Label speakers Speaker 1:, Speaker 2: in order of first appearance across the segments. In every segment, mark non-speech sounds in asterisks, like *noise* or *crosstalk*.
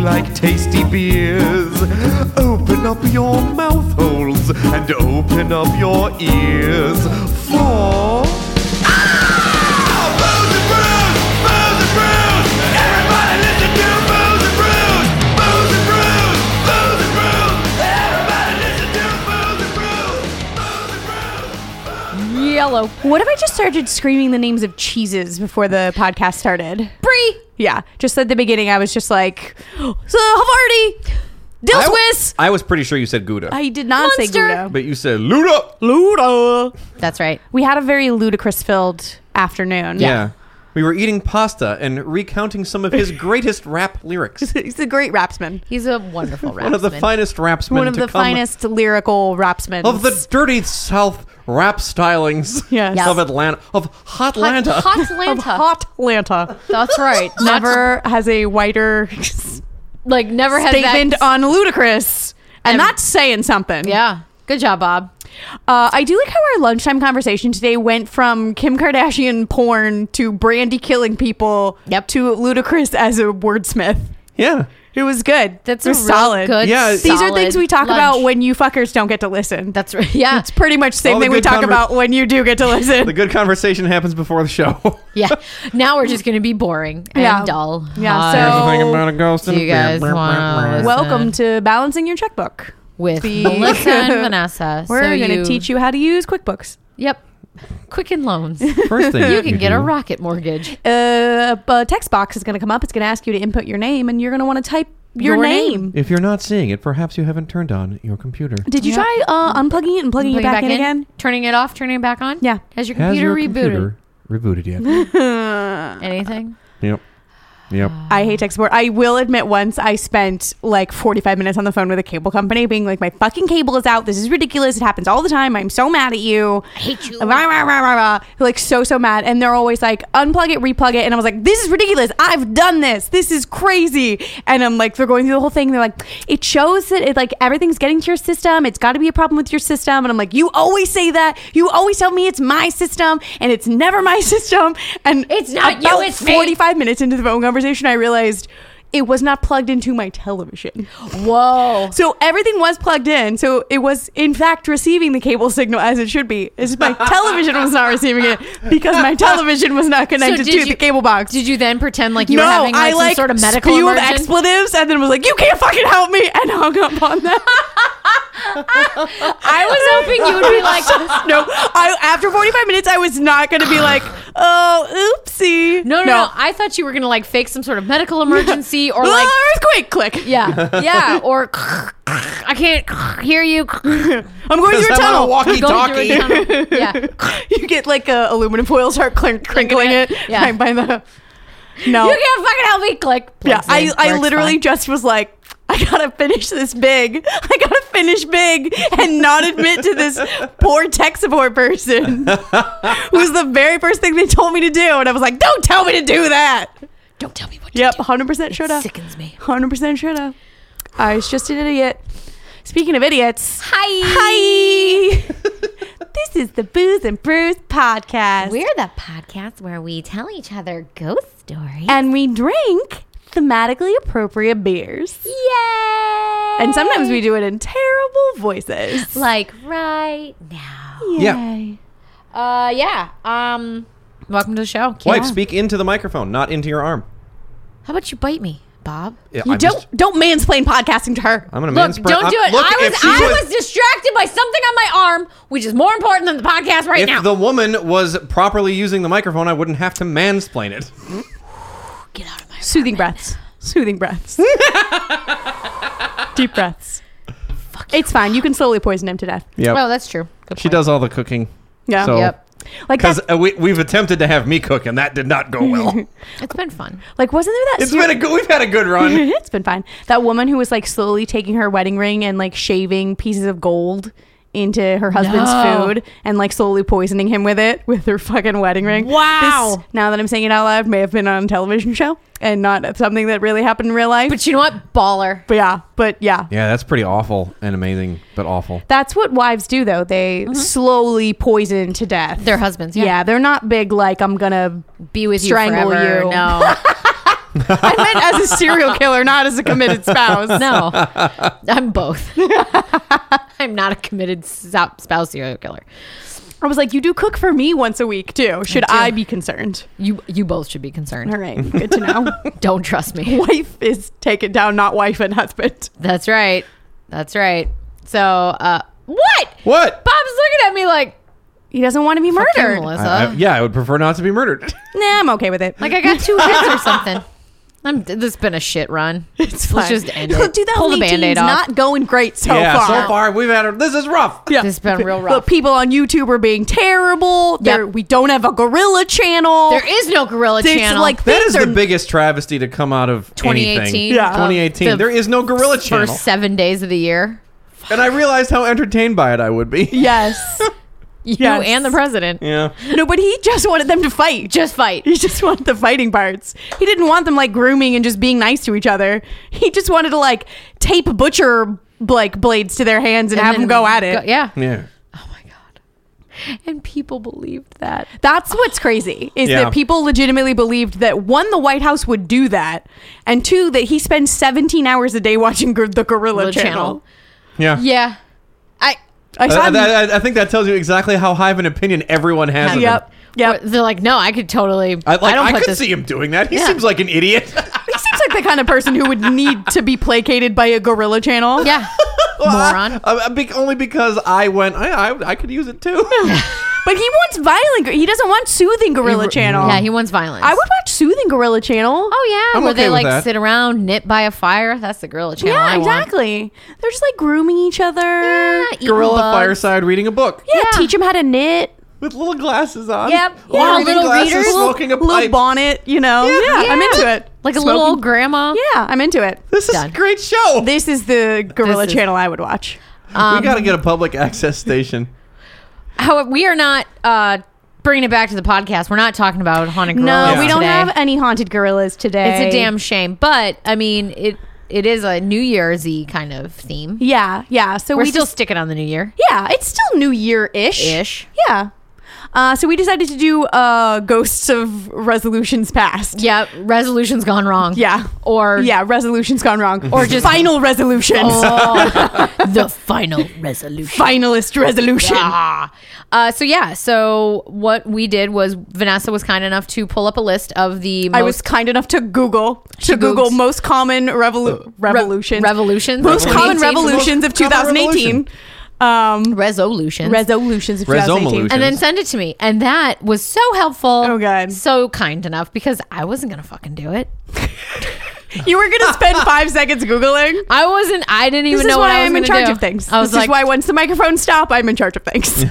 Speaker 1: like tasty beers. Open up your mouth holes and open up your ears for.
Speaker 2: Yellow.
Speaker 3: What if I just started screaming the names of cheeses before the podcast started?
Speaker 2: Brie.
Speaker 3: Yeah, just at the beginning, I was just like, *gasps* so Havarti, Dill
Speaker 1: I w-
Speaker 3: Swiss.
Speaker 1: I was pretty sure you said Gouda.
Speaker 3: I did not say
Speaker 2: Munster.
Speaker 3: Gouda.
Speaker 1: but you said Luda.
Speaker 3: Luda.
Speaker 2: That's right.
Speaker 3: We had a very ludicrous filled afternoon.
Speaker 2: *laughs*
Speaker 1: Yeah. We were eating pasta and recounting some of his greatest rap lyrics.
Speaker 3: He's a great rapsman.
Speaker 2: He's a *laughs* wonderful rapper.
Speaker 1: One of the finest rapsmen
Speaker 3: One of
Speaker 1: to
Speaker 3: the
Speaker 1: come
Speaker 3: finest lyrical rapsmen.
Speaker 1: of the dirty South rap stylings
Speaker 3: *laughs* Yes.
Speaker 2: Yes.
Speaker 1: of Atlanta, of Hotlanta.
Speaker 2: Hot, Hotlanta.
Speaker 3: hot Atlanta.
Speaker 2: That's *laughs* right.
Speaker 3: *laughs*
Speaker 2: Never,
Speaker 3: Never has a whiter
Speaker 2: like, never has
Speaker 3: statement
Speaker 2: that.
Speaker 3: on ludicrous. And
Speaker 2: Em-
Speaker 3: that's saying something.
Speaker 2: *laughs* yeah. Good job, Bob.
Speaker 3: Uh, I do like how our lunchtime conversation today went from Kim Kardashian porn to Brandy killing people
Speaker 2: Yep.
Speaker 3: to Ludacris as a wordsmith.
Speaker 1: yeah.
Speaker 3: It was good.
Speaker 2: That's
Speaker 3: it
Speaker 2: a
Speaker 3: was
Speaker 2: real
Speaker 3: solid.
Speaker 2: good.
Speaker 1: Yeah,
Speaker 2: Yeah,
Speaker 1: it's-
Speaker 3: These are things we talk about
Speaker 2: when.
Speaker 3: when you fuckers don't get to listen.
Speaker 2: That's right. *laughs* Yeah.
Speaker 3: It's pretty much the
Speaker 1: All
Speaker 3: same
Speaker 1: the
Speaker 3: thing we
Speaker 1: good
Speaker 3: talk
Speaker 1: conver-
Speaker 3: about when you do
Speaker 1: *laughs*
Speaker 3: get to listen.
Speaker 1: The good conversation happens before the
Speaker 2: *laughs*
Speaker 1: show.
Speaker 2: yeah. Now we're just going to be boring and
Speaker 3: Yeah.
Speaker 2: dull.
Speaker 3: Yeah,
Speaker 2: Hi.
Speaker 3: so-
Speaker 1: Everything about a ghost.
Speaker 2: Do
Speaker 1: and-
Speaker 2: you guys wanna
Speaker 3: *laughs*
Speaker 2: listen?
Speaker 3: Welcome to Balancing Your Checkbook.
Speaker 2: with
Speaker 3: The- *laughs*
Speaker 2: Melissa and Vanessa.
Speaker 3: We're
Speaker 2: So
Speaker 3: going to teach you how to use QuickBooks.
Speaker 2: Yep.
Speaker 3: *laughs*
Speaker 2: Quicken loans.
Speaker 1: First thing
Speaker 2: *laughs* You can get a
Speaker 1: do-
Speaker 2: rocket mortgage.
Speaker 3: Uh, a text box is going to come up. It's going to ask you to input your name, and you're going to want to type your,
Speaker 2: Your
Speaker 3: name.
Speaker 2: name.
Speaker 1: If you're not seeing it, perhaps you haven't turned on your computer.
Speaker 3: Did you
Speaker 2: Yep.
Speaker 3: try uh, unplugging it and plugging
Speaker 2: Putting
Speaker 3: it back, in, again?
Speaker 2: Turning it off, turning it back on?
Speaker 3: Yeah.
Speaker 2: Has your
Speaker 1: Has
Speaker 2: computer
Speaker 1: your
Speaker 2: rebooted?
Speaker 1: computer rebooted yet?
Speaker 2: *laughs* Anything?
Speaker 1: yep. Yep.
Speaker 2: Uh,
Speaker 3: I hate tech support. I will admit, once I spent like 45 minutes on the phone with a cable company, being like, "My fucking cable is out. This is ridiculous. It happens all the time. I'm so mad at you. I hate you." Like so, so mad. And they're always like, "Unplug it, replug it." And I was like, "This is ridiculous. I've done this. This is crazy." And I'm like, they're going through the whole thing. They're like, "It shows that it like everything's getting to your system. It's got to be a problem with your system." And I'm like, "You always say that. You always tell me it's my system, and it's never my *laughs* system." And
Speaker 2: It's not you,
Speaker 3: about
Speaker 2: it's me.
Speaker 3: 45 five minutes into the phone conversation, I realized it was not plugged into my television.
Speaker 2: Whoa.
Speaker 3: So everything was plugged in. So it was, in fact, receiving the cable signal as it should be. It's just my television was not receiving it because my television was not connected
Speaker 2: did
Speaker 3: to
Speaker 2: you-
Speaker 3: the cable box.
Speaker 2: Did you then pretend like you
Speaker 3: no,
Speaker 2: were having
Speaker 3: I
Speaker 2: like,
Speaker 3: like
Speaker 2: some sort of medical
Speaker 3: spew of
Speaker 2: emergency?
Speaker 3: expletives, and then was like, "You can't fucking help me," and hung up on
Speaker 2: *laughs*
Speaker 3: them.
Speaker 2: I was hoping *laughs* you would
Speaker 3: *laughs*
Speaker 2: be like,
Speaker 3: no, I, after forty five minutes, I was not going to be like, "Oh, oopsie."
Speaker 2: no, no, no, I thought you were going to like fake some sort of
Speaker 3: *laughs*
Speaker 2: medical emergency or like
Speaker 3: Ah, earthquake, click.
Speaker 2: Yeah, yeah. Or *laughs* I can't *laughs* hear you.
Speaker 3: I'm going through a
Speaker 1: I'm on a
Speaker 3: tunnel.
Speaker 1: walkie-talkie.
Speaker 2: Going through a tunnel. Yeah,
Speaker 3: *laughs* you get like a aluminum foil start clink, crinkling it
Speaker 2: Yeah.
Speaker 3: right by the no
Speaker 2: *laughs* you can't fucking help me. Click.
Speaker 3: yeah
Speaker 2: Plugs
Speaker 3: i
Speaker 2: in.
Speaker 3: i
Speaker 2: Works
Speaker 3: literally
Speaker 2: fine.
Speaker 3: just was like i gotta finish this big *laughs* i gotta finish big and not admit to
Speaker 1: *laughs*
Speaker 3: this poor tech support person who's the very first thing they told me to do and i was like don't tell me to do that
Speaker 2: don't tell me what.
Speaker 3: yep
Speaker 2: to
Speaker 3: 100%
Speaker 2: do.
Speaker 3: should
Speaker 2: It
Speaker 3: have
Speaker 2: sickens me.
Speaker 3: 100% should have i was just an idiot speaking of idiots
Speaker 2: Hi.
Speaker 3: *laughs* this is the booze and brews podcast
Speaker 4: We're the podcast where we tell each other ghost stories.
Speaker 3: and we drink thematically appropriate beers.
Speaker 4: Yay!
Speaker 3: And sometimes we do it in terrible voices.
Speaker 4: like right now.
Speaker 1: Yeah.
Speaker 2: Uh, yeah. Um, welcome to the show. Kira.
Speaker 1: Wife, speak into the microphone, not into your arm.
Speaker 2: How about you bite me, Bob?
Speaker 1: Yeah,
Speaker 3: You
Speaker 1: I'm
Speaker 3: don't
Speaker 1: just-
Speaker 3: don't mansplain podcasting to her.
Speaker 1: I'm gonna
Speaker 2: Look,
Speaker 1: manspread-
Speaker 2: don't
Speaker 1: I'm-
Speaker 2: do it.
Speaker 1: Look,
Speaker 2: I
Speaker 1: if
Speaker 2: was
Speaker 1: she
Speaker 2: I was distracted by something on my arm, which is more important than the podcast right
Speaker 1: if
Speaker 2: now.
Speaker 1: the woman was properly using the microphone, I wouldn't have to mansplain
Speaker 2: *laughs*
Speaker 1: it.
Speaker 2: Get out of my
Speaker 3: Soothing breaths. Soothing breaths. Deep breaths. It's fine. You can slowly poison him to death.
Speaker 1: Yep.
Speaker 2: Oh, that's true. Good
Speaker 1: she
Speaker 2: point.
Speaker 1: does all the cooking.
Speaker 3: Yeah.
Speaker 1: So,
Speaker 2: Yep.
Speaker 3: Like
Speaker 1: Because
Speaker 3: that,
Speaker 1: uh, we, we've attempted to have me cook, and that did not go
Speaker 2: *laughs*
Speaker 1: well.
Speaker 2: It's been fun.
Speaker 3: like wasn't there that
Speaker 1: it's
Speaker 3: ser-
Speaker 1: been a good. We've had a good
Speaker 2: *laughs*
Speaker 1: run.
Speaker 3: *laughs* it's been fine. That woman who was like slowly taking her wedding ring and like shaving pieces of gold into her husband's
Speaker 2: No.
Speaker 3: food and like slowly poisoning him with it with her fucking wedding ring.
Speaker 2: Wow.
Speaker 3: This, now that I'm saying it out loud, may have been on a television show and not something that really happened in real life. But,
Speaker 2: But you know what? Baller.
Speaker 3: yeah, but yeah.
Speaker 1: Yeah, that's pretty awful and amazing, but awful.
Speaker 3: That's what wives do though. They slowly poison to death.
Speaker 2: Their husbands.
Speaker 3: Mm-hmm. yeah.
Speaker 2: Yeah.
Speaker 3: they're not big like I'm gonna
Speaker 2: Be with
Speaker 3: Strangle
Speaker 2: *laughs* you forever.
Speaker 3: you.
Speaker 2: No.
Speaker 3: I meant as a serial killer, not as a committed spouse.
Speaker 1: *laughs*
Speaker 3: *laughs*
Speaker 2: No, I'm both. *laughs* I'm not a committed sou- spouse serial killer.
Speaker 3: I was like, you do cook for me once a week too. Should I be concerned?
Speaker 2: You you both should be
Speaker 3: All
Speaker 2: *laughs* concerned.
Speaker 3: right, good to know.
Speaker 2: Don't trust me.
Speaker 3: wife is taken down, not wife and husband.
Speaker 2: That's right. That's right. So uh, what?
Speaker 5: What?
Speaker 2: Bob's looking at me like
Speaker 3: He doesn't want to be
Speaker 2: "Fuck you,
Speaker 3: murdered.
Speaker 2: Melissa.
Speaker 5: I- I- yeah, I would prefer not to
Speaker 1: *laughs*
Speaker 5: be murdered.
Speaker 3: Nah, I'm okay with it.
Speaker 2: like I got two hits *laughs* or something. I'm, this has been a shit run.
Speaker 3: it's fine.
Speaker 2: Let's
Speaker 3: *laughs*
Speaker 2: just end it. Pull the
Speaker 3: 2018's
Speaker 2: band-aid off.
Speaker 3: not going great so
Speaker 5: yeah,
Speaker 3: far.
Speaker 5: so far we've had. A, this is rough.
Speaker 3: Yeah.
Speaker 2: This has been real
Speaker 3: The
Speaker 2: rough.
Speaker 3: people on YouTube are being terrible. They're- We don't have a gorilla channel.
Speaker 2: There is no gorilla
Speaker 3: There's,
Speaker 2: channel.
Speaker 3: like
Speaker 5: That is
Speaker 3: things are
Speaker 5: the biggest travesty to come out of
Speaker 2: 2018.
Speaker 5: Anything.
Speaker 3: Yeah.
Speaker 5: 2018.
Speaker 2: The
Speaker 5: there is no Gorilla
Speaker 2: first
Speaker 5: Channel,
Speaker 2: seven days of the year.
Speaker 5: and I realized how entertained by it I
Speaker 2: *laughs*
Speaker 5: would be.
Speaker 3: *laughs* yes.
Speaker 2: You
Speaker 3: Yes.
Speaker 2: and the president
Speaker 5: Yeah.
Speaker 3: no, but he just wanted them to fight.
Speaker 2: just fight.
Speaker 3: He just wanted the fighting parts. He didn't want them like grooming and just being nice to each other. He just wanted to like tape butcher like blades to their hands and,
Speaker 2: And
Speaker 3: have
Speaker 2: then
Speaker 3: them go at it.
Speaker 2: *laughs* yeah.
Speaker 5: Yeah.
Speaker 2: And people believed that.
Speaker 3: That's what's crazy is
Speaker 5: Yeah.
Speaker 3: that people legitimately believed that one, the White House would do that, and two, that he spends 17 hours a day watching gor- the Gorilla
Speaker 2: Gorilla
Speaker 3: Channel.
Speaker 2: Channel.
Speaker 5: Yeah.
Speaker 2: Yeah. I
Speaker 3: I
Speaker 5: I,
Speaker 6: Uh,
Speaker 3: saw
Speaker 5: I-
Speaker 3: him-
Speaker 5: I- I think that tells you exactly how high of an opinion everyone has. Of him.
Speaker 3: Yep. Yep.
Speaker 2: They're like, no, I could totally.
Speaker 5: I, like, I,
Speaker 2: don't put
Speaker 5: could
Speaker 2: this.
Speaker 5: see him doing that. He
Speaker 2: Yeah.
Speaker 5: seems like an idiot.
Speaker 3: He seems like the kind of person who would need to be placated by a Gorilla Channel.
Speaker 2: *laughs*
Speaker 5: *laughs*
Speaker 2: Yeah. Moron.
Speaker 5: I- I- Uh, be- only because I went. I, I I could use
Speaker 2: *laughs*
Speaker 5: it too.
Speaker 3: But he wants violent. gor- He doesn't want soothing Gorilla Channel.
Speaker 2: Yeah, he wants violence.
Speaker 3: I would watch soothing Gorilla Channel.
Speaker 2: Oh yeah,
Speaker 5: Oh. I'm
Speaker 2: where
Speaker 5: okay
Speaker 2: they
Speaker 5: with
Speaker 2: like
Speaker 5: that.
Speaker 2: sit around, knit by a fire. That's the gorilla channel. I
Speaker 3: yeah,
Speaker 2: want.
Speaker 3: exactly. They're just like grooming each other. Yeah,
Speaker 2: Yeah, eating
Speaker 5: *laughs* Gorilla
Speaker 2: bugs.
Speaker 5: fireside reading a book
Speaker 2: Yeah.
Speaker 3: teach him how to knit.
Speaker 5: with little glasses on.
Speaker 2: Yep. Yeah,
Speaker 5: Long
Speaker 2: little
Speaker 5: glasses,
Speaker 2: readers.
Speaker 5: smoking a
Speaker 3: little
Speaker 5: pipe.
Speaker 3: bonnet. You know. Yeah, I'm
Speaker 2: Yeah.
Speaker 3: into it.
Speaker 2: Like a
Speaker 3: Smoking-
Speaker 2: little old grandma.
Speaker 3: Yeah, I'm into it.
Speaker 5: this is
Speaker 2: Done.
Speaker 5: a great show.
Speaker 3: This is the Gorilla
Speaker 2: This is-
Speaker 3: Channel I would watch.
Speaker 5: we
Speaker 2: Um,
Speaker 5: got to get a public access station.
Speaker 2: However, we are not uh, bringing it back to the podcast. We're not talking about haunted gorillas.
Speaker 5: we don't
Speaker 2: today.
Speaker 3: any haunted gorillas
Speaker 2: It's
Speaker 3: today.
Speaker 2: a damn shame, but I mean it. It is a New Year's Eve kind of theme.
Speaker 3: Yeah, yeah. So
Speaker 2: We're
Speaker 3: we
Speaker 2: still
Speaker 3: just-
Speaker 2: sticking on the New Year.
Speaker 3: yeah, it's still New Year ish.
Speaker 2: Ish.
Speaker 3: Yeah. Uh, so we decided to do uh, ghosts of resolutions past.
Speaker 2: Yeah, resolutions gone wrong.
Speaker 3: Yeah.
Speaker 2: or
Speaker 3: Yeah, resolutions gone wrong, or just final resolutions,
Speaker 2: Oh, *laughs* the final
Speaker 3: *laughs*
Speaker 2: resolution.
Speaker 3: finalist resolution.
Speaker 2: Ah. Uh, so yeah, so what we did was Vanessa was kind enough to pull up a list of the most
Speaker 3: I was kind enough to Google
Speaker 2: She uh,
Speaker 3: to Google
Speaker 2: Googled-
Speaker 3: most common revolu- revolutions,
Speaker 2: revolutions
Speaker 3: most
Speaker 2: of
Speaker 3: common
Speaker 2: 2018.
Speaker 3: revolutions of
Speaker 5: Most common
Speaker 3: 2018. Um,
Speaker 2: resolutions.
Speaker 3: resolutions of
Speaker 5: Resolutions.
Speaker 3: 2018.
Speaker 2: and then send it to me, and that was so helpful.
Speaker 3: Oh, God.
Speaker 2: so kind enough because I wasn't gonna fucking do it.
Speaker 3: You were
Speaker 2: *laughs*
Speaker 3: gonna spend five seconds googling.
Speaker 2: I wasn't. I didn't
Speaker 3: This is
Speaker 2: even know
Speaker 3: why
Speaker 2: what I was
Speaker 3: I'm in
Speaker 2: gonna
Speaker 3: charge
Speaker 2: do.
Speaker 3: of things.
Speaker 2: I was
Speaker 3: this
Speaker 2: like,
Speaker 3: is why once the microphones stop, I'm in charge of
Speaker 2: *laughs*
Speaker 3: things.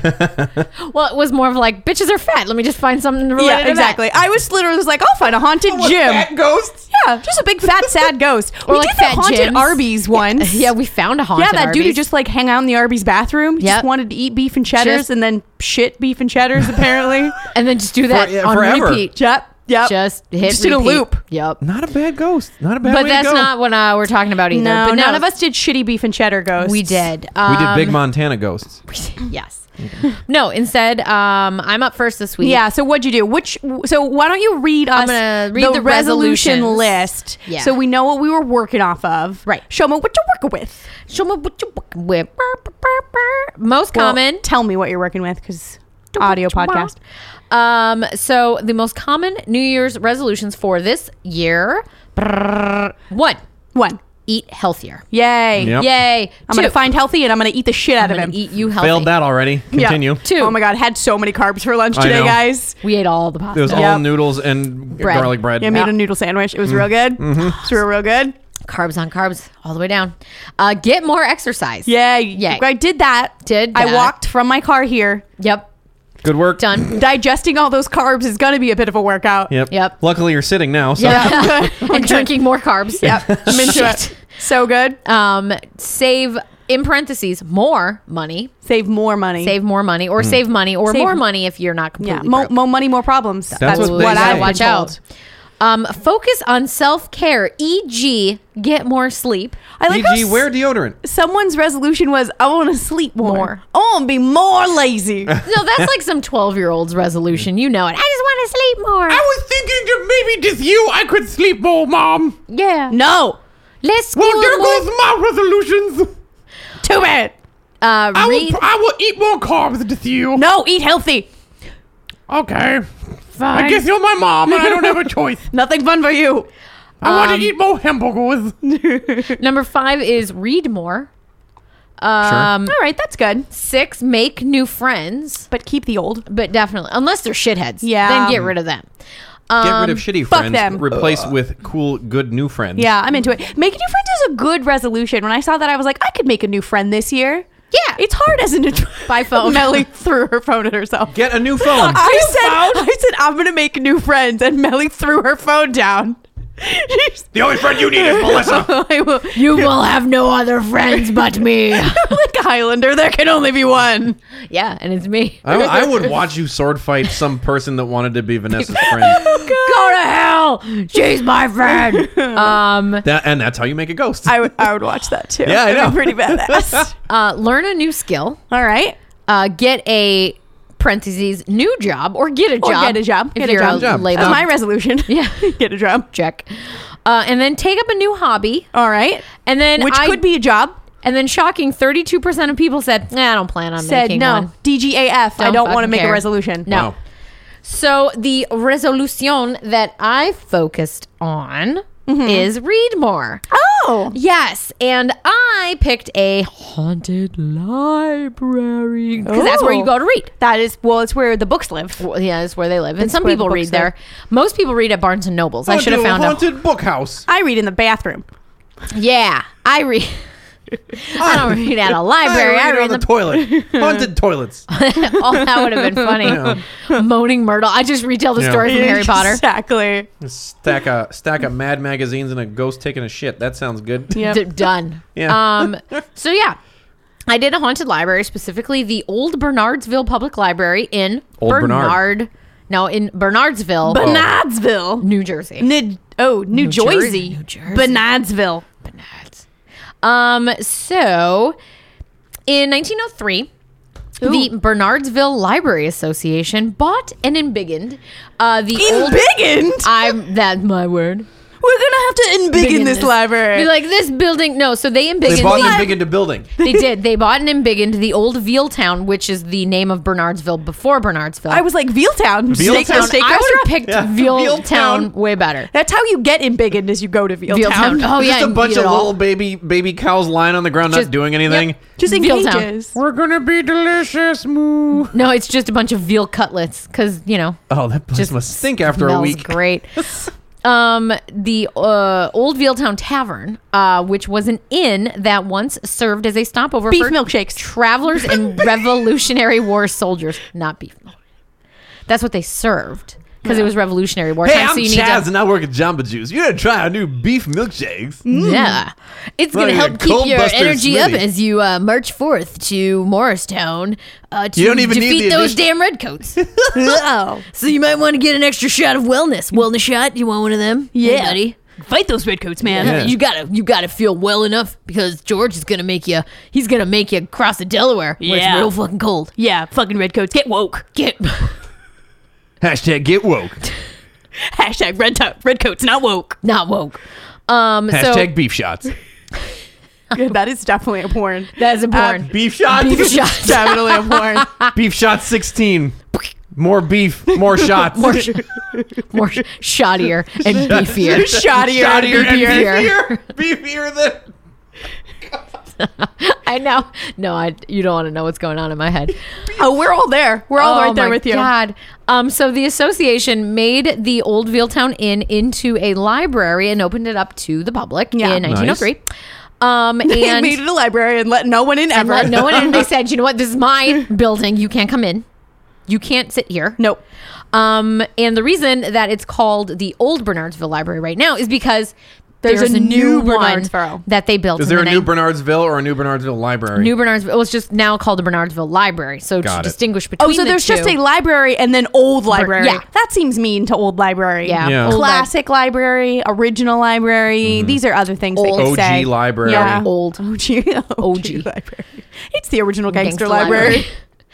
Speaker 2: well, it was more of like bitches are fat. Let me just find something related.
Speaker 3: yeah,
Speaker 2: to
Speaker 3: exactly. I was literally was like, I'll find a haunted
Speaker 5: Fat
Speaker 3: gym.
Speaker 5: ghosts.
Speaker 3: Yeah, just a big fat sad ghost.
Speaker 2: Or
Speaker 3: we
Speaker 2: like
Speaker 3: did that
Speaker 2: fat
Speaker 3: haunted
Speaker 2: gyms.
Speaker 3: Arby's once.
Speaker 2: That. *laughs* Yeah, we found a haunted.
Speaker 3: yeah, that dude who
Speaker 2: Arby's.
Speaker 3: just like hang out in the Arby's bathroom. He
Speaker 2: Yep.
Speaker 3: Just wanted to eat beef and cheddars
Speaker 2: Just-
Speaker 3: and then shit beef and cheddars
Speaker 2: *laughs*
Speaker 3: apparently.
Speaker 2: and then just do that
Speaker 5: yeah,
Speaker 2: on
Speaker 5: forever.
Speaker 2: repeat.
Speaker 3: yep. Yep.
Speaker 2: Just hit
Speaker 3: Just in a
Speaker 2: repeat.
Speaker 3: loop.
Speaker 2: Yep.
Speaker 5: Not a bad ghost. Not a bad.
Speaker 2: but
Speaker 5: way to
Speaker 2: that's
Speaker 5: go.
Speaker 2: not what uh, we're talking about either.
Speaker 3: No,
Speaker 2: but
Speaker 3: none of us did shitty beef and cheddar ghosts.
Speaker 2: We did.
Speaker 5: We did Big
Speaker 2: Um,
Speaker 5: Montana ghosts.
Speaker 2: *laughs* Yes. No. Instead, um, I'm up first this week.
Speaker 3: Yeah. So what'd you do? Which so why don't you read us
Speaker 2: gonna read the resolutions.
Speaker 3: list?
Speaker 2: Yeah.
Speaker 3: So we know what we were working off of.
Speaker 2: Right.
Speaker 3: Shoma, what you working with?
Speaker 2: Show me what you're working with. Brr, brr, brr, brr. Most common.
Speaker 3: Well, tell me what you're working with because audio podcast.
Speaker 2: Um. So the most common New Year's resolutions for this year. Brr. One.
Speaker 3: One.
Speaker 2: Eat healthier.
Speaker 3: Yay.
Speaker 5: Yep.
Speaker 2: Yay.
Speaker 3: I'm going
Speaker 2: Two,
Speaker 3: to find healthy and I'm going to eat the shit out
Speaker 2: I'm
Speaker 3: of
Speaker 2: gonna
Speaker 3: him.
Speaker 2: eat you healthy.
Speaker 5: Failed that already.
Speaker 3: Yeah.
Speaker 5: Continue.
Speaker 2: Two.
Speaker 3: Oh my God. Had so many carbs for lunch
Speaker 5: I
Speaker 3: today,
Speaker 5: know.
Speaker 3: guys.
Speaker 2: We ate all the pasta.
Speaker 5: It was all
Speaker 3: Yep.
Speaker 5: noodles and
Speaker 2: Bread.
Speaker 5: garlic bread.
Speaker 3: Yeah, I made a noodle sandwich. It was real
Speaker 5: Mm-hmm.
Speaker 3: good. It's real, real good.
Speaker 2: carbs on carbs all the way down. Uh, get more exercise.
Speaker 3: Yeah.
Speaker 2: Yay.
Speaker 3: I did that.
Speaker 2: Did
Speaker 3: I
Speaker 2: that.
Speaker 3: walked from my car here.
Speaker 2: Yep.
Speaker 5: Good work. *laughs*
Speaker 2: Done.
Speaker 3: Digesting all those carbs is going to be a bit of a workout.
Speaker 5: Yep.
Speaker 2: Yep.
Speaker 5: Luckily, you're sitting now.
Speaker 3: *laughs*
Speaker 5: So
Speaker 2: Yeah. *laughs* and drinking more carbs.
Speaker 3: Yep. *laughs* I'm
Speaker 2: *laughs*
Speaker 3: into it. So good.
Speaker 2: Um, save in parentheses more money.
Speaker 3: Save more money.
Speaker 2: Save more money,
Speaker 5: Mm.
Speaker 2: or save money, or
Speaker 3: Mm. Save-
Speaker 2: more money if you're not
Speaker 3: yeah,
Speaker 2: completely
Speaker 3: more,
Speaker 2: broke.
Speaker 3: more money, more problems. That's,
Speaker 5: what
Speaker 3: what,
Speaker 5: they
Speaker 3: I've
Speaker 5: say.
Speaker 3: been
Speaker 2: watch out.
Speaker 3: told.
Speaker 2: Um, focus on self care, e.g., get more sleep.
Speaker 3: I like how
Speaker 6: E.g., wear deodorant.
Speaker 3: someone's resolution was I want to sleep more.
Speaker 2: More.
Speaker 3: I want to be more
Speaker 5: *laughs*
Speaker 3: lazy. I
Speaker 2: No,
Speaker 6: *laughs*
Speaker 2: that's like some 12 year old's resolution. You know it. I just want to sleep more.
Speaker 6: was thinking of maybe just you, I could sleep more, Mom. Oh,
Speaker 2: yeah.
Speaker 3: no,
Speaker 2: Let's do more.
Speaker 6: my resolutions.
Speaker 3: too bad.
Speaker 2: Uh, read,
Speaker 6: I will eat more carbs just you.
Speaker 3: No, eat healthy.
Speaker 6: Okay. I guess eh, you're my mom and I don't have
Speaker 2: *laughs*
Speaker 6: a choice.
Speaker 3: Nothing fun for you.
Speaker 6: I want to eat more hamburgers.
Speaker 2: number five is read more. Um,
Speaker 3: All right, that's good.
Speaker 2: Six, make new friends,
Speaker 3: But keep the old.
Speaker 2: but definitely, unless they're shitheads.
Speaker 3: Yeah.
Speaker 2: Then get rid of them. Um,
Speaker 6: Get rid of shitty
Speaker 3: fuck
Speaker 6: friends.
Speaker 3: them.
Speaker 6: Replace with cool, good new friends.
Speaker 3: Yeah, I'm into it. Making new friends is a good resolution. When I saw that, I was like, I could make a new friend this year.
Speaker 2: Yeah.
Speaker 3: It's hard as an by phone. *laughs* Melly threw her phone at herself.
Speaker 6: Get a new
Speaker 3: I
Speaker 6: phone.
Speaker 3: said, I said, I'm gonna make new friends, and Melly threw her phone down. She's-
Speaker 6: the only friend you need
Speaker 7: *laughs*
Speaker 6: is Melissa.
Speaker 3: *laughs* I will,
Speaker 2: *laughs* you will have no other friends but
Speaker 6: *laughs*
Speaker 2: me.
Speaker 3: like a Highlander, there can only be one.
Speaker 2: yeah, and it's me.
Speaker 6: I,
Speaker 2: *laughs*
Speaker 6: I would watch you sword fight some person that wanted to be Vanessa's friend.
Speaker 2: Go to hell. She's my friend.
Speaker 3: *laughs*
Speaker 2: um,
Speaker 6: That, and that's how you make a ghost.
Speaker 3: I would, I would watch that too.
Speaker 6: Yeah, I
Speaker 3: It'd be
Speaker 6: know.
Speaker 3: pretty badass.
Speaker 2: uh, learn a new skill.
Speaker 3: *laughs* All right.
Speaker 2: Uh, get a parentheses new job or get a
Speaker 3: Or
Speaker 2: job.
Speaker 3: get a job.
Speaker 2: If
Speaker 3: Get a
Speaker 2: you're
Speaker 3: job.
Speaker 6: Job.
Speaker 2: laid
Speaker 3: That's
Speaker 2: off.
Speaker 3: my resolution.
Speaker 2: Yeah.
Speaker 3: *laughs* Get a job.
Speaker 2: check. Uh, and then take up a new hobby.
Speaker 3: All right.
Speaker 2: And then
Speaker 3: Which
Speaker 2: I-
Speaker 3: could be a job.
Speaker 2: And then shocking, thirty-two percent of people said, nah, "I don't plan on
Speaker 3: Said
Speaker 2: making
Speaker 3: no.
Speaker 2: one."
Speaker 3: DGAF. I
Speaker 2: Don't
Speaker 3: don't want to
Speaker 2: fucking
Speaker 3: make a
Speaker 2: care.
Speaker 3: resolution.
Speaker 2: No. So the resolution that I focused on
Speaker 3: Mm-hmm.
Speaker 2: is read more.
Speaker 3: Oh.
Speaker 2: Yes, and I picked a haunted library because that's where you
Speaker 3: Ooh.
Speaker 2: go to read.
Speaker 3: That is well. It's where the books live.
Speaker 2: Well, yeah, that's where they live. And some
Speaker 3: where the
Speaker 2: people
Speaker 3: books
Speaker 2: read
Speaker 3: live.
Speaker 2: there. Most people read at Barnes and Nobles. I
Speaker 6: Onto
Speaker 2: should have
Speaker 6: a
Speaker 2: found out.
Speaker 6: haunted book house.
Speaker 3: I read in the bathroom.
Speaker 2: Yeah, I read. *laughs* I don't read at a library. I read,
Speaker 6: on
Speaker 2: in
Speaker 6: the,
Speaker 2: the
Speaker 6: toilet.
Speaker 2: *laughs*
Speaker 6: haunted toilets.
Speaker 2: Oh, that would have been funny. Moaning Myrtle. I just retell the
Speaker 6: Yeah.
Speaker 2: story from
Speaker 3: *laughs*
Speaker 2: Harry Potter.
Speaker 3: Exactly.
Speaker 6: stack a stack of Mad magazines and a ghost taking a shit. That sounds good.
Speaker 3: Yep.
Speaker 2: D- done.
Speaker 6: Yeah.
Speaker 2: Um, so yeah, I did a haunted library, specifically the old Bernardsville Public Library in
Speaker 6: Old Bernard.
Speaker 2: Bernard. No, in Bernardsville,
Speaker 3: Bernardsville.
Speaker 2: New Jersey.
Speaker 3: New, oh, New,
Speaker 2: Jersey.
Speaker 3: Jersey.
Speaker 2: New Jersey.
Speaker 3: Bernardsville.
Speaker 2: Bernards. Um, so in 1903. The Bernardsville Library Association bought and embiggened uh, the old.
Speaker 3: Embiggened.
Speaker 2: I'm that's my word.
Speaker 3: We're gonna have to embiggen this, library.
Speaker 2: Be like this building. No, so they embiggened.
Speaker 6: They bought
Speaker 2: the-
Speaker 6: them big into building.
Speaker 2: They did. They bought and embiggened the old Veal Town, which is the name of Bernardsville before Bernardsville.
Speaker 3: I was like Vealtown.
Speaker 6: Veal
Speaker 3: Steak-
Speaker 6: Town.
Speaker 2: Town.
Speaker 3: steak
Speaker 2: I would
Speaker 3: restaurant.
Speaker 2: have picked
Speaker 6: Yeah.
Speaker 2: Veal,
Speaker 6: Veal
Speaker 2: Town,
Speaker 6: Town.
Speaker 2: way better.
Speaker 3: That's how you get embiggened is you go to Vealtown. *laughs*
Speaker 2: Veal Town. Oh yeah,
Speaker 6: Just a
Speaker 2: and
Speaker 6: bunch
Speaker 2: eat
Speaker 6: of
Speaker 2: it all.
Speaker 6: little baby baby cows lying on the ground,
Speaker 2: Just-
Speaker 6: not doing anything.
Speaker 2: yep.
Speaker 3: Just in
Speaker 2: Veal Town.
Speaker 3: cages.
Speaker 6: We're gonna be delicious, moo.
Speaker 2: No, it's just a bunch of veal cutlets because you know
Speaker 6: Oh, that place
Speaker 2: Just
Speaker 6: must stink after a
Speaker 2: smells
Speaker 6: week. *laughs*
Speaker 2: great. Um, the uh, old Veal Town Tavern, uh, which was an inn that once served as a stopover
Speaker 3: Beef
Speaker 2: for
Speaker 3: milkshakes.
Speaker 2: travelers
Speaker 6: *laughs*
Speaker 2: and Revolutionary War soldiers, not beef. milk. That's what they served because it was Revolutionary War
Speaker 6: Hey,
Speaker 2: time.
Speaker 6: I'm
Speaker 2: so you
Speaker 6: Chaz,
Speaker 2: need to,
Speaker 6: and I work at Jamba Juice. You gotta try our new beef milkshakes.
Speaker 2: Yeah.
Speaker 6: Mm.
Speaker 2: It's
Speaker 6: Not
Speaker 2: going to
Speaker 6: even
Speaker 2: help
Speaker 6: a cold
Speaker 2: keep your
Speaker 6: buster
Speaker 2: energy up
Speaker 6: smoothie.
Speaker 2: as you uh, march forth to Morristown uh, to
Speaker 6: You don't even need
Speaker 2: defeat
Speaker 6: the
Speaker 2: those
Speaker 6: addition-
Speaker 2: damn
Speaker 6: *laughs*
Speaker 2: redcoats.
Speaker 3: Oh.
Speaker 2: so you might want to get an extra shot of wellness. Wellness shot? You want one of them? Yeah. buddy.
Speaker 3: Fight those redcoats, man.
Speaker 6: Yeah.
Speaker 2: You gotta, you gotta feel well enough because George is gonna make you. He's gonna make you cross the Delaware where
Speaker 3: Yeah.
Speaker 2: it's real fucking cold.
Speaker 3: Yeah, fucking redcoats. Get woke.
Speaker 2: Get *laughs*
Speaker 6: Hashtag get woke.
Speaker 3: Hashtag red to- redcoats, not *laughs* woke.
Speaker 2: not woke. Um,
Speaker 6: Hashtag
Speaker 2: so
Speaker 6: beef shots.
Speaker 3: that is definitely a porn.
Speaker 2: that's important.
Speaker 6: Beef shots.
Speaker 2: Beef
Speaker 5: *laughs*
Speaker 2: shots.
Speaker 3: definitely a porn.
Speaker 6: beef shots. Sixteen.
Speaker 2: *laughs*
Speaker 6: More beef. More
Speaker 2: *laughs*
Speaker 6: shots.
Speaker 2: more, sh- more sh- shoddier
Speaker 6: *laughs*
Speaker 2: and
Speaker 3: *laughs*
Speaker 2: beefier.
Speaker 3: Shoddier,
Speaker 6: Shottier and
Speaker 2: beefier.
Speaker 6: beefier. Beefier than.
Speaker 2: I know. No, I. You don't want to know what's going on in my head.
Speaker 3: Oh, we're all there. We're all
Speaker 2: Oh
Speaker 3: right there
Speaker 2: my
Speaker 3: with you.
Speaker 2: God. Um, so the association made the old Vealtown Inn into a library and opened it up to the public
Speaker 3: Yeah.
Speaker 2: in 1903.
Speaker 3: *laughs*
Speaker 2: Um,
Speaker 3: They
Speaker 2: and
Speaker 3: made it a library and let no one in ever.
Speaker 2: let no one in. They said, you know what? This is my building. You can't come in. You can't sit here.
Speaker 3: *laughs* Nope.
Speaker 2: Um, and the reason that it's called the Old Bernardsville Library right now is because
Speaker 3: There's a new Bernardsville.
Speaker 2: that they built.
Speaker 7: Is
Speaker 2: in
Speaker 7: there
Speaker 2: the
Speaker 7: a new
Speaker 2: nine-
Speaker 7: Bernardsville or a new Bernardsville library?
Speaker 2: New Bernardsville. Well, it's just now called the Bernardsville Library. So
Speaker 7: Got it.
Speaker 2: to distinguish between
Speaker 3: Oh, so
Speaker 2: the
Speaker 3: there's
Speaker 2: two,
Speaker 3: just a library and then old library.
Speaker 2: yeah.
Speaker 3: That seems mean to old library.
Speaker 2: Yeah.
Speaker 7: Yeah. Old
Speaker 3: Classic library, original library. These are other things they could
Speaker 7: OG
Speaker 3: say.
Speaker 7: library.
Speaker 3: Yeah. *laughs*
Speaker 2: Old.
Speaker 3: OG, OG,
Speaker 2: OG.
Speaker 3: *laughs* library. It's the original gangster,
Speaker 2: gangster
Speaker 3: library.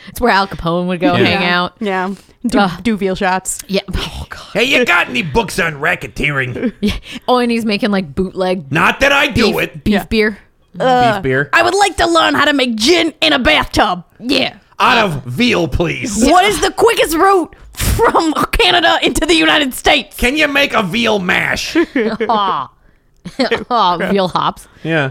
Speaker 2: it's where Al Capone would go
Speaker 7: Yeah.
Speaker 2: hang out.
Speaker 3: *laughs* Yeah. Do,
Speaker 2: Ugh.
Speaker 3: Duvial shots.
Speaker 2: Yeah. Oh god.
Speaker 5: Hey, you got any books on racketeering?
Speaker 2: *laughs* Oh, and he's making like bootleg
Speaker 5: Not that I do
Speaker 2: beef,
Speaker 5: it. Uh,
Speaker 2: beef
Speaker 3: Yeah.
Speaker 2: beer.
Speaker 7: Beef beer.
Speaker 3: I would like to learn how to make gin in a bathtub.
Speaker 2: Yeah.
Speaker 5: Out of veal, please.
Speaker 3: What is the quickest route from Canada into the United States?
Speaker 5: Can you make a
Speaker 2: *laughs*
Speaker 5: veal mash?
Speaker 2: *laughs* Aw.
Speaker 3: *laughs*
Speaker 2: Aw, real hops.
Speaker 7: Yeah.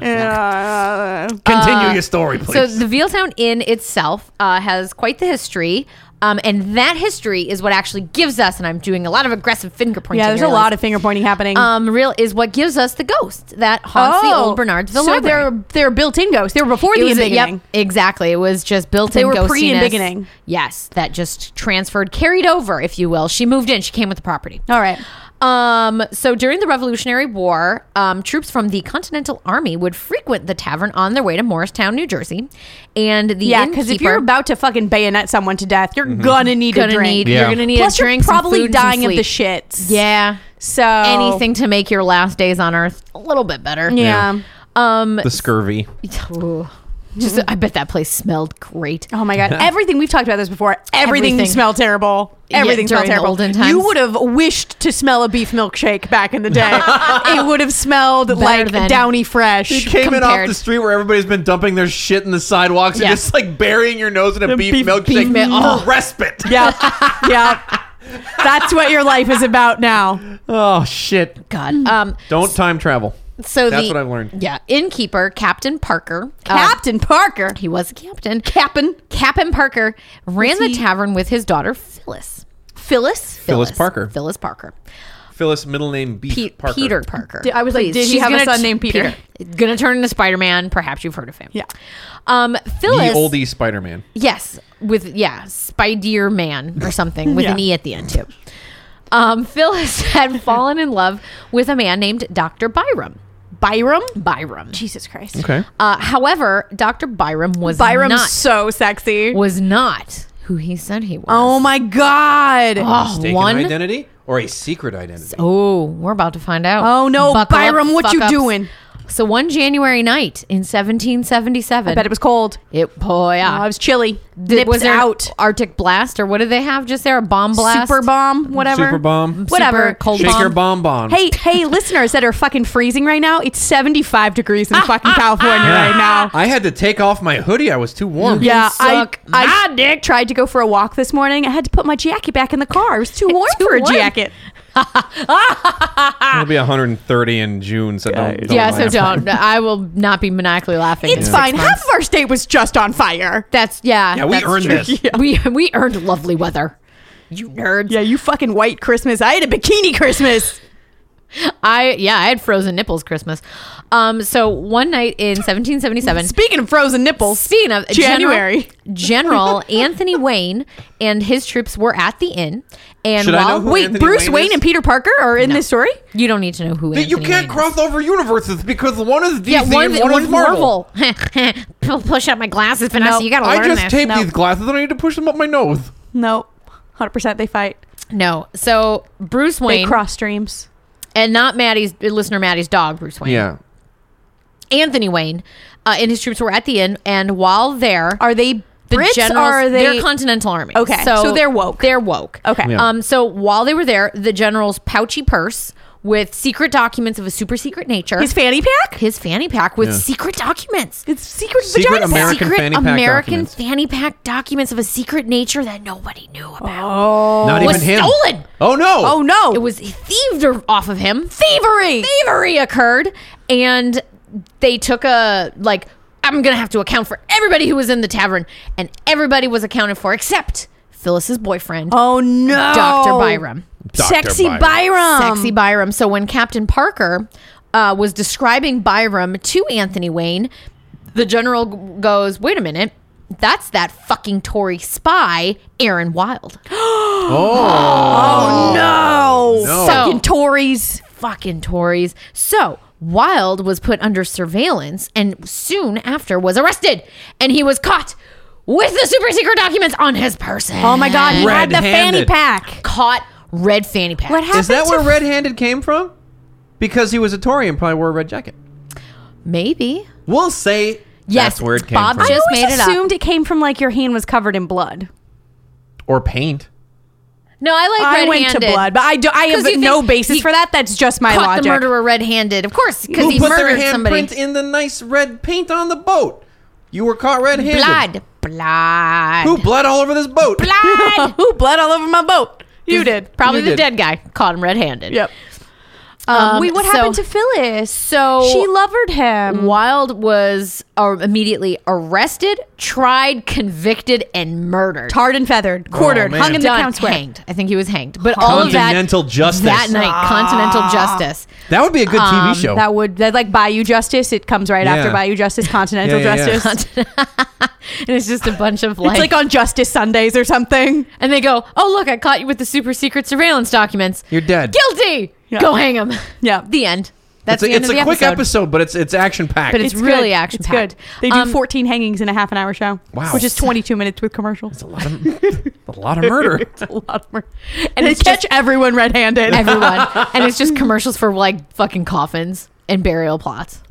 Speaker 5: Continue your story, please.
Speaker 2: Uh, So the Vealtown Inn itself uh, has quite the history. Um, and that history is what actually gives us, and I'm doing a lot of aggressive finger pointing.
Speaker 3: Yeah, there's
Speaker 2: here,
Speaker 3: a lot
Speaker 2: Liz.
Speaker 3: of finger pointing happening. Oh,
Speaker 2: um, real is what gives us the ghost that haunts the old
Speaker 3: So
Speaker 2: Bernardsville library.
Speaker 3: they're they're built-in ghosts. They were before
Speaker 2: It
Speaker 3: the
Speaker 2: was a-
Speaker 3: beginning.
Speaker 2: Yep, exactly. It was just built
Speaker 3: They
Speaker 2: in.
Speaker 3: were pre and
Speaker 2: ghostiness.
Speaker 3: beginning.
Speaker 2: Yes, that just transferred, carried over, if you will. She moved in. She came with the property.
Speaker 3: All right.
Speaker 2: Um, so during the Revolutionary War, um, troops from the Continental Army would frequent the tavern on their way to Morristown, New Jersey, and the
Speaker 3: Yeah, because if
Speaker 2: innkeeper-
Speaker 3: you're about to fucking bayonet someone to death, you're gonna need
Speaker 2: gonna
Speaker 3: a drink.
Speaker 2: need,
Speaker 7: Yeah.
Speaker 2: you're gonna need
Speaker 3: Plus,
Speaker 2: a drink,
Speaker 3: you're
Speaker 2: some
Speaker 3: probably
Speaker 2: food, some
Speaker 3: dying of the
Speaker 2: sleep.
Speaker 3: shits.
Speaker 2: Yeah,
Speaker 3: So
Speaker 2: anything to make your last days on Earth a little bit better.
Speaker 3: Yeah.
Speaker 7: Yeah. The scurvy.
Speaker 2: Ooh. *laughs* Just, I bet that place smelled great.
Speaker 3: Oh my god! Everything we've talked about this before. Everything,
Speaker 2: Everything.
Speaker 3: smelled terrible. Everything smelled
Speaker 2: during the
Speaker 3: terrible.
Speaker 2: olden times.
Speaker 3: You would have wished to smell a beef milkshake back in the
Speaker 2: *laughs*
Speaker 3: day. it would have smelled like
Speaker 2: than-
Speaker 3: downy fresh.
Speaker 7: You
Speaker 3: *laughs*
Speaker 7: came in off
Speaker 2: compared-
Speaker 7: the street where everybody's been dumping their shit in the sidewalks
Speaker 2: Yeah.
Speaker 7: and just like burying your nose in a beef,
Speaker 3: beef-
Speaker 7: milkshake
Speaker 2: beef mi-
Speaker 7: for
Speaker 2: oh.
Speaker 7: *laughs* respite.
Speaker 2: *laughs*
Speaker 3: Yeah, yeah. That's what your life is about now.
Speaker 7: Oh shit!
Speaker 2: God. Um.
Speaker 7: Don't time travel.
Speaker 2: So
Speaker 7: That's
Speaker 2: the,
Speaker 7: what I've learned.
Speaker 2: Yeah, innkeeper Captain Parker. uh,
Speaker 3: Captain Parker.
Speaker 2: he was a captain.
Speaker 3: Captain
Speaker 2: Captain Parker ran the tavern with his daughter Phyllis. Phyllis.
Speaker 7: Phyllis Parker.
Speaker 2: Phyllis Parker.
Speaker 7: Phyllis, middle name Beef
Speaker 2: Pe-
Speaker 7: Parker.
Speaker 2: Peter Parker.
Speaker 3: Did- I was like, did he
Speaker 2: she's
Speaker 3: have a
Speaker 2: gonna
Speaker 3: son
Speaker 2: t-
Speaker 3: named Peter?
Speaker 2: Gonna turn into Spider Man. Perhaps you've heard of him.
Speaker 3: Yeah.
Speaker 2: Um,
Speaker 7: the
Speaker 2: Phyllis.
Speaker 7: oldie Spider Man.
Speaker 2: Yes, with yeah, Spider Man or something with an
Speaker 3: Yeah.
Speaker 2: e at the end too. Um, Phyllis *laughs* had fallen in love with a man named Doctor Byram.
Speaker 3: Byram.
Speaker 2: Byram.
Speaker 3: Jesus Christ.
Speaker 7: Okay.
Speaker 2: Uh, however, Doctor Byram was
Speaker 3: Byram's
Speaker 2: not
Speaker 3: so sexy.
Speaker 2: was not who he said he was.
Speaker 3: Oh my god. Oh,
Speaker 2: Oh,
Speaker 7: Mistaken
Speaker 2: one-
Speaker 7: identity or a secret identity.
Speaker 2: Oh, we're about to find out.
Speaker 3: Oh, no,
Speaker 2: Buckle up,
Speaker 3: Byram, what
Speaker 2: fuck
Speaker 3: you
Speaker 2: ups.
Speaker 3: doing?
Speaker 2: So one January night in 1777,
Speaker 3: I bet it was cold.
Speaker 2: it boy,
Speaker 3: Oh,
Speaker 2: yeah.
Speaker 3: it was chilly.
Speaker 2: Did-
Speaker 3: Nips
Speaker 2: was there an
Speaker 3: out.
Speaker 2: Arctic blast or what did they have just there? A bomb blast,
Speaker 3: Super bomb. Whatever.
Speaker 7: Super bomb.
Speaker 3: Whatever.
Speaker 2: Super cold
Speaker 7: Shake
Speaker 2: bomb.
Speaker 7: your bomb bomb.
Speaker 3: Hey, hey, listeners that are fucking freezing right now. It's 75 degrees in
Speaker 2: *laughs*
Speaker 3: fucking California right now.
Speaker 7: I had to take off my hoodie. I was too warm.
Speaker 3: Yeah,
Speaker 2: suck
Speaker 3: I, I tried to go for a walk this morning. I had to put my jacket back in the car. It was too warm
Speaker 2: Too
Speaker 3: for a
Speaker 2: warm.
Speaker 3: jacket.
Speaker 7: It'll be 130 in June, so don't. don't
Speaker 2: Yeah,
Speaker 7: laugh.
Speaker 2: so
Speaker 7: *laughs*
Speaker 2: don't. I will not be maniacally laughing. in
Speaker 3: It's
Speaker 2: six
Speaker 3: fine.
Speaker 2: months.
Speaker 3: Half of our state was just on fire.
Speaker 2: That's yeah.
Speaker 7: Yeah, we
Speaker 2: that's
Speaker 7: earned
Speaker 2: true. *laughs*
Speaker 7: this.
Speaker 2: We we earned lovely weather. You nerds.
Speaker 3: Yeah, you fucking white Christmas. I had a bikini Christmas.
Speaker 2: I yeah, I had frozen nipples Christmas. Um, so one night in 1777,
Speaker 7: *laughs*
Speaker 3: Speaking of frozen nipples,
Speaker 2: Speaking of
Speaker 3: January.
Speaker 2: General, General Anthony Wayne and his troops were at the inn. And
Speaker 7: Should I
Speaker 2: while
Speaker 7: know who
Speaker 2: wait,
Speaker 7: Anthony
Speaker 3: Bruce
Speaker 7: Wayne
Speaker 3: Wayne,
Speaker 7: is-
Speaker 3: and Peter Parker are in this story.
Speaker 2: you don't need to know who.
Speaker 7: You
Speaker 2: Anthony
Speaker 7: can't
Speaker 2: Wayne
Speaker 7: cross
Speaker 2: Is.
Speaker 7: over universes because one is DC
Speaker 2: Yeah, one,
Speaker 7: and one,
Speaker 2: one
Speaker 7: is Marvel.
Speaker 2: Marvel. *laughs* Push up my glasses, Vanessa.
Speaker 3: Nope.
Speaker 2: You gotta learn
Speaker 7: I just
Speaker 2: this.
Speaker 7: taped
Speaker 3: No.
Speaker 7: these glasses and I need to push them up my nose.
Speaker 3: No, hundred percent. They fight.
Speaker 2: no, so Bruce
Speaker 3: They
Speaker 2: Wayne
Speaker 3: cross streams.
Speaker 2: and not Maddie's listener Maddie's dog, Bruce Wayne.
Speaker 7: Yeah.
Speaker 2: Anthony Wayne uh, and his troops were at the inn, and while there,
Speaker 3: Are they
Speaker 2: the
Speaker 3: Brits?
Speaker 2: generals,
Speaker 3: are they?
Speaker 2: are Continental Army.
Speaker 3: Okay, so they're woke.
Speaker 2: They're woke.
Speaker 3: okay.
Speaker 7: Yeah.
Speaker 2: Um, so while they were there, the general's pouchy purse with secret documents of a super secret nature,
Speaker 3: His fanny pack.
Speaker 2: his fanny pack with
Speaker 7: Yeah.
Speaker 2: secret documents,
Speaker 3: It's secret,
Speaker 7: Secret
Speaker 3: vagina pack.
Speaker 7: American
Speaker 2: secret
Speaker 7: fanny pack
Speaker 2: American
Speaker 7: documents.
Speaker 2: fanny pack documents of a secret nature that nobody knew about.
Speaker 7: Not
Speaker 2: was
Speaker 7: even him.
Speaker 2: Oh, stolen.
Speaker 7: Oh no.
Speaker 3: Oh no!
Speaker 2: It was thieved off of him.
Speaker 3: thievery.
Speaker 2: Thievery occurred, and they took a like. I'm gonna have to account for everybody who was in the tavern, and everybody was accounted for except Phyllis's boyfriend,
Speaker 3: Oh no!
Speaker 2: Doctor Byram.
Speaker 7: Dr.
Speaker 3: Sexy
Speaker 7: Byron.
Speaker 3: Byram. Um,
Speaker 2: sexy Byram. So when Captain Parker uh, was describing Byram to Anthony Wayne, the general g- goes, "Wait a minute." That's that fucking Tory spy, Aaron Wilde. *gasps*
Speaker 7: Oh.
Speaker 3: No.
Speaker 7: No.
Speaker 2: So-
Speaker 7: Oh,
Speaker 3: Fucking Tories.
Speaker 2: Fucking Tories. So Wild was put under surveillance and soon after was arrested, and he was caught with the super secret documents on his person.
Speaker 3: Oh my God, he had the fanny
Speaker 7: Red-handed.
Speaker 3: pack.
Speaker 2: Caught red fanny pack.
Speaker 3: What happened?
Speaker 7: Is that
Speaker 3: to-
Speaker 7: where red handed came from? Because he was a Tory and probably wore a red jacket.
Speaker 2: Maybe.
Speaker 7: We'll say
Speaker 2: Yes,
Speaker 7: that's where it came
Speaker 2: Bob
Speaker 7: from.
Speaker 2: just-
Speaker 3: I always
Speaker 2: made it up?
Speaker 3: assumed it came from like your hand was covered in blood.
Speaker 7: or paint.
Speaker 2: No, I like
Speaker 3: I
Speaker 2: red-handed.
Speaker 3: went to blood, but I do. I
Speaker 2: 'Cause
Speaker 3: have
Speaker 2: you
Speaker 3: no
Speaker 2: think
Speaker 3: basis
Speaker 2: he
Speaker 3: for that. That's just my
Speaker 2: caught
Speaker 3: logic.
Speaker 2: the murderer red-handed, of course, because
Speaker 7: Who
Speaker 2: he
Speaker 7: put their
Speaker 2: murdered somebody.
Speaker 7: handprint in the nice red paint on the boat? You were caught red handed.
Speaker 2: blood, blood,
Speaker 7: Who bled all over this boat?
Speaker 2: blood.
Speaker 3: Who bled all over my boat? *laughs* You did.
Speaker 2: Probably
Speaker 7: You
Speaker 2: the
Speaker 7: did.
Speaker 2: dead guy caught him red-handed.
Speaker 3: Yep.
Speaker 2: Um,
Speaker 3: Wait, what
Speaker 2: so-
Speaker 3: happened to Phyllis?
Speaker 2: So
Speaker 3: She lovered him.
Speaker 2: Wild was uh, immediately arrested, tried, convicted, and murdered.
Speaker 3: Tarred and feathered, quartered,
Speaker 7: Oh, man.
Speaker 3: hung in the
Speaker 2: Done.
Speaker 3: town square.
Speaker 2: Hanged. I think he was hanged. But all of that
Speaker 7: Continental justice.
Speaker 2: that night, continental justice.
Speaker 7: That would be a good
Speaker 2: Um,
Speaker 7: TV show.
Speaker 3: That would that like Bayou Justice. It comes right
Speaker 7: Yeah.
Speaker 3: after Bayou Justice, Continental
Speaker 7: Yeah, yeah, yeah.
Speaker 3: Justice.
Speaker 2: And it's just a bunch of like,
Speaker 3: It's like on Justice Sundays or something.
Speaker 2: and they go, "Oh look, I caught you with the super secret surveillance documents.
Speaker 7: You're dead.
Speaker 2: guilty.
Speaker 3: Yeah.
Speaker 2: Go hang him."
Speaker 3: Yeah.
Speaker 2: The end.
Speaker 7: it's
Speaker 2: That's
Speaker 7: a,
Speaker 2: the end
Speaker 7: it's
Speaker 2: of
Speaker 7: a
Speaker 2: the
Speaker 7: quick
Speaker 2: episode.
Speaker 7: episode. but it's it's action packed.
Speaker 2: But it's- really
Speaker 3: good.
Speaker 2: action-packed.
Speaker 3: It's good. They do
Speaker 2: Um,
Speaker 3: 14 hangings in a half an hour show.
Speaker 7: Wow.
Speaker 3: Which is 22 minutes with
Speaker 7: *laughs*
Speaker 3: commercials.
Speaker 7: a lot of a lot of
Speaker 2: *laughs*
Speaker 7: murder.
Speaker 3: *laughs* a lot of murder.
Speaker 2: And
Speaker 3: And they
Speaker 2: it's
Speaker 3: catch everyone red-handed. *laughs*
Speaker 2: Everyone, and it's just commercials for like fucking coffins and burial plots.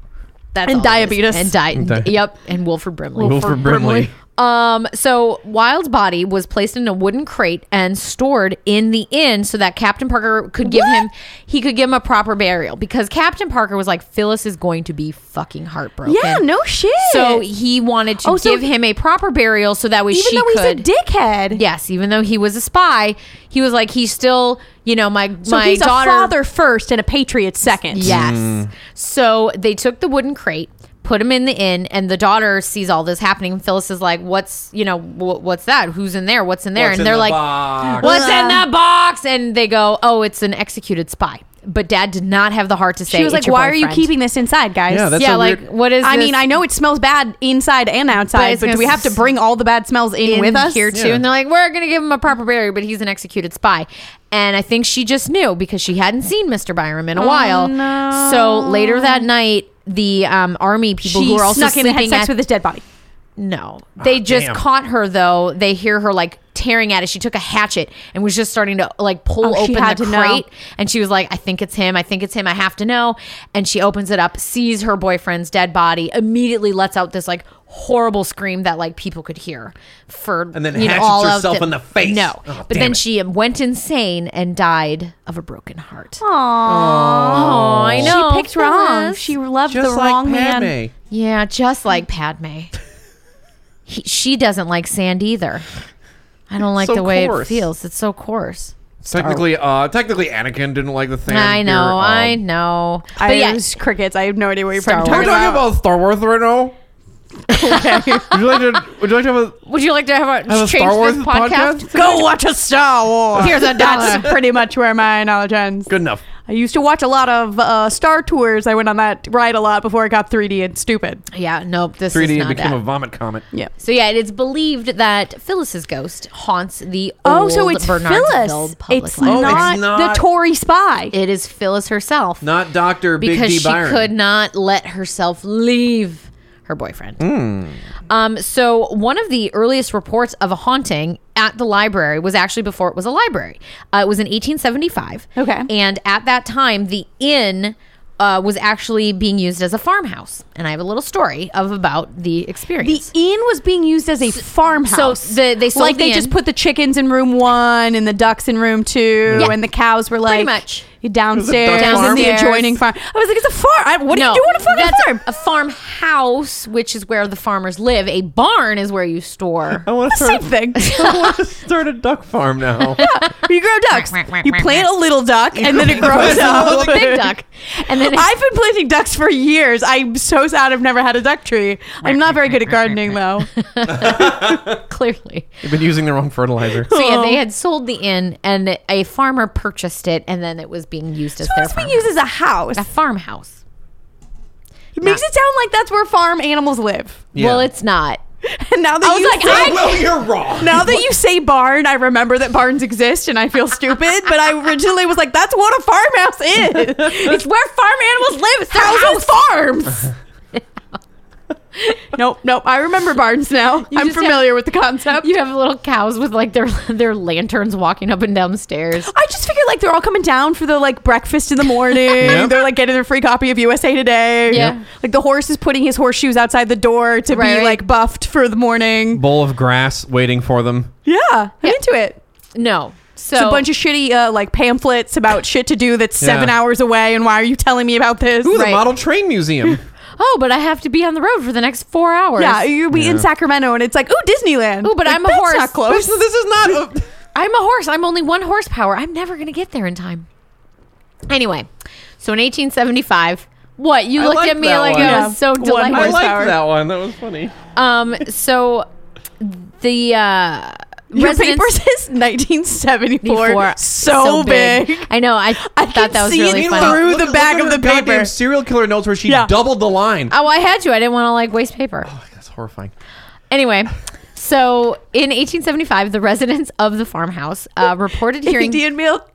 Speaker 2: That's
Speaker 3: And
Speaker 2: all it is.
Speaker 3: diabetes.
Speaker 2: and di-
Speaker 7: di-
Speaker 2: yep, and Wilford Brimley.
Speaker 7: Wilford Brimley.
Speaker 2: Um, so Wild's body was placed in a wooden crate and stored in the inn so that Captain Parker could give him he could give him a proper burial because Captain Parker was like Phyllis is going to be fucking heartbroken.
Speaker 3: Yeah, no shit.
Speaker 2: So he wanted to
Speaker 3: Oh, so-
Speaker 2: give him a proper burial so that way
Speaker 3: even
Speaker 2: she
Speaker 3: though he's
Speaker 2: could
Speaker 3: a dickhead.
Speaker 2: Yes, even though he was a spy, he was like he's still, you know, my
Speaker 3: So
Speaker 2: my
Speaker 3: he's
Speaker 2: daughter
Speaker 3: a father first and a patriot second.
Speaker 2: Yes.
Speaker 7: Mm.
Speaker 2: So they took the wooden crate, put him in the inn, and the daughter sees all this happening. Phyllis is like, "What's you know wh- what's that? Who's in there? What's in there?"
Speaker 7: What's
Speaker 2: and
Speaker 7: in
Speaker 2: they're
Speaker 7: the
Speaker 2: like,
Speaker 7: box?
Speaker 2: "What's in the box?" And they go, "Oh, it's an executed spy." But Dad did not have the heart to say.
Speaker 3: She was
Speaker 2: "It's
Speaker 3: like,
Speaker 2: your
Speaker 3: "Why are you
Speaker 2: boyfriend."
Speaker 3: keeping this inside, guys?"
Speaker 7: Yeah, that's a
Speaker 2: yeah, like
Speaker 7: weird-
Speaker 2: what is?
Speaker 3: I
Speaker 2: this
Speaker 3: mean, I know it smells bad inside and
Speaker 2: But
Speaker 3: outside,
Speaker 2: it's
Speaker 3: but, do
Speaker 2: gonna
Speaker 3: we have to
Speaker 2: s-
Speaker 3: bring all the bad smells in,
Speaker 2: in
Speaker 3: with us?
Speaker 2: here too,
Speaker 7: Yeah.
Speaker 2: and they're like, "We're gonna give him a proper burial, but he's an executed spy." And I think she just knew because she hadn't seen Mr. Byram in a while.
Speaker 3: Oh, no.
Speaker 2: So later that night, the um, army people
Speaker 3: She
Speaker 2: who were also
Speaker 3: snuck in and had
Speaker 2: sleeping
Speaker 3: sex
Speaker 2: at-
Speaker 3: with his dead body.
Speaker 2: No. They just
Speaker 7: Ah, damn.
Speaker 2: caught her though. They hear her like tearing at it. She took a hatchet and was just starting to like pull
Speaker 3: Oh, she
Speaker 2: open
Speaker 3: had
Speaker 2: the
Speaker 3: to know.
Speaker 2: crate. And she was like, I think it's him. I think it's him. I have to know. And she opens it up, sees her boyfriend's dead body, immediately lets out this like horrible scream that like people could hear for
Speaker 7: And then
Speaker 2: you know,
Speaker 7: hatchets
Speaker 2: all of
Speaker 7: herself in the face.
Speaker 2: No.
Speaker 7: Oh,
Speaker 2: but
Speaker 7: damn
Speaker 2: then
Speaker 7: it.
Speaker 2: she went insane and died of a broken heart.
Speaker 3: Aww.
Speaker 2: I know.
Speaker 3: She picked wrong.
Speaker 2: Phyllis.
Speaker 3: She loved
Speaker 7: Just
Speaker 3: the
Speaker 7: like
Speaker 3: wrong
Speaker 7: Padme.
Speaker 3: man.
Speaker 2: Yeah, just
Speaker 3: Mm.
Speaker 2: like Padme. he, she doesn't like sand either. I don't like
Speaker 7: So
Speaker 2: the way
Speaker 7: coarse.
Speaker 2: it feels. It's so coarse.
Speaker 7: Technically, uh, technically, Anakin didn't like the thing.
Speaker 2: I know, I know. But
Speaker 3: I
Speaker 2: yeah,
Speaker 3: was crickets. I have no idea what you're
Speaker 2: Star
Speaker 3: talking
Speaker 7: We're
Speaker 2: Wars.
Speaker 3: about.
Speaker 7: talking about Star Wars right now. would you like to? Would you like to have a,
Speaker 2: would you like to have a,
Speaker 7: have a
Speaker 2: change
Speaker 7: Star Wars
Speaker 2: this podcast?
Speaker 7: podcast?
Speaker 3: Go watch a Star Wars.
Speaker 2: Here's a dollar.
Speaker 3: That's pretty much where my knowledge ends.
Speaker 7: Good enough.
Speaker 3: I used to watch a lot of uh, Star Tours. I went on that ride a lot before it got 3D and stupid.
Speaker 2: Yeah, nope. This
Speaker 7: 3D
Speaker 2: is
Speaker 7: and
Speaker 2: not
Speaker 7: became
Speaker 2: that.
Speaker 7: a vomit comet.
Speaker 3: Yeah.
Speaker 2: so yeah, it is believed that Phyllis's ghost haunts the
Speaker 3: Oh,
Speaker 2: old
Speaker 3: so it's
Speaker 2: Bernardsville
Speaker 3: Phyllis.
Speaker 2: public
Speaker 3: It's
Speaker 2: library.
Speaker 3: not,
Speaker 7: Oh, It's not-
Speaker 3: the Tory spy.
Speaker 2: It is Phyllis herself
Speaker 7: Not Doctor Big
Speaker 2: because
Speaker 7: D
Speaker 2: she
Speaker 7: Byron.
Speaker 2: could not let herself leave her boyfriend. Um, so one of the earliest reports of a haunting at the library was actually before it was a library. Uh, it was in 1875.
Speaker 3: Okay.
Speaker 2: and at that time, the inn. Uh, was actually being used as a farmhouse, and I have a little story of about the
Speaker 3: The
Speaker 2: experience.
Speaker 3: inn was being used as a farmhouse.
Speaker 2: the- they sold
Speaker 3: like
Speaker 2: the
Speaker 3: they
Speaker 2: inn.
Speaker 3: just put the chickens in room one and the ducks in room two,
Speaker 2: Yeah.
Speaker 3: and the cows were like
Speaker 2: Pretty much.
Speaker 3: downstairs,
Speaker 7: farm?
Speaker 3: in the
Speaker 2: Downstairs.
Speaker 3: adjoining farm. I was like, it's a farm. I, what do you
Speaker 2: No,
Speaker 3: do on a fucking
Speaker 2: that's
Speaker 3: farm?
Speaker 2: A farmhouse, which is where the farmers live. A barn is where
Speaker 3: *laughs*
Speaker 2: you store.
Speaker 7: *laughs* I want to
Speaker 3: Same
Speaker 7: start.
Speaker 3: thing.
Speaker 2: *laughs*
Speaker 7: I want to start a duck farm now.
Speaker 3: you grow ducks. You plant a little duck, and
Speaker 2: *laughs*
Speaker 3: then it grows
Speaker 2: Oh,
Speaker 3: up.
Speaker 2: the big duck. And then
Speaker 3: I've been planting ducks for years. I'm so sad I've never had a duck tree. I'm not very good at gardening though.
Speaker 2: clearly.
Speaker 7: You've been using the wrong fertilizer.
Speaker 2: *laughs* So yeah, they
Speaker 3: Oh.
Speaker 2: had sold the inn, and a farmer purchased it, and then it was being used as
Speaker 3: So
Speaker 2: their
Speaker 3: it's being
Speaker 2: farmhouse.
Speaker 3: used as a house.
Speaker 2: a farmhouse.
Speaker 3: It makes it sound like that's where farm animals live. *laughs*
Speaker 7: Yeah.
Speaker 2: Well, it's not.
Speaker 3: And now that
Speaker 2: I was
Speaker 3: you
Speaker 2: like,
Speaker 3: say,
Speaker 2: I-
Speaker 5: Well, you're wrong.
Speaker 3: now that you say barn, I remember that barns exist, and I feel stupid. but I originally was like, that's what a farmhouse is. it's where farm animals live. It's houses, *laughs* farms. nope, nope. I remember barns now. I'm
Speaker 2: just have-
Speaker 3: familiar with the concept.
Speaker 2: You have little cows with like their *laughs* their lanterns walking up and down the stairs.
Speaker 3: I just figured like they're all coming down for the like breakfast in the morning. They're like getting their free copy of USA Today.
Speaker 2: Yeah.
Speaker 3: Like the horse is putting his horseshoes outside the door to
Speaker 2: Right.
Speaker 3: be like buffed for the morning.
Speaker 7: Bowl of grass waiting for them.
Speaker 3: Yeah. I'm into it.
Speaker 2: No, so
Speaker 3: It's a bunch of shitty uh, like pamphlets
Speaker 2: *laughs*
Speaker 3: about shit to do that's
Speaker 7: Yeah.
Speaker 3: seven hours away. And why are you telling me about this?
Speaker 7: Ooh,
Speaker 2: Right.
Speaker 7: the model train museum.
Speaker 2: oh, but I have to be on the road for the next four hours.
Speaker 3: Yeah, you'll be in Sacramento and it's like, ooh, Disneyland.
Speaker 2: Ooh, but
Speaker 3: Like,
Speaker 2: I'm a
Speaker 3: that's
Speaker 2: horse.
Speaker 3: Not
Speaker 7: this,
Speaker 3: close.
Speaker 7: this is not. A,
Speaker 2: I'm a horse. I'm only one horsepower. I'm never gonna get there in time. Anyway, so in 1875, what you looked
Speaker 7: liked
Speaker 2: at me
Speaker 7: that
Speaker 2: like
Speaker 7: one.
Speaker 2: I
Speaker 3: Yeah.
Speaker 2: was so
Speaker 3: One
Speaker 2: delightful.
Speaker 7: I
Speaker 3: horse.
Speaker 7: liked
Speaker 3: horsepower.
Speaker 7: that one. That was funny.
Speaker 2: Um, so the uh,
Speaker 3: *laughs* Your
Speaker 2: residents-
Speaker 3: paper says 1974. So, big.
Speaker 2: I know. I, thought
Speaker 3: can
Speaker 2: that was
Speaker 3: see it
Speaker 2: really
Speaker 3: through
Speaker 2: funny.
Speaker 3: the back of the
Speaker 7: goddamn
Speaker 3: paper.
Speaker 7: serial killer notes where she
Speaker 3: Yeah.
Speaker 7: doubled the line.
Speaker 2: Oh, I had to. I didn't want to like waste paper.
Speaker 7: That's horrifying.
Speaker 2: Anyway, so in 1875, the residents of the farmhouse uh,
Speaker 3: *laughs*
Speaker 2: reported *laughs* hearing.
Speaker 3: Indian meal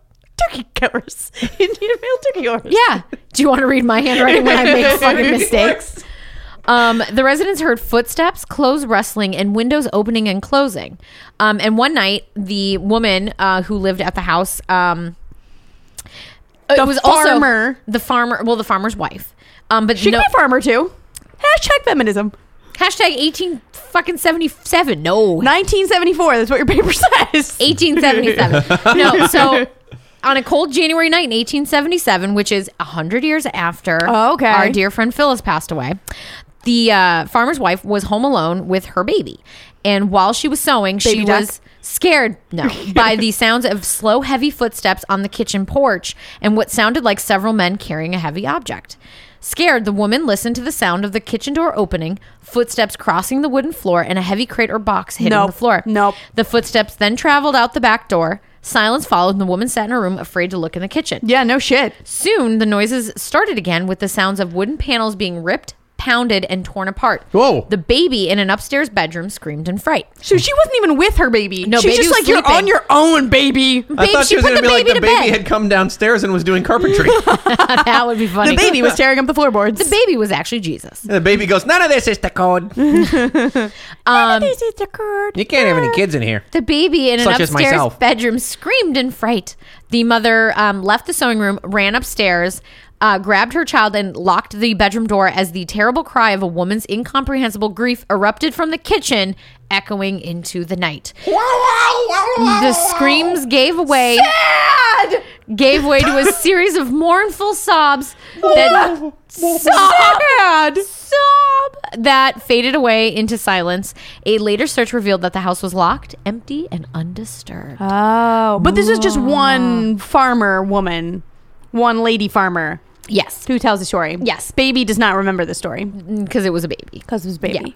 Speaker 3: turkey covers. *laughs* Indian meal turkey covers.
Speaker 2: yeah. Do you want to read my handwriting when
Speaker 3: *laughs*
Speaker 2: I make fucking mistakes? Um, the residents heard footsteps, clothes rustling, and windows opening and closing. Um, and one night, the woman uh, who lived at the house, um,
Speaker 3: The
Speaker 2: it was
Speaker 3: farmer.
Speaker 2: also the farmer. Well, the farmer's wife. Um, but
Speaker 3: She
Speaker 2: no,
Speaker 3: can be a farmer too. Hashtag feminism.
Speaker 2: hashtag eighteen fucking seventy seven. No,
Speaker 3: 1974. That's what your paper *laughs* says. *laughs*
Speaker 2: 1877. no, so on a cold January night in 1877, which is 100 years after
Speaker 3: Oh, okay.
Speaker 2: our dear friend Phyllis passed away, the uh, farmer's wife was home alone with her baby. And while she was sewing, she
Speaker 3: Baby duck?
Speaker 2: was scared
Speaker 3: *laughs*
Speaker 2: no by the sounds of slow heavy footsteps on the kitchen porch and what sounded like several men carrying a heavy object scared the woman listened to the sound of the kitchen door opening footsteps crossing the wooden floor and a heavy crate or box hitting
Speaker 3: Nope.
Speaker 2: the floor
Speaker 3: Nope.
Speaker 2: the footsteps then traveled out the back door. Silence followed, and the woman sat in her room, afraid to look in the kitchen.
Speaker 3: Yeah, no shit.
Speaker 2: Soon, the noises started again with the sounds of wooden panels being ripped, pounded, and torn apart.
Speaker 7: Whoa.
Speaker 2: The baby in an upstairs bedroom screamed in fright.
Speaker 3: So she wasn't even with her baby.
Speaker 2: No,
Speaker 3: she's
Speaker 2: baby
Speaker 3: just
Speaker 2: was
Speaker 3: like
Speaker 2: sleeping."
Speaker 3: you're on your own, baby.
Speaker 7: I
Speaker 2: Babe,
Speaker 7: thought she
Speaker 2: she
Speaker 7: was
Speaker 2: put
Speaker 7: going to
Speaker 2: the
Speaker 7: be like
Speaker 2: baby
Speaker 7: the
Speaker 2: to
Speaker 7: baby
Speaker 2: bed.
Speaker 7: had come downstairs and was doing
Speaker 6: *laughs*
Speaker 7: carpentry.
Speaker 2: *laughs* that *laughs* would be funny.
Speaker 3: The baby was tearing up the floorboards.
Speaker 2: The baby was actually Jesus.
Speaker 7: And the baby goes, none of this is the code. You
Speaker 2: Um,
Speaker 7: can't have
Speaker 6: *laughs*
Speaker 7: any kids in here.
Speaker 2: the baby in an
Speaker 7: Such as
Speaker 2: upstairs
Speaker 7: myself.
Speaker 2: bedroom screamed in fright. The mother um, left the sewing room, ran upstairs, uh, grabbed her child, and locked the bedroom door as the terrible cry of a woman's incomprehensible grief erupted from the kitchen, echoing into the night. The screams gave way gave way to a series of mournful sobs that sob, sob that faded away into silence. A later search revealed that the house was locked, empty, and undisturbed.
Speaker 3: Oh, mm. but this is just one farmer woman, one lady farmer
Speaker 2: yes,
Speaker 3: who tells the story.
Speaker 2: Yes.
Speaker 3: baby does not remember the story
Speaker 2: because it was a baby.
Speaker 3: because it was baby.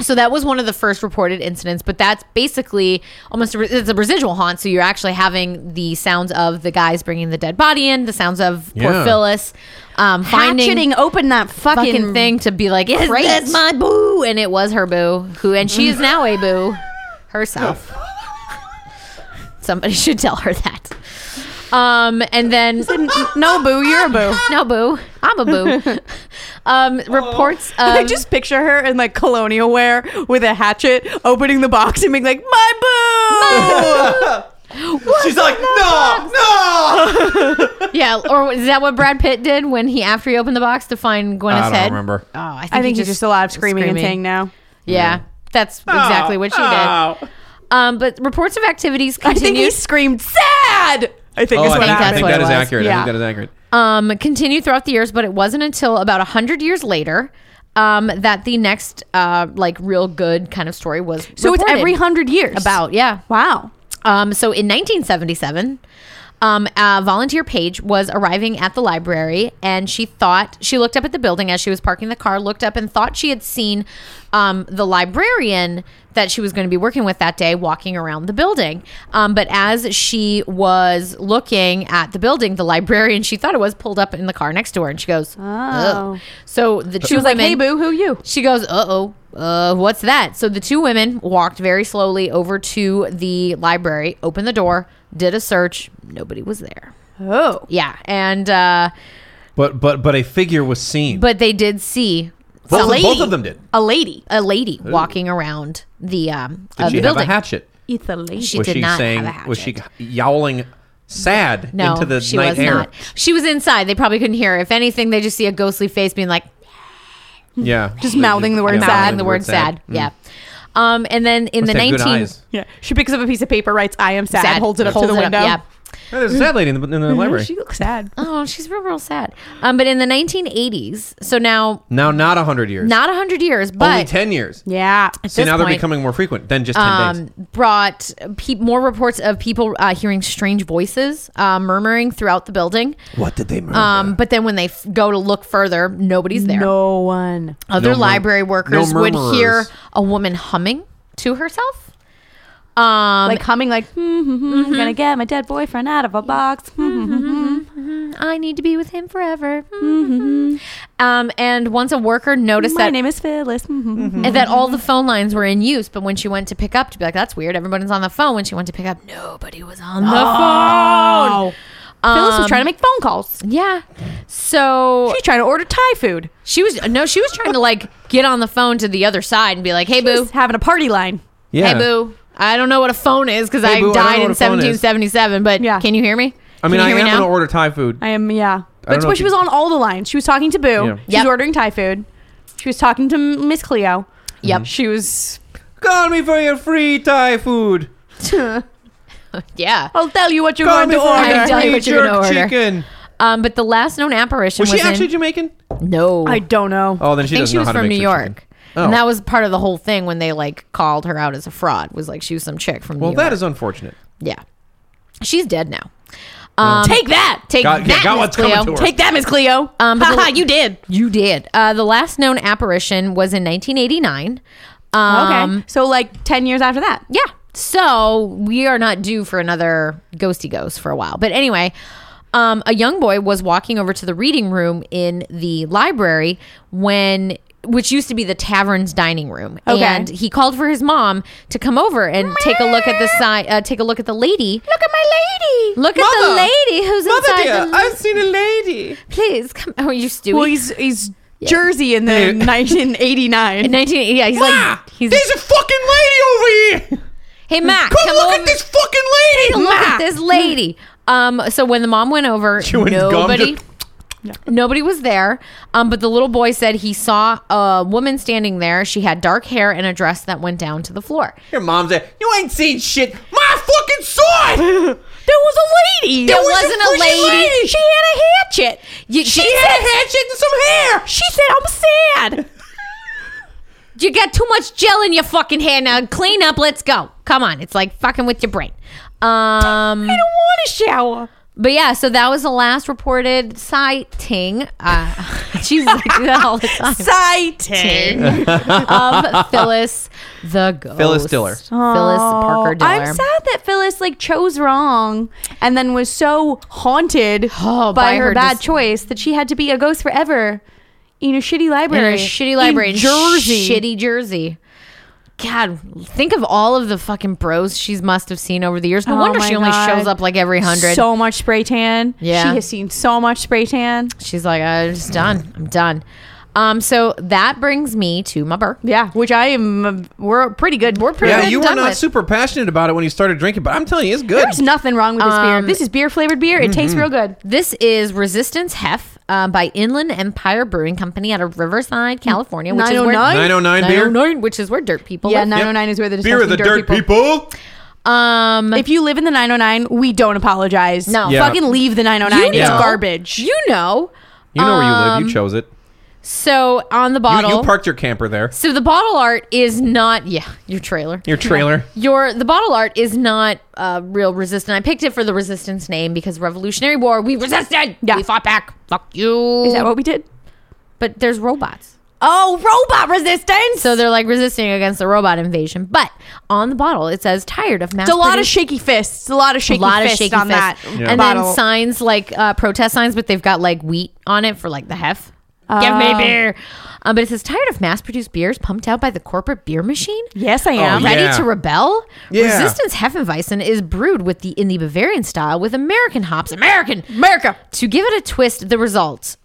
Speaker 2: So that was one of the first reported incidents, but that's basically almost a, re- it's a residual haunt. So you're actually having the sounds of the guys bringing the dead body in, the sounds of poor
Speaker 7: Yeah.
Speaker 2: Phyllis um, finding
Speaker 3: Hatcheting open that fucking,
Speaker 2: fucking thing to be like, is
Speaker 3: Great.
Speaker 2: this my boo? And it was her boo, who, and she is now a
Speaker 3: *laughs*
Speaker 2: boo herself. Somebody should tell her that. Um, and then
Speaker 3: No, boo, you're a *laughs* boo.
Speaker 2: no *laughs* boo, I'm
Speaker 3: *laughs*
Speaker 2: a boo. Um, reports of
Speaker 3: Oh. I just picture her in like colonial wear with a hatchet, opening the box and being like, "My boo."
Speaker 7: She's like, no, no.
Speaker 2: yeah, or is that what Brad Pitt did when he after he opened the box to find Gwyneth's
Speaker 7: I don't
Speaker 2: head?
Speaker 7: remember.
Speaker 2: Oh, I think,
Speaker 3: I think
Speaker 2: he
Speaker 3: he's just alive, screaming, and saying now.
Speaker 2: Yeah, that's exactly what she
Speaker 7: Oh,
Speaker 2: did. Um, but reports of activities
Speaker 3: I think he
Speaker 2: continued.
Speaker 3: screamed sad. I think
Speaker 7: Oh,
Speaker 3: is
Speaker 7: I
Speaker 3: what
Speaker 7: think, I
Speaker 3: happened.
Speaker 7: think
Speaker 2: what
Speaker 7: that
Speaker 2: it
Speaker 7: is
Speaker 2: was.
Speaker 7: accurate.
Speaker 3: Yeah.
Speaker 7: I think that is accurate.
Speaker 2: um, continued throughout the years, but it wasn't until about 100 years later um, that the next, uh, like, real good kind of story was.
Speaker 3: So it's
Speaker 2: reported.
Speaker 3: every hundred years.
Speaker 2: About, yeah.
Speaker 3: wow.
Speaker 2: Um, so in 1977, um, uh, volunteer Page was arriving at the library, and she thought she looked up at the building as she was parking the car, looked up and thought she had seen um, the librarian that she was going to be working with that day walking around the building. Um, but as she was looking at the building, the librarian she thought it was pulled up in the car next to her, and she goes, "Oh." So the two
Speaker 3: She was like,
Speaker 2: women,
Speaker 3: "Hey, boo, who you?"
Speaker 2: she goes, uh oh. uh, what's that? So the two women walked very slowly over to the library, opened the door, did a search. Nobody was there.
Speaker 3: Oh.
Speaker 2: Yeah. And, uh,
Speaker 6: But but but a figure was seen.
Speaker 2: but they did see
Speaker 6: both,
Speaker 2: a
Speaker 6: of,
Speaker 2: lady,
Speaker 6: both of them did.
Speaker 3: A lady.
Speaker 2: a lady walking around the, um,
Speaker 6: Did
Speaker 2: uh, the
Speaker 6: she have
Speaker 2: building.
Speaker 6: a hatchet?
Speaker 3: It's a lady.
Speaker 2: She
Speaker 6: was
Speaker 2: did
Speaker 6: she
Speaker 2: not have
Speaker 6: saying?
Speaker 2: a
Speaker 6: was she yowling sad
Speaker 2: no,
Speaker 6: into the
Speaker 2: she
Speaker 6: night
Speaker 2: was
Speaker 6: air?
Speaker 2: not. She was inside. They probably couldn't hear her. If anything, they just see a ghostly face being like,
Speaker 6: *laughs* Yeah,
Speaker 3: Just mouthing the word
Speaker 6: Yeah,
Speaker 3: sad.
Speaker 2: mouthing the word sad. Yeah. Um, and then in
Speaker 6: Mm. Must
Speaker 2: the
Speaker 6: have good
Speaker 2: 19...
Speaker 6: eyes.
Speaker 3: Yeah. She picks up a piece of paper, writes, I am sad,
Speaker 2: Sad.
Speaker 3: holds it up to the
Speaker 2: it
Speaker 3: window.
Speaker 6: Yeah, there's a sad lady in the,
Speaker 2: *laughs*
Speaker 6: in the library.
Speaker 3: She looks *laughs* sad.
Speaker 2: Oh, she's real, real sad. Um, but in the 1980s, so now
Speaker 6: Now not hundred years.
Speaker 2: not 100 years,
Speaker 6: only
Speaker 2: but
Speaker 6: ten years.
Speaker 3: Yeah.
Speaker 6: See
Speaker 2: this
Speaker 6: now they're
Speaker 2: point-
Speaker 6: becoming more frequent than just ten days.
Speaker 2: um, brought pe- more reports of people uh, hearing strange voices uh, murmuring throughout the building.
Speaker 6: What did they murmur?
Speaker 2: Um, but then when they f- go to look further, nobody's there.
Speaker 3: No one.
Speaker 2: Other
Speaker 6: No mur-
Speaker 2: library workers
Speaker 6: no
Speaker 2: would hear
Speaker 6: murmurers.
Speaker 2: a woman humming to herself. Um,
Speaker 3: Like humming, like, hmm, hmm, hmm, I'm gonna get my dead boyfriend out of a box. Hmm, hmm, hmm.
Speaker 2: I need to be with him forever. Um, and once a worker noticed
Speaker 3: My
Speaker 2: that
Speaker 3: name is Phyllis. Hmm, hmm, hmm.
Speaker 2: and that all the phone lines were in use, but when she went to pick up to be like, that's weird, everybody's on the phone. When she went to pick up, nobody was on the
Speaker 3: Oh.
Speaker 2: phone.
Speaker 3: Phyllis was
Speaker 2: Um,
Speaker 3: trying to make phone calls.
Speaker 2: Yeah. So
Speaker 3: She's trying to order Thai food.
Speaker 2: she was no, she was trying to like get on the phone to the other side and be like, "Hey boo,
Speaker 3: She's having a party line.
Speaker 6: yeah.
Speaker 2: hey boo, I don't know what a phone is because
Speaker 6: Hey,
Speaker 2: I
Speaker 6: boo, I don't
Speaker 2: died
Speaker 6: know
Speaker 2: in
Speaker 6: what a phone is."
Speaker 2: 1777, but
Speaker 3: Yeah.
Speaker 2: can you hear me?
Speaker 6: I mean,
Speaker 2: can
Speaker 6: I
Speaker 2: you
Speaker 6: am
Speaker 2: hear
Speaker 6: gonna order Thai food.
Speaker 3: I am, yeah.
Speaker 6: don't
Speaker 3: That's
Speaker 6: know
Speaker 3: why
Speaker 6: if
Speaker 3: she
Speaker 6: you-
Speaker 3: was on all the lines. She was talking to Boo.
Speaker 6: Yeah.
Speaker 3: She
Speaker 2: Yep.
Speaker 3: was ordering Thai food. She was talking to Miss Cleo.
Speaker 6: Mm.
Speaker 2: Yep.
Speaker 3: She *laughs* was.
Speaker 6: Call me for your free Thai food. Mm.
Speaker 2: yeah.
Speaker 3: I'll tell you what you're
Speaker 6: Call
Speaker 3: going
Speaker 6: me
Speaker 3: to
Speaker 6: for
Speaker 3: order.
Speaker 2: I
Speaker 6: your
Speaker 2: tell you
Speaker 6: free
Speaker 2: what you're gonna
Speaker 6: jerk
Speaker 2: order.
Speaker 6: chicken.
Speaker 2: Um, but the last known apparition
Speaker 6: Was
Speaker 2: was,
Speaker 6: she actually
Speaker 2: in,
Speaker 6: Jamaican?
Speaker 2: no.
Speaker 3: I don't know.
Speaker 6: Oh, then she
Speaker 2: I think
Speaker 6: doesn't
Speaker 2: she
Speaker 6: know
Speaker 2: was
Speaker 6: how to
Speaker 2: from
Speaker 6: make
Speaker 2: New
Speaker 6: fried
Speaker 2: York.
Speaker 6: chicken. Oh.
Speaker 2: And that was part of the whole thing when they like called her out as a fraud. Was like she was some chick from
Speaker 6: well,
Speaker 2: New
Speaker 6: that
Speaker 2: York.
Speaker 6: is unfortunate.
Speaker 2: yeah, she's dead now. Um,
Speaker 3: Take that.
Speaker 2: take
Speaker 6: Got- yeah,
Speaker 2: that,
Speaker 6: got
Speaker 2: Miss
Speaker 6: what's
Speaker 2: Cleo.
Speaker 6: coming to her.
Speaker 3: Take that, Miss Cleo.
Speaker 2: Um, but
Speaker 3: ha
Speaker 2: the-
Speaker 3: ha, you did.
Speaker 2: You did. Uh, the last known apparition was in 1989. Um,
Speaker 3: okay. So, like 10 years after that.
Speaker 2: Yeah. So we are not due for another ghosty ghost for a while. But anyway, um, a young boy was walking over to the reading room in the library when. Which used to be the tavern's dining room,
Speaker 3: Okay.
Speaker 2: and he called for his mom to come over and take a look at the side, uh, take a look at the lady. Look at my lady. Look at the
Speaker 6: Mother.
Speaker 2: lady who's inside. the,
Speaker 6: I've seen a lady.
Speaker 2: please come. Oh, you stupid.
Speaker 3: Well, he's, he's Jersey in *laughs* the 1989.
Speaker 2: in 19, yeah, he's
Speaker 6: Ah,
Speaker 2: like, he's,
Speaker 5: There's a fucking lady over here.
Speaker 2: hey Mac,
Speaker 5: Come, look
Speaker 2: over.
Speaker 5: at this fucking lady.
Speaker 2: look at this lady. Um, so when the mom
Speaker 3: *laughs*
Speaker 2: went over,
Speaker 6: went and gummed
Speaker 2: nobody,
Speaker 6: it.
Speaker 2: nobody was there. Um, but the little boy said he saw a woman standing there. She had dark hair and a dress that went down to the floor.
Speaker 6: Your mom's there. You ain't seen shit. My
Speaker 2: *laughs*
Speaker 6: fucking sword.
Speaker 3: There was a lady.
Speaker 2: There wasn't a lady.
Speaker 3: She had a hatchet.
Speaker 2: You, she
Speaker 3: had a hatchet and some hair. She said, I'm *laughs* sad.
Speaker 2: you got too much gel in your fucking hair. Now clean up. Let's go. Come on. It's like fucking with your brain. Um,
Speaker 3: I don't want a shower.
Speaker 2: but yeah, so that was the last reported sighting. Uh, *laughs* she's like do that all the time.
Speaker 3: Sighting.
Speaker 2: of Phyllis the ghost.
Speaker 6: Phyllis Diller.
Speaker 2: Phyllis Parker Diller.
Speaker 3: I'm sad that Phyllis like chose wrong and then was so haunted
Speaker 2: Oh,
Speaker 3: by,
Speaker 2: by
Speaker 3: her,
Speaker 2: her
Speaker 3: bad
Speaker 2: dis-
Speaker 3: choice that she had to be a ghost forever in a shitty
Speaker 2: In a
Speaker 3: library.
Speaker 2: shitty library in
Speaker 3: in Jersey.
Speaker 2: Shitty Jersey. God, think of all of the fucking bros she must have seen over the years. No
Speaker 3: Oh
Speaker 2: wonder
Speaker 3: my
Speaker 2: she only
Speaker 3: God.
Speaker 2: shows up like every hundred.
Speaker 3: So much spray tan.
Speaker 2: Yeah.
Speaker 3: She has seen so much spray tan.
Speaker 2: She's like, I'm just done. I'm done. Um, so that brings me to my birth.
Speaker 3: Yeah, which I am. uh, We're pretty good. We're pretty.
Speaker 6: Yeah,
Speaker 2: Good
Speaker 6: you were
Speaker 2: done
Speaker 6: not
Speaker 2: with.
Speaker 6: super passionate about it when you started drinking, but I'm telling you, it's good.
Speaker 3: There's nothing wrong with this beer. This is beer flavored beer. It
Speaker 6: Mm-hmm.
Speaker 3: tastes real good.
Speaker 2: This is Resistance Hef uh, by Inland Empire Brewing Company out of Riverside, California, which is where
Speaker 3: 909?
Speaker 6: 909 beer.
Speaker 2: 909, which is where dirt people
Speaker 3: Yeah,
Speaker 2: live.
Speaker 3: 909 is where the
Speaker 6: Beer of the
Speaker 3: disgusting
Speaker 6: dirt people.
Speaker 2: um,
Speaker 3: If you live in the 909, we don't apologize.
Speaker 2: No.
Speaker 6: Yeah.
Speaker 3: fucking leave the 909.
Speaker 2: You
Speaker 3: It's
Speaker 2: know.
Speaker 3: garbage.
Speaker 2: you know.
Speaker 6: You know where you live.
Speaker 2: Um,
Speaker 6: You chose it.
Speaker 2: So on the
Speaker 6: You,
Speaker 2: bottle,
Speaker 6: you parked your camper there.
Speaker 2: so the bottle art is not yeah your trailer.
Speaker 6: Your trailer.
Speaker 2: Your the bottle art is not uh, real resistant. I picked it for the resistance name because Revolutionary War we resisted.
Speaker 3: Yeah.
Speaker 2: We fought back. Fuck you.
Speaker 3: Is that what we did?
Speaker 2: but there's robots,
Speaker 3: Oh, robot resistance.
Speaker 2: so they're like resisting against the robot invasion. But on the bottle it says tired of mass.
Speaker 3: it's a lot of
Speaker 2: produced-
Speaker 3: shaky fists. A lot of shaky
Speaker 2: a lot of
Speaker 3: fists
Speaker 2: shaky
Speaker 3: on
Speaker 2: fists.
Speaker 3: that
Speaker 2: and
Speaker 3: bottle.
Speaker 2: then signs like uh, protest signs, but they've got like wheat on it for like the hef.
Speaker 3: Oh.
Speaker 2: Give me beer. Um, but it says, tired of mass produced beers pumped out by the corporate beer machine?
Speaker 3: Yes, I am.
Speaker 7: yeah.
Speaker 2: Ready to rebel?
Speaker 7: Yeah.
Speaker 2: Resistance Heffenweizen is brewed with the in the Bavarian style with American hops. American, America. To give it a twist, the result.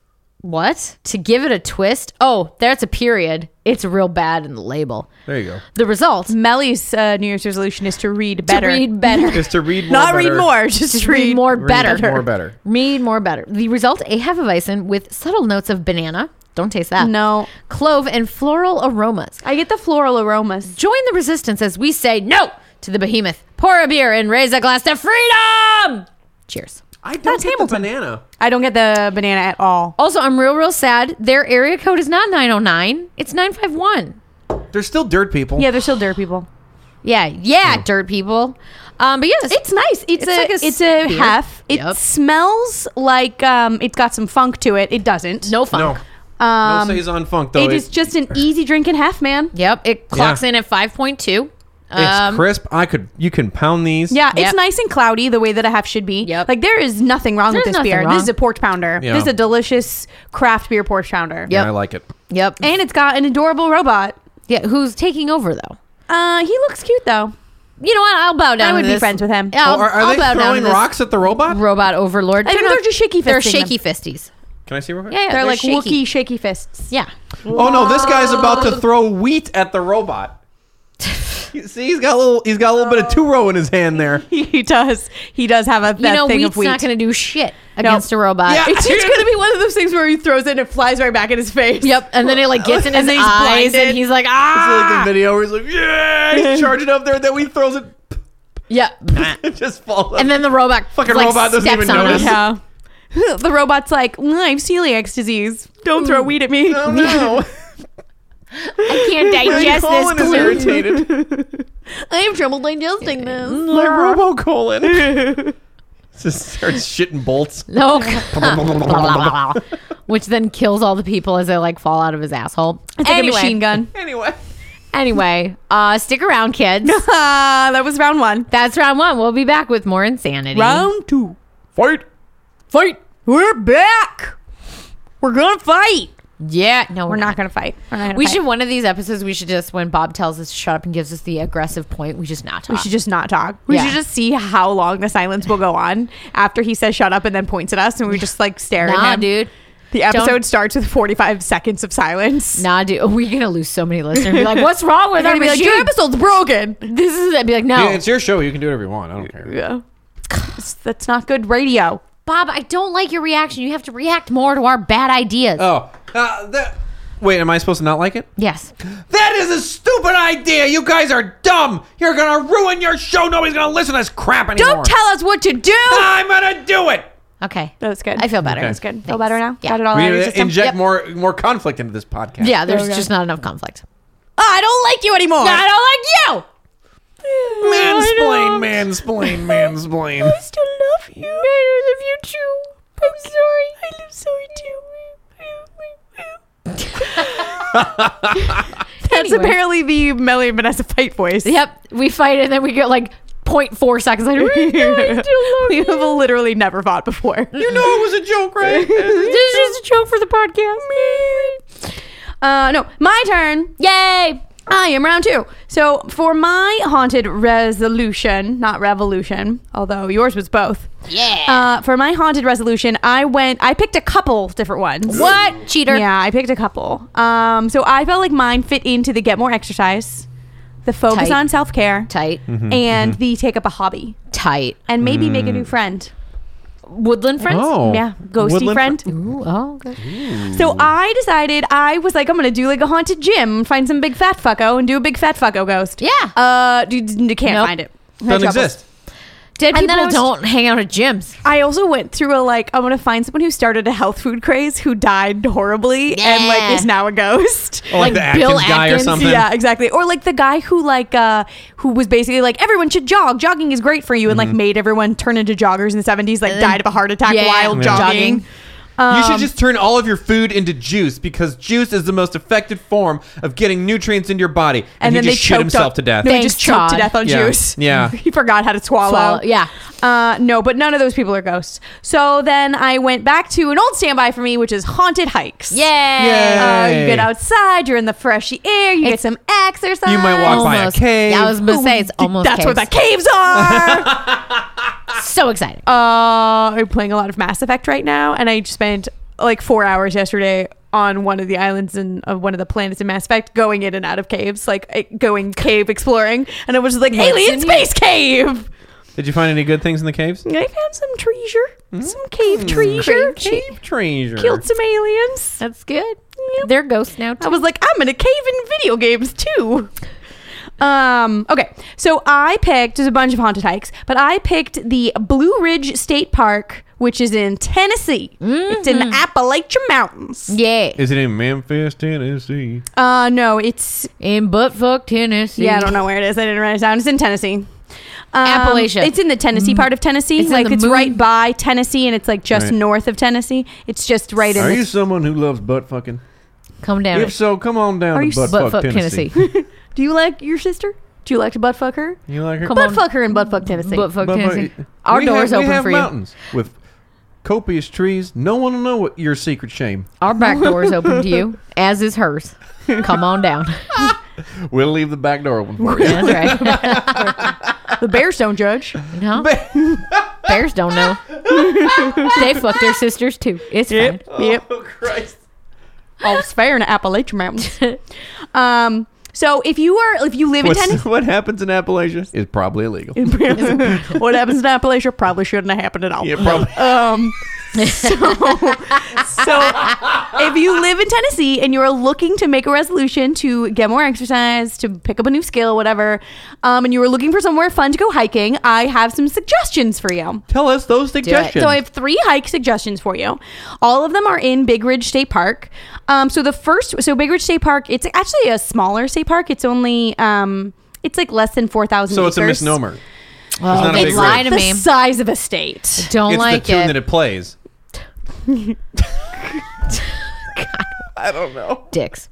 Speaker 2: What? To give it a twist? Oh, that's a period. It's real bad in the label.
Speaker 7: There you go.
Speaker 2: The result.
Speaker 3: Melly's uh, New Year's resolution is to read better.
Speaker 2: To read better.
Speaker 7: Is
Speaker 2: *laughs*
Speaker 7: to read more.
Speaker 3: Not
Speaker 7: better.
Speaker 3: read more, *laughs* just, read,
Speaker 2: read more better.
Speaker 7: more better.
Speaker 2: Read more better. The result: a hefeweizen with subtle notes of banana. Don't taste that.
Speaker 3: No.
Speaker 2: Clove and floral aromas.
Speaker 3: I get the floral aromas.
Speaker 2: Join the resistance as we say no to the behemoth. Pour a beer and raise a glass to freedom. Cheers.
Speaker 6: I don't get the banana.
Speaker 3: I don't get the banana at all.
Speaker 2: Also, I'm real, real sad. Their area code is not 909. It's 951.
Speaker 6: They're still dirt people.
Speaker 3: Yeah, they're still dirt people.
Speaker 2: Yeah, yeah, dirt people. Um, but yes,
Speaker 3: It's nice. It's, a,
Speaker 2: like
Speaker 3: it's a
Speaker 2: beer.
Speaker 3: half. It
Speaker 2: Yep.
Speaker 3: smells like um, it's got some funk to it. It doesn't.
Speaker 2: no fun.
Speaker 6: No.
Speaker 3: um,
Speaker 6: no saison funk though.
Speaker 3: it is just an easy drinking half, man.
Speaker 2: Yep, it clocks
Speaker 6: Yeah.
Speaker 2: in at 5.2.
Speaker 6: it's
Speaker 2: Um,
Speaker 6: crisp. I could. You can pound these.
Speaker 3: Yeah, it's
Speaker 2: Yep.
Speaker 3: nice and cloudy the way that a half should be.
Speaker 2: Yep.
Speaker 3: Like there is nothing wrong
Speaker 2: There's
Speaker 3: with this
Speaker 2: nothing
Speaker 3: beer.
Speaker 2: wrong.
Speaker 3: This is a porch pounder.
Speaker 6: Yeah.
Speaker 3: This is a delicious craft beer porch pounder.
Speaker 2: Yep.
Speaker 6: I like it.
Speaker 2: Yep.
Speaker 3: And it's got an adorable robot.
Speaker 2: yeah, who's taking over though?
Speaker 3: Uh, he looks cute though.
Speaker 2: You know what? I'll bow down.
Speaker 3: I would
Speaker 2: to
Speaker 3: be
Speaker 2: this.
Speaker 3: friends with him.
Speaker 2: Yeah, I'll,
Speaker 6: Oh, Are, are
Speaker 2: I'll
Speaker 6: they
Speaker 2: bow down to
Speaker 6: throwing
Speaker 2: this
Speaker 6: rocks at the robot?
Speaker 2: Robot overlord.
Speaker 3: I think
Speaker 2: They're
Speaker 3: they're
Speaker 2: not-
Speaker 3: just shaky
Speaker 2: They're
Speaker 3: fisting them.
Speaker 2: shaky fisties.
Speaker 6: can I see real quick?
Speaker 2: Yeah, yeah,
Speaker 3: They're, like
Speaker 2: shaky.
Speaker 3: wookie shaky fists. *laughs*
Speaker 2: Yeah.
Speaker 6: Oh no, this guy's about to throw wheat at the
Speaker 2: *laughs*
Speaker 6: robot. You See, he's got a little. He's got a little bit of two row in his hand there.
Speaker 3: he does. He does have a that
Speaker 2: you know,
Speaker 3: thing
Speaker 2: wheat's
Speaker 3: of wheat.
Speaker 2: not going to do shit against a robot.
Speaker 6: Yeah.
Speaker 3: it's just gonna be one of those things where he throws it and it flies right back in his face.
Speaker 2: *laughs* Yep. And then it like gets in his
Speaker 3: And then he's
Speaker 2: eyes
Speaker 3: blinded.
Speaker 2: and he's like,
Speaker 6: So,
Speaker 2: ah.
Speaker 6: like the video where he's like,
Speaker 2: *laughs*
Speaker 6: yeah, he's charging up there. Then he throws it. *laughs*
Speaker 2: Yeah.
Speaker 6: It just falls.
Speaker 2: and then the robot
Speaker 6: Fucking
Speaker 2: like,
Speaker 6: robot doesn't
Speaker 2: steps
Speaker 6: even
Speaker 2: on
Speaker 6: notice.
Speaker 2: him.
Speaker 3: Yeah. *laughs* the robot's like, "Mm, I have celiac disease. Don't throw wheat at me.
Speaker 6: oh, no.
Speaker 2: I
Speaker 6: *laughs*
Speaker 2: can't digest this
Speaker 6: colon is
Speaker 2: gluten.
Speaker 6: irritated.
Speaker 3: *laughs* I have trouble digesting this.
Speaker 6: My robocolon. *laughs* just starts shitting bolts.
Speaker 2: No.
Speaker 3: *laughs*
Speaker 2: Which then kills all the people as they like fall out of his asshole.
Speaker 3: It's like a machine gun. *laughs*
Speaker 6: Anyway,
Speaker 2: Anyway, uh, stick around, kids.
Speaker 3: Ah, that was round one.
Speaker 2: That's round one. We'll be back with more insanity.
Speaker 3: Round two.
Speaker 6: fight.
Speaker 3: Fight. We're back. We're gonna fight.
Speaker 2: Yeah. No,
Speaker 3: We're not gonna fight. We're not gonna
Speaker 2: We
Speaker 3: fight.
Speaker 2: should one of these episodes. We should just when Bob tells us to shut up and gives us the aggressive point, we just not talk.
Speaker 3: We should just not talk. We
Speaker 2: Yeah.
Speaker 3: should just see how long the silence will go on after he says shut up and then points at us and we just like stare
Speaker 2: nah,
Speaker 3: at him.
Speaker 2: dude.
Speaker 3: The episode
Speaker 2: Don't-
Speaker 3: starts with 45 seconds of silence.
Speaker 2: Nah, dude. We're gonna lose so many listeners.
Speaker 3: *laughs*
Speaker 2: Be like, what's wrong with
Speaker 3: They're
Speaker 2: our
Speaker 3: gonna be like,
Speaker 2: machine?
Speaker 3: your episode's broken.
Speaker 2: this is it. Be like,
Speaker 6: Oh.
Speaker 2: no,
Speaker 7: it's your show. You can do whatever you want. I don't care.
Speaker 3: Yeah. That's not good radio.
Speaker 2: Bob. I don't like your reaction. You have to react more to our bad ideas.
Speaker 6: Oh, uh, that. Wait, am I supposed to not like it?
Speaker 2: yes.
Speaker 6: That is a stupid idea. You guys are dumb. You're gonna ruin your show. Nobody's gonna listen to this crap anymore.
Speaker 3: Don't tell us what to do.
Speaker 6: I'm gonna do it.
Speaker 2: Okay.
Speaker 3: That was good.
Speaker 2: I feel better.
Speaker 6: Okay.
Speaker 3: That's good. Feel
Speaker 2: Thanks.
Speaker 3: better now?
Speaker 2: Yeah.
Speaker 3: Got it all
Speaker 6: We
Speaker 3: out of your
Speaker 6: need to
Speaker 3: system?
Speaker 6: inject
Speaker 2: Yep.
Speaker 6: more more conflict into this podcast.
Speaker 2: Yeah. There's
Speaker 3: Okay.
Speaker 2: just not enough conflict.
Speaker 3: Oh, I don't like you anymore.
Speaker 2: I don't like you.
Speaker 6: mansplain, mansplain, *laughs* mansplain.
Speaker 3: I still love you. I love you too. I'm sorry. I love sorry too. *laughs* That's
Speaker 2: Anyway.
Speaker 3: apparently the Melly and Vanessa fight voice. *laughs*
Speaker 2: Yep. We fight and then we get like 0.4 seconds later.
Speaker 3: *laughs*
Speaker 2: "We still love
Speaker 3: we
Speaker 2: you."
Speaker 3: have literally never fought before.
Speaker 6: You know it was a joke, right?
Speaker 2: this is just a joke for the podcast.
Speaker 3: Uh, no, my turn.
Speaker 2: Yay.
Speaker 3: I am round two. So for my haunted resolution, not revolution, although yours was both.
Speaker 4: Yeah.
Speaker 3: Uh, for my haunted resolution, I went. I picked a couple different ones.
Speaker 2: What? Cheater.
Speaker 3: Yeah, I picked a couple. Um, so I felt like mine fit into the get more exercise, the focus
Speaker 2: Tight.
Speaker 3: on self care,
Speaker 2: Tight.
Speaker 3: and the take up a hobby,
Speaker 2: Tight.
Speaker 3: and maybe make a new friend.
Speaker 2: Woodland
Speaker 6: Oh.
Speaker 2: friends?
Speaker 3: yeah, ghosty
Speaker 6: Woodland
Speaker 3: friend.
Speaker 2: Ooh, oh, okay.
Speaker 3: So I decided I was like, I'm gonna do like a haunted gym and find some big fat fucko and do a big fat fucko ghost.
Speaker 2: Yeah.
Speaker 3: Uh, dude, you can't
Speaker 2: Nope.
Speaker 3: find it.
Speaker 6: Doesn't exist.
Speaker 2: Dead
Speaker 3: And
Speaker 2: people
Speaker 3: then I was-
Speaker 2: don't hang out at gyms.
Speaker 3: I also went through a like, I'm gonna find someone who started a health food craze who died horribly and like
Speaker 2: Yeah.
Speaker 3: is now a ghost.
Speaker 6: Oh,
Speaker 2: Like
Speaker 6: like, the Atkins
Speaker 2: Bill
Speaker 6: guy *laughs* or
Speaker 2: Atkins,
Speaker 6: something.
Speaker 3: Yeah, exactly. Or like the guy who like uh who was basically like everyone should jog. Jogging
Speaker 6: Mm-hmm.
Speaker 3: is great for you, and like made everyone turn into joggers in the seventies. Like died of a heart attack
Speaker 2: Yeah.
Speaker 3: while
Speaker 2: Yeah.
Speaker 3: jogging.
Speaker 2: Jogging.
Speaker 6: you should just turn all of your food into juice because juice is the most effective form of getting nutrients into your body.
Speaker 3: and
Speaker 6: And, he
Speaker 3: then they
Speaker 6: just shit
Speaker 3: choked
Speaker 6: himself
Speaker 3: on,
Speaker 6: to death.
Speaker 3: They
Speaker 2: Thanks,
Speaker 3: just choked to
Speaker 2: Todd.
Speaker 3: death on
Speaker 6: Yeah.
Speaker 3: juice. *laughs*
Speaker 6: Yeah.
Speaker 3: he forgot how to swallow.
Speaker 2: Swallow, Oh, yeah.
Speaker 3: Uh, no, but none of those people are ghosts. So then I went back to an old standby for me, which is haunted hikes.
Speaker 2: Yeah.
Speaker 3: Uh, you
Speaker 6: Yay.
Speaker 3: get outside, you're in the fresh air, you get some exercise.
Speaker 6: You might walk by a
Speaker 2: Almost.
Speaker 6: cave.
Speaker 2: Yeah, I was gonna say it's almost.
Speaker 3: That's where the
Speaker 2: caves.
Speaker 3: caves are.
Speaker 2: So exciting.
Speaker 3: uh, I'm playing a lot of Mass Effect right now, and I spent like four hours yesterday on one of the islands in of one of the planets in Mass Effect, going in and out of caves, like eh, going cave exploring, and it was like alien space cave.
Speaker 6: Did you find any good things in the caves?
Speaker 3: I found some treasure, some cave treasure,
Speaker 6: Cave treasure.
Speaker 3: killed some aliens.
Speaker 2: That's good. They're ghosts now
Speaker 3: I
Speaker 2: too.
Speaker 3: was like, I'm in a cave in video games too. Um, okay, so I picked, there's a bunch of haunted hikes, but I picked the Blue Ridge State Park, which is in Tennessee. It's in the Appalachian Mountains.
Speaker 2: Mm. Yeah.
Speaker 6: Is it in Memphis, Tennessee?
Speaker 3: Uh, no, it's,
Speaker 2: In buttfuck Tennessee.
Speaker 3: yeah, I don't know where it is. I didn't write it down. It's in Tennessee. Um,
Speaker 2: Appalachia. Mm.
Speaker 3: It's in the Tennessee part of Tennessee.
Speaker 2: It's in
Speaker 3: like
Speaker 2: the
Speaker 3: it's
Speaker 2: moon-
Speaker 3: right by Tennessee, and it's like just
Speaker 6: Right.
Speaker 3: north of Tennessee. It's just right in.
Speaker 7: Are
Speaker 3: the-
Speaker 7: you someone who loves butt fucking?
Speaker 2: Come down.
Speaker 7: If so, come on down
Speaker 3: Are you
Speaker 7: to butt
Speaker 2: buttfuck
Speaker 7: fuck
Speaker 2: Tennessee.
Speaker 7: Tennessee.
Speaker 3: do you like your sister? Do you like to butt fuck her?
Speaker 6: You like her?
Speaker 2: Come
Speaker 3: Butt
Speaker 2: on.
Speaker 3: fuck her in butt fuck Tennessee.
Speaker 2: Buttfuck
Speaker 7: But- but-
Speaker 2: Tennessee. Our
Speaker 7: we
Speaker 2: door's
Speaker 7: have, we
Speaker 2: open
Speaker 7: have
Speaker 2: for you.
Speaker 7: mountains with copious trees. No one will know what your secret shame.
Speaker 2: Our back door is open to you, as is hers. Come on down. *laughs*
Speaker 7: We'll leave the back door open. For you.
Speaker 2: That's right.
Speaker 3: the bears don't judge.
Speaker 2: No. Bears don't know. they fuck their sisters too. It's fine.
Speaker 3: Yep. Oh, Christ. All's fair in the Appalachian Mountains. *laughs* um, so if you are, if you live in
Speaker 7: What's, *laughs*
Speaker 3: Tennessee, *laughs*
Speaker 7: what happens in Appalachia is probably illegal.
Speaker 3: what happens in Appalachia probably shouldn't have happened at all.
Speaker 7: Yeah, probably.
Speaker 3: Um, *laughs* so, so if you live in Tennessee and you're looking to make a resolution to get more exercise, to pick up a new skill, whatever, um, and you were looking for somewhere fun to go hiking, I have some suggestions for you.
Speaker 6: Tell us those suggestions.
Speaker 3: So I have three hike suggestions for you. All of them are in Big Ridge State Park. Um, so the first, so Big Ridge State Park, it's actually a smaller state park. It's only, um, it's like less than four thousand.
Speaker 6: so it's a misnomer. it's not a
Speaker 2: they
Speaker 6: big
Speaker 2: lie
Speaker 6: ridge.
Speaker 2: to
Speaker 3: The
Speaker 2: me.
Speaker 3: size of a
Speaker 2: *laughs*
Speaker 3: state.
Speaker 2: Don't
Speaker 6: It's
Speaker 2: like
Speaker 6: the tune
Speaker 2: it.
Speaker 6: that
Speaker 2: *laughs*
Speaker 6: it plays.
Speaker 2: Dicks.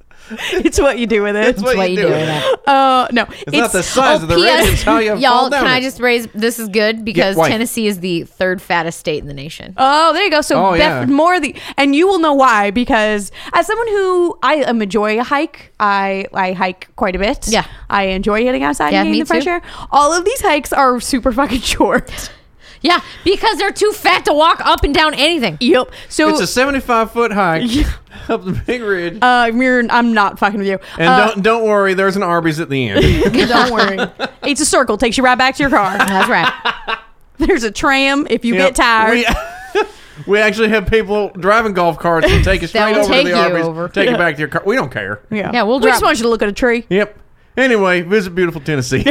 Speaker 3: It's what you do with it.
Speaker 2: That's what you do. with that.
Speaker 3: Uh, no,
Speaker 6: It's, not the size of the
Speaker 2: P.S.
Speaker 6: ridge. It's how you
Speaker 2: Y'all,
Speaker 6: fall
Speaker 2: can
Speaker 6: down.
Speaker 2: I
Speaker 6: it.
Speaker 2: just raise? This is good because
Speaker 6: wife.
Speaker 2: Tennessee is the third fattest state in the nation.
Speaker 3: Oh, there you go. So
Speaker 6: Oh,
Speaker 3: Beth-
Speaker 6: yeah.
Speaker 3: more of the, and you will know why because as someone who I am enjoy a hike, I I hike quite a bit.
Speaker 2: Yeah.
Speaker 3: I enjoy getting outside
Speaker 2: Yeah,
Speaker 3: and
Speaker 2: me
Speaker 3: getting the fresh
Speaker 2: too.
Speaker 3: air. All of these hikes are super fucking *laughs* short.
Speaker 2: Yeah, because they're too fat to walk up and down anything.
Speaker 3: yep. So
Speaker 6: It's a 75 foot
Speaker 2: *laughs*
Speaker 6: hike up the big ridge.
Speaker 3: uh, we're, I'm not fucking with you.
Speaker 6: And
Speaker 3: Uh,
Speaker 6: don't don't worry, there's an Arby's
Speaker 2: *laughs*
Speaker 6: at the end.
Speaker 3: *laughs* don't worry. It's a circle. Takes you right back to your
Speaker 6: *laughs*
Speaker 3: car.
Speaker 2: That's right.
Speaker 3: There's a tram if you
Speaker 6: Yep.
Speaker 3: get tired.
Speaker 6: We, *laughs* we actually have people driving golf carts and take us
Speaker 2: *laughs* That will
Speaker 6: straight over
Speaker 2: take
Speaker 6: to
Speaker 2: you
Speaker 6: the Arby's,
Speaker 2: over.
Speaker 6: take you back to your car. We don't care.
Speaker 2: Yeah, we'll
Speaker 3: we just
Speaker 2: drop-
Speaker 3: want you to look at a tree.
Speaker 6: Yep. Anyway, visit
Speaker 2: *laughs*
Speaker 6: beautiful Tennessee.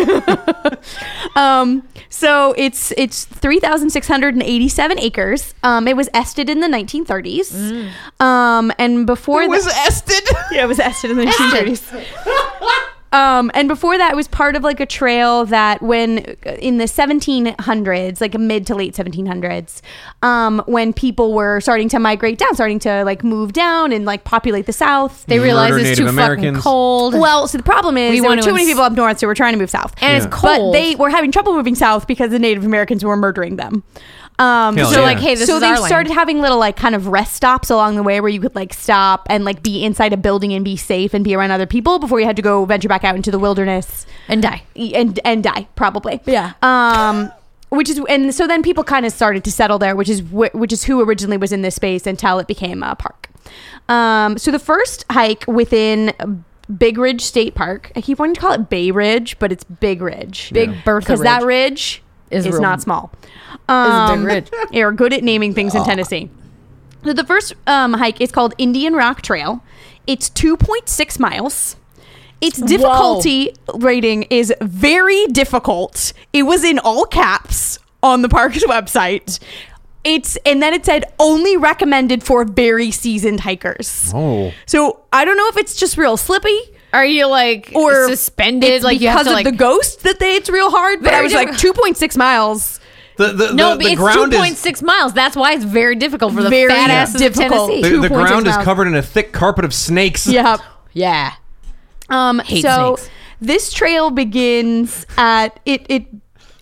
Speaker 3: Um, so it's it's three thousand six hundred and eighty seven acres. Um, it was ested in the nineteen thirties.
Speaker 2: Mm.
Speaker 3: Um, and before it was ested. *laughs* yeah, it was ested in the nineteen thirties. Um, and before that, it was part of like a trail that when in the 1700s, like mid to late 1700s, um, when people were starting to migrate down, starting to like move down and like populate the South.
Speaker 2: They realize
Speaker 6: Murder
Speaker 2: it's
Speaker 6: Native
Speaker 2: too
Speaker 6: Americans.
Speaker 2: fucking cold.
Speaker 3: well, so the problem is
Speaker 2: Mm-hmm. We
Speaker 3: there were
Speaker 2: want to
Speaker 3: too many
Speaker 2: ins-
Speaker 3: people up north, so we're trying to move south.
Speaker 2: and it's
Speaker 6: Yeah.
Speaker 2: cold.
Speaker 3: But they were having trouble moving south because the Native Americans were murdering them. Um,
Speaker 6: Hell
Speaker 3: so
Speaker 6: yeah.
Speaker 2: like, hey, this
Speaker 3: so
Speaker 2: is
Speaker 3: they
Speaker 2: our land.
Speaker 3: started having little like kind of rest stops along the way where you could like stop and like be inside a building and be safe and be around other people before you had to go venture back out into the wilderness
Speaker 2: and die.
Speaker 3: and and die probably.
Speaker 2: Yeah.
Speaker 3: Um, which is and so then people kind of started to settle there, which is wh- which is who originally was in this space until it became a park. Um, so the first hike within uh, Big Ridge State Park. I keep wanting to call it Bay Ridge, but it's Big Ridge.
Speaker 2: Big Bertha
Speaker 3: because that ridge
Speaker 2: Is
Speaker 3: is,
Speaker 2: real-
Speaker 3: not small.
Speaker 2: a big
Speaker 3: Um, *laughs*
Speaker 2: ridge.
Speaker 3: You're good at naming things in Tennessee. So the first um, hike is called Indian Rock Trail. It's 2.6 miles. Its difficulty rating is very difficult. It was in all caps on the park's *laughs* website. It's and then it said only recommended for very seasoned hikers.
Speaker 6: oh.
Speaker 3: So I don't know if it's just real slippy
Speaker 2: Are you like
Speaker 3: or
Speaker 2: suspended?
Speaker 3: it's
Speaker 2: Like you
Speaker 3: because
Speaker 2: have to
Speaker 3: of
Speaker 2: like
Speaker 3: the ghost that they it's real hard. But
Speaker 2: Very
Speaker 3: I was like
Speaker 2: difficult. *laughs*
Speaker 3: two point six miles
Speaker 6: The the,
Speaker 2: No, but
Speaker 6: the, the
Speaker 2: it's
Speaker 6: ground
Speaker 2: two
Speaker 6: is
Speaker 2: point six miles. That's why it's very difficult for the
Speaker 3: Very
Speaker 2: fat asses of
Speaker 3: difficult.
Speaker 2: Tennessee.
Speaker 6: the,
Speaker 3: 2.6
Speaker 6: the ground is
Speaker 3: miles.
Speaker 6: covered in a thick carpet of snakes.
Speaker 3: Yep.
Speaker 2: yeah,
Speaker 3: Um, so
Speaker 2: snakes.
Speaker 3: this trail begins at it. It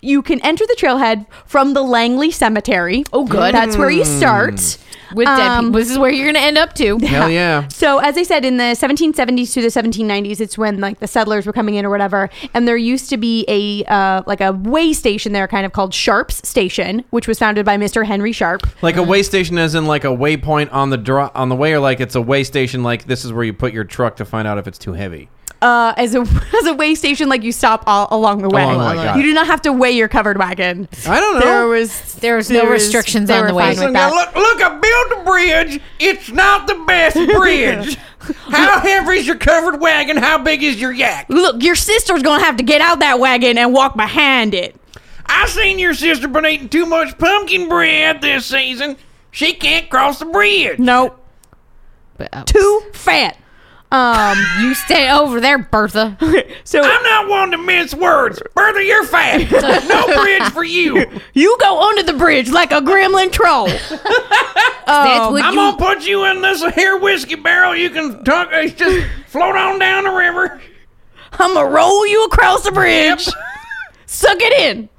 Speaker 3: you can enter the trailhead from the Langley Cemetery. Oh,
Speaker 2: good.
Speaker 3: That's where you start.
Speaker 2: with dead
Speaker 3: Um,
Speaker 2: people. This is where you're gonna end
Speaker 3: *laughs*
Speaker 2: up to.
Speaker 6: Hell yeah.
Speaker 3: So as I said, in the 1770s to the 1790s, it's when like the settlers were coming in or whatever, and there used to be a uh, like a way station there, kind of called Sharp's Station, which was founded by Mr. Henry Sharp.
Speaker 6: Like a way station, as in like a waypoint on the draw on the way, or like it's a way station. Like this is where you put your truck to find out if it's too heavy.
Speaker 3: Uh, as a *laughs* as a way station, like you stop all along the way.
Speaker 6: Along the way, got
Speaker 3: you
Speaker 6: it.
Speaker 3: do not have to weigh your covered wagon.
Speaker 6: I don't know.
Speaker 3: There was
Speaker 2: There's no
Speaker 3: there was-
Speaker 2: restrictions
Speaker 3: they
Speaker 2: on
Speaker 3: were
Speaker 2: the way.
Speaker 3: fine with
Speaker 5: Now
Speaker 3: that.
Speaker 5: look, look, I built a bridge. It's not the
Speaker 6: *laughs*
Speaker 5: best bridge. *laughs* How heavy is your covered wagon? How big is your yak?
Speaker 3: Look, your sister's gonna have to get out that wagon and walk behind it.
Speaker 5: I seen your sister been eating too much pumpkin bread this season. She can't cross the bridge.
Speaker 3: Nope. Too fat. Um,
Speaker 2: uh, You stay over there, Bertha. *laughs*
Speaker 3: so
Speaker 6: Ah!
Speaker 5: I'm not one to mince words. Bertha, you're fat. No bridge for you.
Speaker 3: you go under the bridge like a gremlin
Speaker 6: *laughs*
Speaker 3: troll.
Speaker 2: That's what
Speaker 5: I'm
Speaker 2: you
Speaker 5: gonna put you in this here whiskey barrel. You can tuck. It's just float on down the river.
Speaker 3: I'ma roll you across the bridge. Suck it in.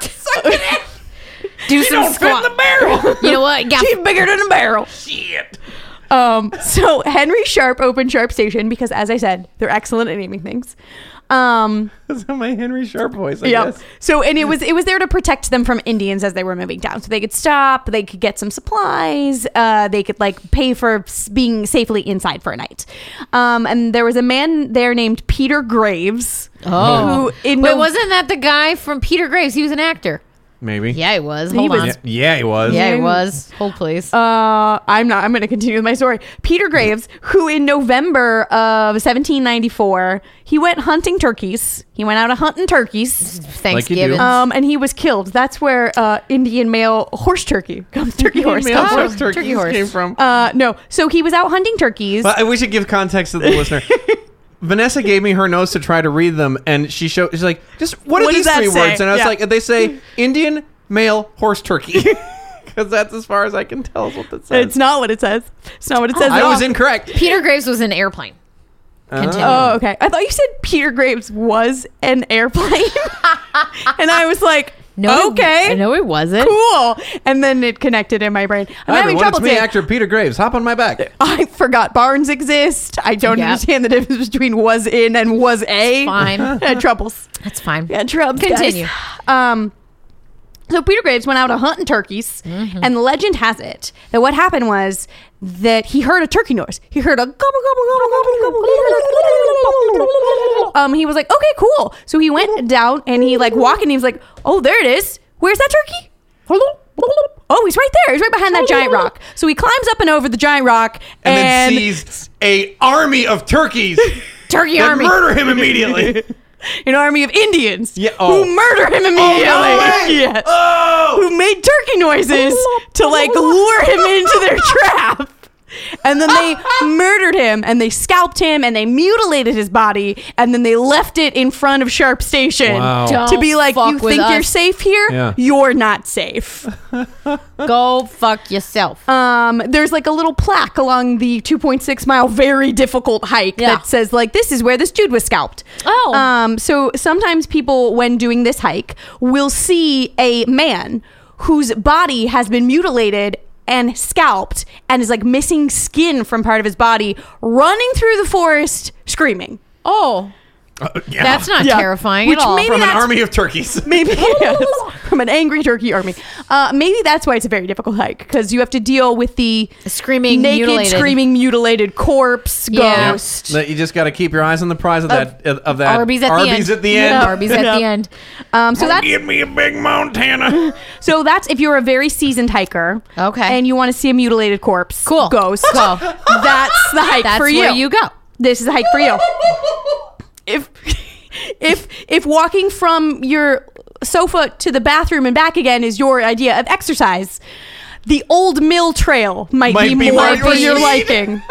Speaker 3: Suck it *laughs* in.
Speaker 2: do
Speaker 5: You
Speaker 2: some
Speaker 5: don't fit in
Speaker 2: squat.
Speaker 5: the barrel.
Speaker 2: You know what?
Speaker 5: *laughs*
Speaker 2: You Got
Speaker 3: She's bigger than a barrel.
Speaker 5: Shit.
Speaker 3: Um, *laughs* so Henry Sharp opened Sharp Station because, as I said, they're excellent at naming things. Um,
Speaker 6: That's my Henry Sharp voice. I
Speaker 3: Yep.
Speaker 6: guess.
Speaker 3: So and it was it was there to protect them from Indians as they were moving down, so they could stop, they could get some supplies, uh, they could like pay for s- being safely inside for a night. Um, and there was a man there named Peter Graves.
Speaker 2: Oh.
Speaker 3: who in
Speaker 2: Wait,
Speaker 3: Nov-
Speaker 2: wasn't that the guy from Peter Graves? He was an actor.
Speaker 6: Maybe.
Speaker 2: Yeah, he was. Hold
Speaker 3: was-
Speaker 2: on.
Speaker 6: Yeah, yeah, he was.
Speaker 2: Yeah, he was. Hold please.
Speaker 3: Uh, I'm not. I'm going to continue with my story. Peter Graves, who in November of 1794, he went hunting turkeys. He went out a hunting turkeys,
Speaker 2: Thanksgiving.
Speaker 6: do.
Speaker 3: um, and he was killed. That's where uh, Indian male horse turkey *laughs* comes. Turkey horse
Speaker 6: Male
Speaker 3: comes from.
Speaker 6: horse turkeys
Speaker 2: turkey horse.
Speaker 6: came from.
Speaker 3: Uh, no. So he was out hunting turkeys.
Speaker 6: But I- we should give context to
Speaker 3: *laughs*
Speaker 6: the listener. Vanessa gave me her notes to try to read them, and she showed. She's like, "Just
Speaker 3: What
Speaker 6: what, are
Speaker 3: does
Speaker 6: these
Speaker 3: that
Speaker 6: three
Speaker 3: say?
Speaker 6: words?" And I was
Speaker 3: Yeah.
Speaker 6: like,
Speaker 3: *laughs*
Speaker 6: "They say Indian male horse turkey," *laughs* because that's as far as I can tell. Is what that says.
Speaker 3: it's not what it says. It's not what it says. at
Speaker 6: I was
Speaker 3: all.
Speaker 6: incorrect.
Speaker 2: Peter Graves was an airplane. Continue.
Speaker 3: Oh, okay. I thought you said Peter Graves was an airplane, *laughs* and I was like,
Speaker 2: No,
Speaker 3: okay,
Speaker 2: No, it wasn't.
Speaker 3: cool. And then it connected in my brain. I'm
Speaker 6: Hi,
Speaker 3: having
Speaker 6: everyone,
Speaker 3: trouble
Speaker 6: it's me,
Speaker 3: today.
Speaker 6: actor Peter Graves. Hop on my back.
Speaker 3: *laughs* I forgot barns exist. I don't
Speaker 2: Yeah.
Speaker 3: understand the difference between was in and was a.
Speaker 2: fine.
Speaker 3: Had *laughs* troubles.
Speaker 2: That's fine.
Speaker 3: Yeah, troubles.
Speaker 2: Continue.
Speaker 3: Um, so Peter Graves went out a hunting turkeys, and the legend has it that what happened was that he heard a turkey noise. He heard a gobble gobble gobble gobble gobble. Um, he was like, okay, cool. So he went down and he like walked and he was like, oh, there it is. Where's that turkey? Oh, he's right there. He's right behind that giant rock. So he climbs up and over the giant rock
Speaker 6: And,
Speaker 3: and,
Speaker 6: then sees a army of turkeys
Speaker 2: Turkey
Speaker 6: that
Speaker 2: Army.
Speaker 6: murder him immediately.
Speaker 3: an army of Indians
Speaker 6: Yeah, oh.
Speaker 3: who murder him immediately.
Speaker 6: way!
Speaker 3: Yes.
Speaker 6: oh,
Speaker 3: who made turkey noises
Speaker 2: *laughs*
Speaker 3: to like lure him into their trap. And then
Speaker 2: *laughs*
Speaker 3: they murdered him and they scalped him and they mutilated his body and then they left it in front of Sharp Station
Speaker 6: Wow.
Speaker 3: to be
Speaker 2: Don't
Speaker 3: like,
Speaker 2: fuck
Speaker 3: you
Speaker 2: with
Speaker 3: think you're
Speaker 2: us.
Speaker 3: safe here?
Speaker 6: Yeah.
Speaker 3: You're not safe.
Speaker 2: Go fuck yourself.
Speaker 3: Um, there's like a little plaque along the 2.6 mile very difficult hike
Speaker 2: Yeah.
Speaker 3: that says like this is where this dude was scalped.
Speaker 2: Oh.
Speaker 3: Um, so sometimes people when doing this hike will see a man whose body has been mutilated and scalped and is like missing skin from part of his body running through the forest screaming.
Speaker 2: oh,
Speaker 6: yeah.
Speaker 2: that's not
Speaker 3: Yeah.
Speaker 2: terrifying
Speaker 3: Which
Speaker 2: at all.
Speaker 3: maybe
Speaker 6: from an
Speaker 3: that's-
Speaker 6: army of
Speaker 2: *laughs*
Speaker 6: turkeys.
Speaker 3: Maybe yes, from an angry turkey army. Uh, maybe that's why it's a very difficult hike because you have to deal with the
Speaker 2: Screaming,
Speaker 3: naked,
Speaker 2: mutilated.
Speaker 3: screaming, mutilated corpse
Speaker 2: Yeah.
Speaker 3: ghost.
Speaker 6: That you just got to keep your eyes on the prize of that of that
Speaker 2: Arby's at the end.
Speaker 6: Arby's at the end.
Speaker 2: Yeah,
Speaker 6: *laughs*
Speaker 2: Arby's at the
Speaker 3: Yeah.
Speaker 2: end.
Speaker 3: Um, so that's
Speaker 5: Give me a big Montana.
Speaker 3: so that's if you're a very seasoned hiker,
Speaker 2: Okay.
Speaker 3: and you want to see a mutilated corpse,
Speaker 2: Cool.
Speaker 3: ghost,
Speaker 2: Cool.
Speaker 3: That's the hike
Speaker 2: That's
Speaker 3: for you.
Speaker 2: where you go.
Speaker 3: This is the hike for you. if if if walking from your sofa to the bathroom and back again is your idea of exercise, the Old Mill Trail might,
Speaker 6: Might
Speaker 3: be,
Speaker 6: be
Speaker 3: more
Speaker 6: more
Speaker 3: for your
Speaker 6: your
Speaker 3: liking.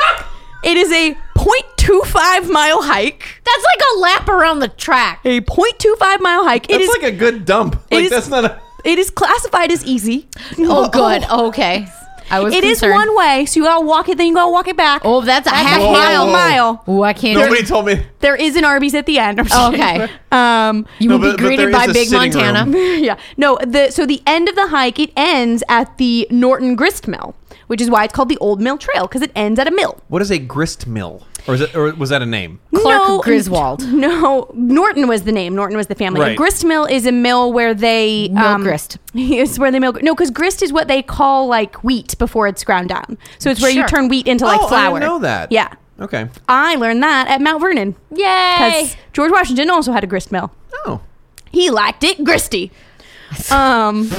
Speaker 3: it is a 0.25 mile hike.
Speaker 2: That's like a lap around the track.
Speaker 3: A 0.25 mile hike. It
Speaker 6: That's
Speaker 3: is
Speaker 6: like a good dump.
Speaker 3: it
Speaker 6: Like
Speaker 3: is-
Speaker 6: that's not a.
Speaker 3: It is classified as easy.
Speaker 2: Oh, good. Okay. I was.
Speaker 3: It is
Speaker 2: concerned.
Speaker 3: one way, so you gotta walk it, then you gotta walk it back.
Speaker 2: Oh, that's a half
Speaker 3: Whoa, whoa,
Speaker 2: mile.
Speaker 3: whoa. Mile.
Speaker 2: Oh, I can't.
Speaker 6: Nobody told me.
Speaker 3: There is an Arby's at the end. I'm just
Speaker 2: Oh,
Speaker 3: kidding.
Speaker 2: okay.
Speaker 3: *laughs* Um,
Speaker 2: You
Speaker 6: No,
Speaker 2: will
Speaker 6: but-
Speaker 2: be
Speaker 6: but there
Speaker 2: greeted
Speaker 6: is
Speaker 2: by
Speaker 6: a
Speaker 2: Big
Speaker 6: sitting room.
Speaker 2: Montana.
Speaker 3: *laughs* yeah. No, the so the end of the hike it ends at the Norton Grist Mill, which is why it's called the Old Mill Trail because it ends at a mill.
Speaker 6: What is a grist mill? Or is it? Or was that a name?
Speaker 2: Clark Griswold.
Speaker 3: *laughs* No, Norton was the name. Norton was the family.
Speaker 6: Right.
Speaker 3: Grist Mill is a mill where they um,
Speaker 2: Mill grist.
Speaker 3: *laughs* It's where they mill. No, because grist is what they call like wheat before it's ground down. So it's where you
Speaker 2: Sure.
Speaker 3: turn wheat into like
Speaker 6: Oh, I didn't
Speaker 3: flour.
Speaker 6: know that.
Speaker 3: Yeah,
Speaker 6: Okay.
Speaker 3: I learned that at Mount Vernon.
Speaker 2: Yay!
Speaker 3: Because George Washington also had a grist mill.
Speaker 6: Oh.
Speaker 3: He liked it *laughs* gristy. Um,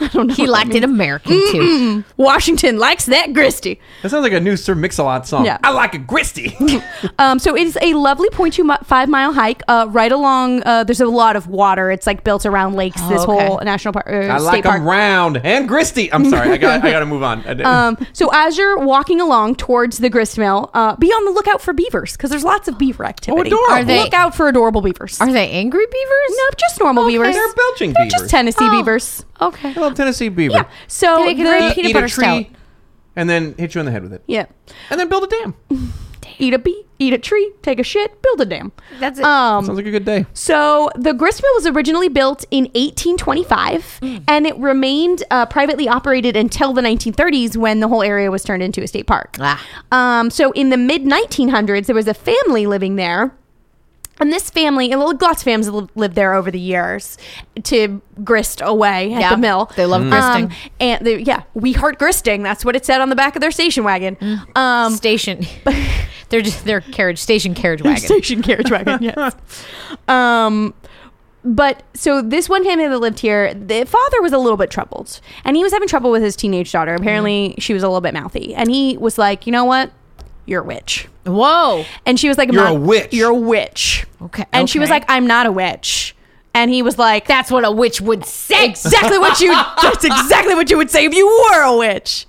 Speaker 3: I don't know.
Speaker 2: He liked it American too.
Speaker 3: Washington likes that gristy.
Speaker 6: That sounds like a new Sir Mix-a-Lot song.
Speaker 3: Yeah.
Speaker 6: I like a
Speaker 3: *laughs*
Speaker 6: gristy.
Speaker 3: Um, so it's a lovely 0.25 mile hike uh, right along. Uh, there's a lot of water. It's like built around lakes. This
Speaker 2: Oh, okay.
Speaker 3: whole national park. Uh,
Speaker 6: I
Speaker 3: state
Speaker 6: like
Speaker 3: park.
Speaker 6: them round and gristy. I'm sorry. I got. I got to move on. I did-
Speaker 3: *laughs* Um, so as you're walking along towards the grist mill, uh, be on the lookout for beavers because there's lots of beaver activity.
Speaker 6: Oh, adorable.
Speaker 2: Are they-
Speaker 3: Look out for adorable beavers.
Speaker 2: Are they angry beavers?
Speaker 3: no, just normal beavers.
Speaker 6: They're belching
Speaker 3: They're
Speaker 6: beavers.
Speaker 3: just Tennessee
Speaker 2: Oh.
Speaker 3: beavers.
Speaker 2: Okay.
Speaker 6: I love Tennessee beaver.
Speaker 3: Yeah. So
Speaker 2: They can
Speaker 3: the-
Speaker 2: raise
Speaker 6: Eat,
Speaker 2: Peanut
Speaker 6: eat a
Speaker 2: butter
Speaker 6: tree,
Speaker 2: stout.
Speaker 6: and then hit you on the head with it,
Speaker 3: yeah,
Speaker 6: and then build a dam.
Speaker 3: eat a bee, eat a tree, take a shit, build a dam.
Speaker 2: That's it.
Speaker 3: Um,
Speaker 6: Sounds like a good day.
Speaker 3: So the grist mill was originally built in 1825,
Speaker 2: Mm.
Speaker 3: and it remained uh, privately operated until the 1930s when the whole area was turned into a state park.
Speaker 2: Ah.
Speaker 3: Um, so in the mid 1900s, there was a family living there. And this family, and well, lots of families li- lived there over the years to grist away at
Speaker 2: Yeah.
Speaker 3: the mill. Um,
Speaker 2: They love gristing.
Speaker 3: and they, yeah, we heart gristing. That's what it said on the back of their station wagon.
Speaker 2: Mm.
Speaker 3: Um,
Speaker 2: station. they're just their carriage station carriage
Speaker 3: *laughs*
Speaker 2: wagon.
Speaker 3: Station carriage wagon,
Speaker 6: *laughs*
Speaker 3: yes. um, but so this one family that lived here, the father was a little bit troubled, and he was having trouble with his teenage daughter.
Speaker 6: Mm-hmm.
Speaker 3: Apparently, she was a little bit mouthy, and he was like, "You know what? You're a witch."
Speaker 2: Whoa.
Speaker 3: And she was like,
Speaker 6: You're
Speaker 3: "Mom,
Speaker 6: a witch."
Speaker 3: You're a witch."
Speaker 2: Okay,
Speaker 3: And she was
Speaker 2: okay.
Speaker 3: like, "I'm not a witch." And he was like,
Speaker 2: That's what a witch would say.
Speaker 3: exactly what you that's exactly what you would say if you were a
Speaker 2: *laughs*
Speaker 3: witch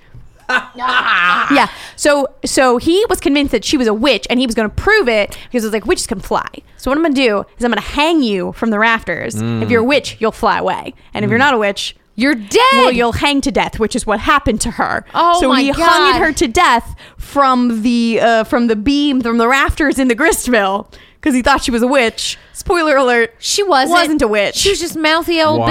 Speaker 3: yeah so so he was convinced that she was a witch and he was going to prove it because it was like witches can fly so what i'm going to do is i'm going to hang you from the rafters
Speaker 2: Mm.
Speaker 3: if you're a witch you'll fly away and if you're not a witch
Speaker 2: You're dead.
Speaker 3: well, you'll hang to death, which is what happened to her.
Speaker 2: Oh
Speaker 3: so
Speaker 2: my
Speaker 3: he
Speaker 2: God.
Speaker 3: hung her to death from the uh, from the beam, from the rafters in the grist mill, because he thought she was a witch. Spoiler alert:
Speaker 2: she wasn't.
Speaker 3: wasn't a witch.
Speaker 2: She was just mouthy old bitch.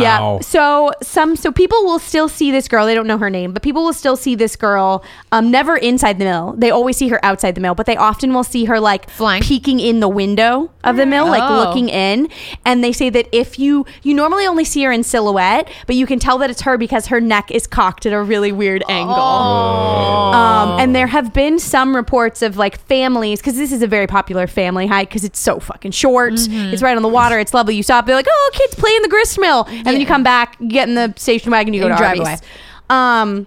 Speaker 3: Yeah. So some so people will still see this girl. They don't know her name, but people will still see this girl. Um, never inside the mill. They always see her outside the mill, but they often will see her like
Speaker 2: Flying.
Speaker 3: peeking in the window of the mill, like
Speaker 2: Oh.
Speaker 3: looking in. And they say that if you you normally only see her in silhouette, but you can tell that it's her because her neck is cocked at a really weird angle. Um, and there have been some reports of like families because this is a very popular family hike because it's so fucking short.
Speaker 2: Mm-hmm.
Speaker 3: It's right on the water. It's lovely. You stop. They're like, oh, kids play in the grist mill, and then you come back, you get in the station wagon, you go
Speaker 2: And
Speaker 3: to
Speaker 2: drive
Speaker 3: drive Arby's.
Speaker 2: away.
Speaker 3: Um,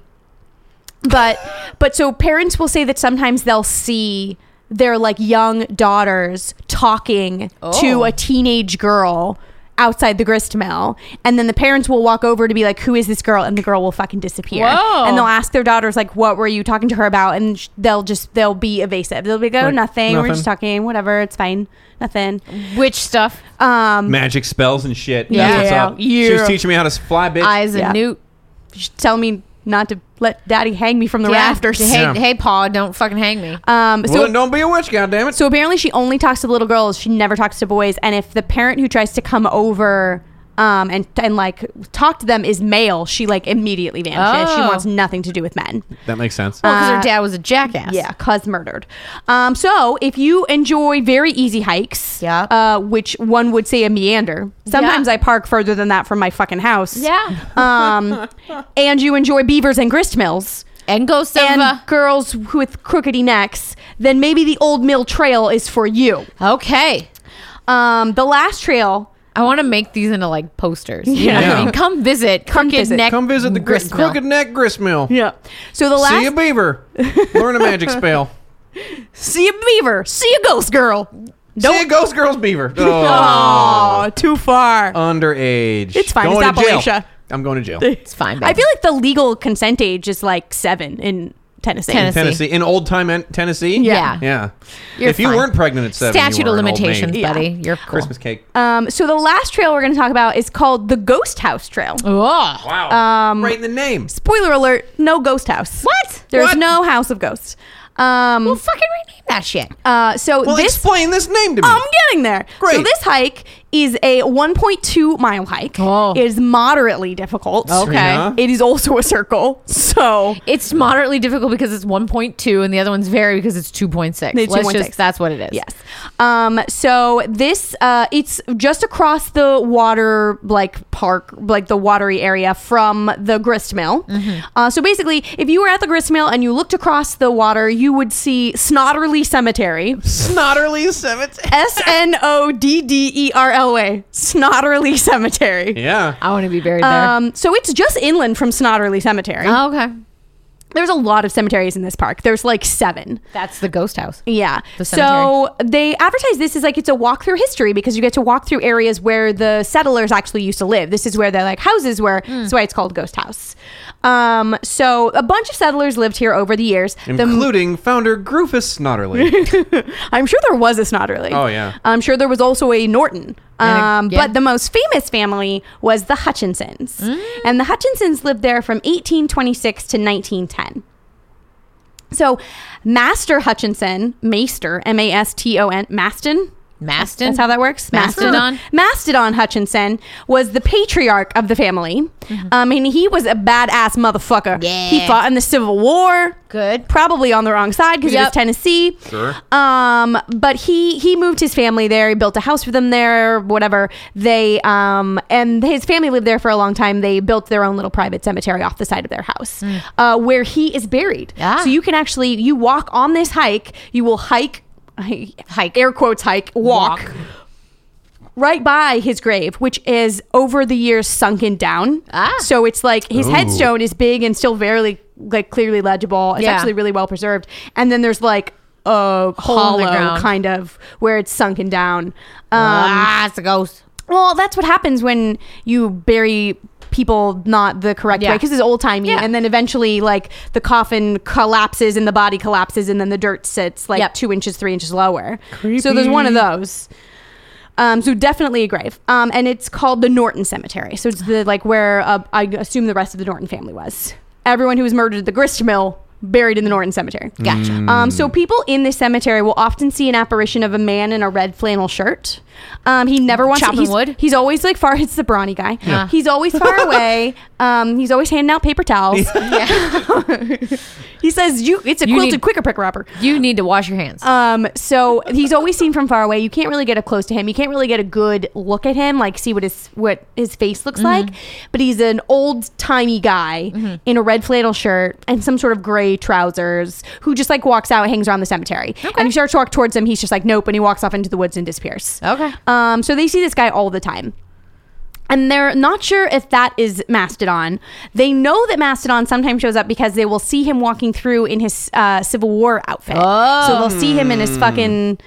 Speaker 3: but but so parents will say that sometimes they'll see their like young daughters talking
Speaker 2: Oh.
Speaker 3: to a teenage girl outside the grist mill and then the parents will walk over to be like who is this girl and the girl will fucking disappear
Speaker 2: Whoa.
Speaker 3: and they'll ask their daughters like what were you talking to her about and sh- they'll just they'll be evasive they'll be like, oh
Speaker 6: Like,
Speaker 3: nothing. we're
Speaker 6: nothing.
Speaker 3: just talking whatever it's fine nothing
Speaker 2: Witch stuff.
Speaker 3: um
Speaker 6: Magic spells and shit.
Speaker 3: Yeah.
Speaker 6: That's what's
Speaker 3: Yeah.
Speaker 6: up. She
Speaker 3: Yeah.
Speaker 6: was teaching me how to fly, bitch.
Speaker 2: Eyes and
Speaker 3: yeah.
Speaker 2: newt.
Speaker 3: just tell me not to let daddy hang me from the
Speaker 2: Yeah.
Speaker 3: rafters
Speaker 2: Hey,
Speaker 6: Yeah.
Speaker 2: hey, Paul, don't fucking hang me.
Speaker 3: um so
Speaker 6: well, then don't be a witch, goddammit.
Speaker 3: So apparently, she only talks to little girls. She never talks to boys. And if the parent who tries to come over um, and and like talk to them is male, she like immediately vanishes. She
Speaker 2: Oh.
Speaker 3: wants nothing to do with men.
Speaker 6: that makes sense.
Speaker 2: Because
Speaker 3: uh,
Speaker 2: her dad was a jackass.
Speaker 3: Yeah, cuz murdered. Um, so if you enjoy very easy hikes,
Speaker 2: Yeah.
Speaker 3: uh, which one would say a meander. Sometimes
Speaker 2: Yeah.
Speaker 3: I park further than that from my fucking house.
Speaker 2: Yeah.
Speaker 3: *laughs* Um, and you enjoy beavers and grist mills
Speaker 2: And ghosts of.
Speaker 3: and
Speaker 2: uh,
Speaker 3: girls with crookedy necks, then maybe the old mill trail is for you.
Speaker 2: okay.
Speaker 3: Um, the last trail.
Speaker 2: I want to make these into like posters. You know
Speaker 3: Yeah.
Speaker 2: what I mean? Come visit. Come
Speaker 3: visit.
Speaker 2: Neck
Speaker 6: Come visit the gr-
Speaker 2: grist mill.
Speaker 6: crooked neck grist mill.
Speaker 3: Yeah. So the last
Speaker 6: See a
Speaker 3: *laughs*
Speaker 6: beaver. Learn a magic spell.
Speaker 3: see a beaver, see a ghost girl.
Speaker 6: See a ghost girl's
Speaker 3: *laughs*
Speaker 6: beaver. Oh.
Speaker 3: Oh, too far.
Speaker 6: Underage.
Speaker 3: It's fine.
Speaker 6: Going
Speaker 3: It's
Speaker 6: to jail.
Speaker 3: Appalachia.
Speaker 6: I'm going to jail.
Speaker 2: It's fine. Babe.
Speaker 3: I feel like the legal consent age is like seven in Tennessee.
Speaker 2: Tennessee.
Speaker 6: Tennessee in old time en- Tennessee.
Speaker 2: Yeah.
Speaker 6: yeah.
Speaker 2: You're
Speaker 6: if you
Speaker 2: fine.
Speaker 6: weren't pregnant at seven, you
Speaker 2: Statute
Speaker 6: were
Speaker 2: of
Speaker 6: an old maid.
Speaker 2: limitations,
Speaker 3: Yeah.
Speaker 2: buddy. You're cool.
Speaker 6: Christmas cake.
Speaker 3: Um, so the last trail we're going to talk about is called the Ghost House Trail.
Speaker 2: Oh.
Speaker 6: Wow.
Speaker 3: Mm.
Speaker 6: right in the name.
Speaker 3: Spoiler alert: no ghost house.
Speaker 2: What?
Speaker 3: There's
Speaker 2: What?
Speaker 3: no house of ghosts. Um,
Speaker 2: Well, fucking rename that shit.
Speaker 3: uh, so
Speaker 6: Well,
Speaker 3: this
Speaker 6: explain this name to me.
Speaker 3: I'm getting there. So
Speaker 6: Great.
Speaker 3: this hike is a 1.2 mile hike.
Speaker 2: Oh.
Speaker 3: It is moderately difficult.
Speaker 2: Okay.
Speaker 6: Yeah.
Speaker 3: It is also a circle. So
Speaker 2: It's moderately difficult because it's 1.2 and the other one's very because it's 2.6.
Speaker 3: It's
Speaker 2: Let's
Speaker 3: 2.6.
Speaker 2: just that's what it is.
Speaker 3: yes. Um, so this uh, it's just across the water like park, like the watery area from the grist mill.
Speaker 2: Mm-hmm.
Speaker 3: Uh, so basically, if you were at the grist mill and you looked across the water, you would see Snodderly Cemetery.
Speaker 6: Snotterly
Speaker 3: *laughs*
Speaker 6: Cemetery.
Speaker 3: S N O D D E R L A. Snodderly Cemetery.
Speaker 6: Yeah.
Speaker 2: I want to be buried there.
Speaker 3: Um, so it's just inland from Snodderly Cemetery.
Speaker 2: oh, okay.
Speaker 3: There's a lot of cemeteries in this park. There's like seven.
Speaker 2: That's the ghost house.
Speaker 3: Yeah.
Speaker 2: The
Speaker 3: so they advertise this as like it's a walk through history because you get to walk through areas where the settlers actually used to live. This is where their like houses were.
Speaker 2: Hmm.
Speaker 3: That's why it's called Ghost House. Um, so a bunch of settlers lived here over the years. The,
Speaker 6: Including founder Grufus
Speaker 3: *laughs*
Speaker 6: Snotterly.
Speaker 3: I'm sure there was a Snodderly.
Speaker 6: Oh, yeah.
Speaker 3: I'm sure there was also a Norton.
Speaker 2: And a-
Speaker 3: Um,
Speaker 2: yeah. Mm.
Speaker 3: But the most famous family was the Hutchinsons, and the Hutchinsons lived there from 1826 to 1910. So, Master Hutchinson, Maester, M A S T O N, Maston.
Speaker 2: Maston.
Speaker 3: That's how that works.
Speaker 2: Mastodon?
Speaker 3: Mastodon Hutchinson was the patriarch of the family. Um, and he was a badass motherfucker.
Speaker 2: Mm-hmm. Yeah.
Speaker 3: He fought in the Civil War.
Speaker 2: Good.
Speaker 3: Probably on the wrong side because it was
Speaker 2: Yep.
Speaker 3: Tennessee.
Speaker 6: Sure.
Speaker 3: Um, but he he moved his family there. He built a house for them there. Whatever they um and his family lived there for a long time. They built their own little private cemetery off the side of their house,
Speaker 2: Hmm.
Speaker 3: uh, where he is buried.
Speaker 2: Ah.
Speaker 3: So you can actually you walk on this hike. You will hike. *laughs* Hike, air quotes, hike, walk
Speaker 2: Walk. Um,
Speaker 3: right by his grave, which is over the years sunken down.
Speaker 2: Ah.
Speaker 3: So it's like his
Speaker 6: Ooh.
Speaker 3: headstone is big and still very like clearly legible. It's
Speaker 2: Yeah.
Speaker 3: actually really well preserved. And then there's like a
Speaker 2: in the
Speaker 3: hollow
Speaker 2: ground.
Speaker 3: kind of where it's sunken down. Um,
Speaker 2: ah, it's a ghost.
Speaker 3: well, that's what happens when you bury people not the correct way
Speaker 2: Yeah.
Speaker 3: because it's old timey,
Speaker 2: Yeah.
Speaker 3: and then eventually, like the coffin collapses and the body collapses, and then the dirt sits like
Speaker 2: Yep.
Speaker 3: two inches, three inches lower. So there's one of those. Um, so definitely a grave, um, and it's called the Norton Cemetery. So it's the like where uh, I assume the rest of the Norton family was. Everyone who was murdered at the grist mill buried in the Norton Cemetery.
Speaker 2: Gotcha.
Speaker 3: Um, so people in this cemetery will often see an apparition of a man in a red flannel shirt. Um, he never wants
Speaker 2: Chopping
Speaker 3: he's,
Speaker 2: wood?
Speaker 3: He's always like far. *laughs* It's the brawny guy. He's always far away. Um, he's always handing out paper towels. *laughs* he says, "You, it's a
Speaker 2: You
Speaker 3: quilted
Speaker 2: need-
Speaker 3: quicker pick robber."
Speaker 2: You need to wash your hands.
Speaker 3: Um, so he's always seen from far away. You can't really get up close to him. You can't really get a good look at him, like see what his what his face looks like. But he's an old timey guy in a red flannel shirt and some sort of gray trousers who just like walks out, hangs around the cemetery. And you start to walk towards him, he's just like nope, and he walks off into the woods and disappears.
Speaker 2: Okay.
Speaker 3: Um, so they see this guy all the time. And they're not sure if that is Mastodon. They know that Mastodon sometimes shows up because they will see him walking through in his uh, Civil War outfit. So they'll see him in his fucking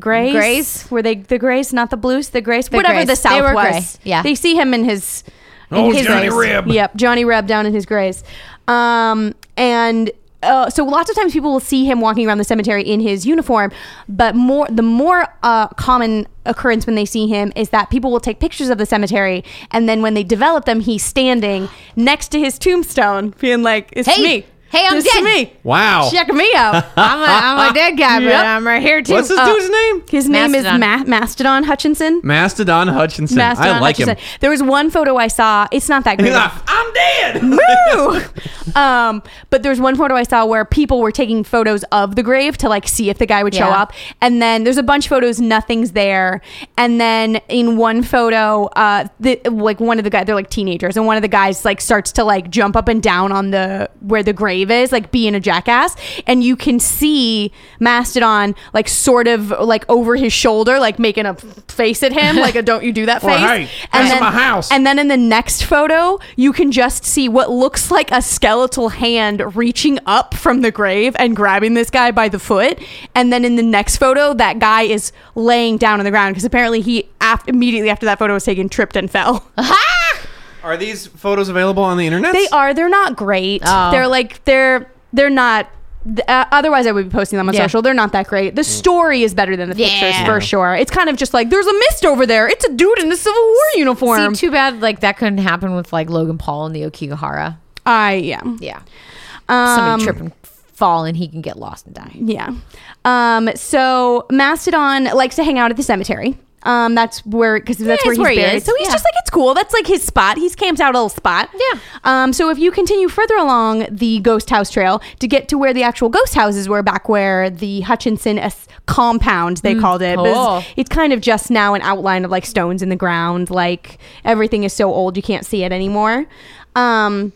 Speaker 3: grays.
Speaker 2: Oh. Grays?
Speaker 3: Were they the grays, not the blues? The grays, whatever
Speaker 2: grays.
Speaker 3: the South
Speaker 2: They were
Speaker 3: was.
Speaker 2: gray, yeah.
Speaker 3: They see him in his. In
Speaker 5: Oh, Johnny
Speaker 3: grays.
Speaker 5: Reb.
Speaker 3: Yep, Johnny Reb down in his grays. Um, and uh, so lots of times people will see him walking around the cemetery in his uniform, but more the more uh, common occurrence when they see him is that people will take pictures of the cemetery, and then when they develop them, he's standing next to his tombstone, being like, "It's
Speaker 2: Hey,
Speaker 3: me.
Speaker 2: hey, I'm
Speaker 3: it's
Speaker 2: dead.
Speaker 3: me.
Speaker 6: Wow.
Speaker 3: Check me
Speaker 6: *laughs*
Speaker 3: out."
Speaker 2: I'm, a, I'm a dead guy, but
Speaker 3: Yep.
Speaker 2: I'm right here too.
Speaker 6: What's this
Speaker 2: Uh,
Speaker 6: dude's name?
Speaker 3: His name
Speaker 2: Mastodon.
Speaker 3: is Ma- Mastodon Hutchinson.
Speaker 6: Mastodon Hutchinson.
Speaker 3: Mastodon
Speaker 6: I like
Speaker 3: Hutchinson.
Speaker 6: him.
Speaker 3: There was one photo I saw. It's
Speaker 6: *laughs*
Speaker 3: not that great.
Speaker 6: He's like,
Speaker 5: I'm dead.
Speaker 3: Woo! um, but there's one photo I saw where people were taking photos of the grave to like see if the guy would show
Speaker 2: Yeah.
Speaker 3: up, and then there's a bunch of photos, nothing's there, and then in one photo, uh, the, like one of the guys, they're like teenagers, and one of the guys like starts to like jump up and down on the where the grave is, like being a jackass, and you can see Mastodon like sort of like over his shoulder, like making a face at him, like a don't you do that face,
Speaker 5: hey, that's my house.
Speaker 3: and then in the next photo, you can just see what looks like a skeletal hand reaching up from the grave and grabbing this guy by the foot. And then in the next photo, that guy is laying down on the ground because apparently he af- immediately after that photo was taken tripped and *laughs* fell.
Speaker 6: Are these photos available on the internet?
Speaker 3: they are. They're not great.
Speaker 2: Oh.
Speaker 3: They're like they're. they're not. th- Uh, otherwise, I would be posting them on
Speaker 2: Yeah.
Speaker 3: social. They're not that great. The story is better than the pictures
Speaker 2: Yeah.
Speaker 3: for sure. It's kind of just like there's a mist over there. It's a dude in a Civil War uniform.
Speaker 2: See, too bad like that couldn't happen with like Logan Paul and the Okigahara.
Speaker 3: I yeah.
Speaker 2: Yeah. Somebody
Speaker 3: Um,
Speaker 2: trip and fall and he can get lost and die.
Speaker 3: Yeah. Um, so Mastodon likes to hang out at the cemetery. Um, that's where because that's
Speaker 2: it's
Speaker 3: where he's
Speaker 2: where he
Speaker 3: buried.
Speaker 2: is.
Speaker 3: So he's
Speaker 2: Yeah.
Speaker 3: just like it's cool. That's like his spot. He's camped out a little spot.
Speaker 2: Yeah.
Speaker 3: Um, so if you continue further along the ghost house trail to get to where the actual ghost houses were back where the Hutchinson es- compound they called it. But it's-
Speaker 2: Mm, Cool.
Speaker 3: It's kind of just now an outline of like stones in the ground. Like everything is so old you can't see it anymore. Um,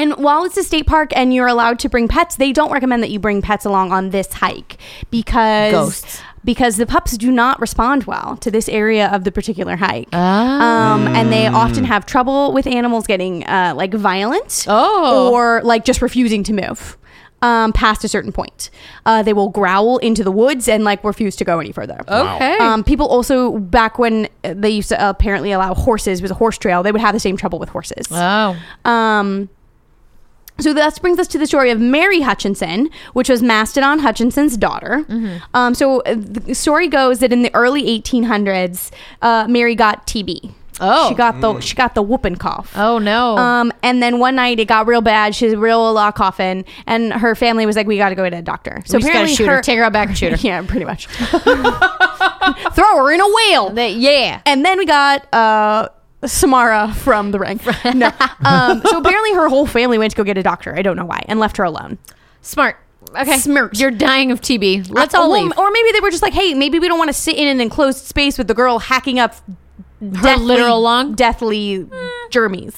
Speaker 3: and while it's a state park and you're allowed to bring pets, they don't recommend that you bring pets along on this hike because
Speaker 2: Ghosts.
Speaker 3: because the pups do not respond well to this area of the particular hike. Um,
Speaker 2: Ah.
Speaker 3: and they often have trouble with animals getting uh, like violent
Speaker 2: Oh.
Speaker 3: or like just refusing to move. Um, past a certain point, uh, they will growl into the woods and like refuse to go any further.
Speaker 2: Okay.
Speaker 3: Um, people also back when uh, they used to apparently allow horses it was a horse trail, they would have the same trouble with horses.
Speaker 2: oh.
Speaker 3: Um, so that brings us to the story of Mary Hutchinson, which was Mastodon Hutchinson's daughter.
Speaker 2: Mm-hmm.
Speaker 3: Um, so uh, the story goes that in the early 1800s, uh, Mary got TB.
Speaker 2: Oh.
Speaker 3: she got the she got the whooping cough.
Speaker 2: Oh no.
Speaker 3: Um, and then one night it got real bad. She was real a law coffin, and her family was like, "We got to go to a doctor." So
Speaker 2: we just gotta
Speaker 3: apparently,
Speaker 2: shoot her. Take her out back and *laughs* shoot her.
Speaker 3: *laughs* yeah, pretty much. Throw her in a whale.
Speaker 2: They- yeah.
Speaker 3: And then we got uh, Samara from the
Speaker 2: *laughs*
Speaker 3: ring. No. Um, so apparently her whole family went to go get a doctor. I don't know why, and left her alone.
Speaker 2: Smart. Okay.
Speaker 3: Smirch.
Speaker 2: You're dying of TB. Let's all
Speaker 3: or,
Speaker 2: leave.
Speaker 3: Or maybe they were just like, hey, maybe we don't want to sit in an enclosed space with the girl hacking up
Speaker 2: Her literal Eh. lung.
Speaker 3: deathly germies.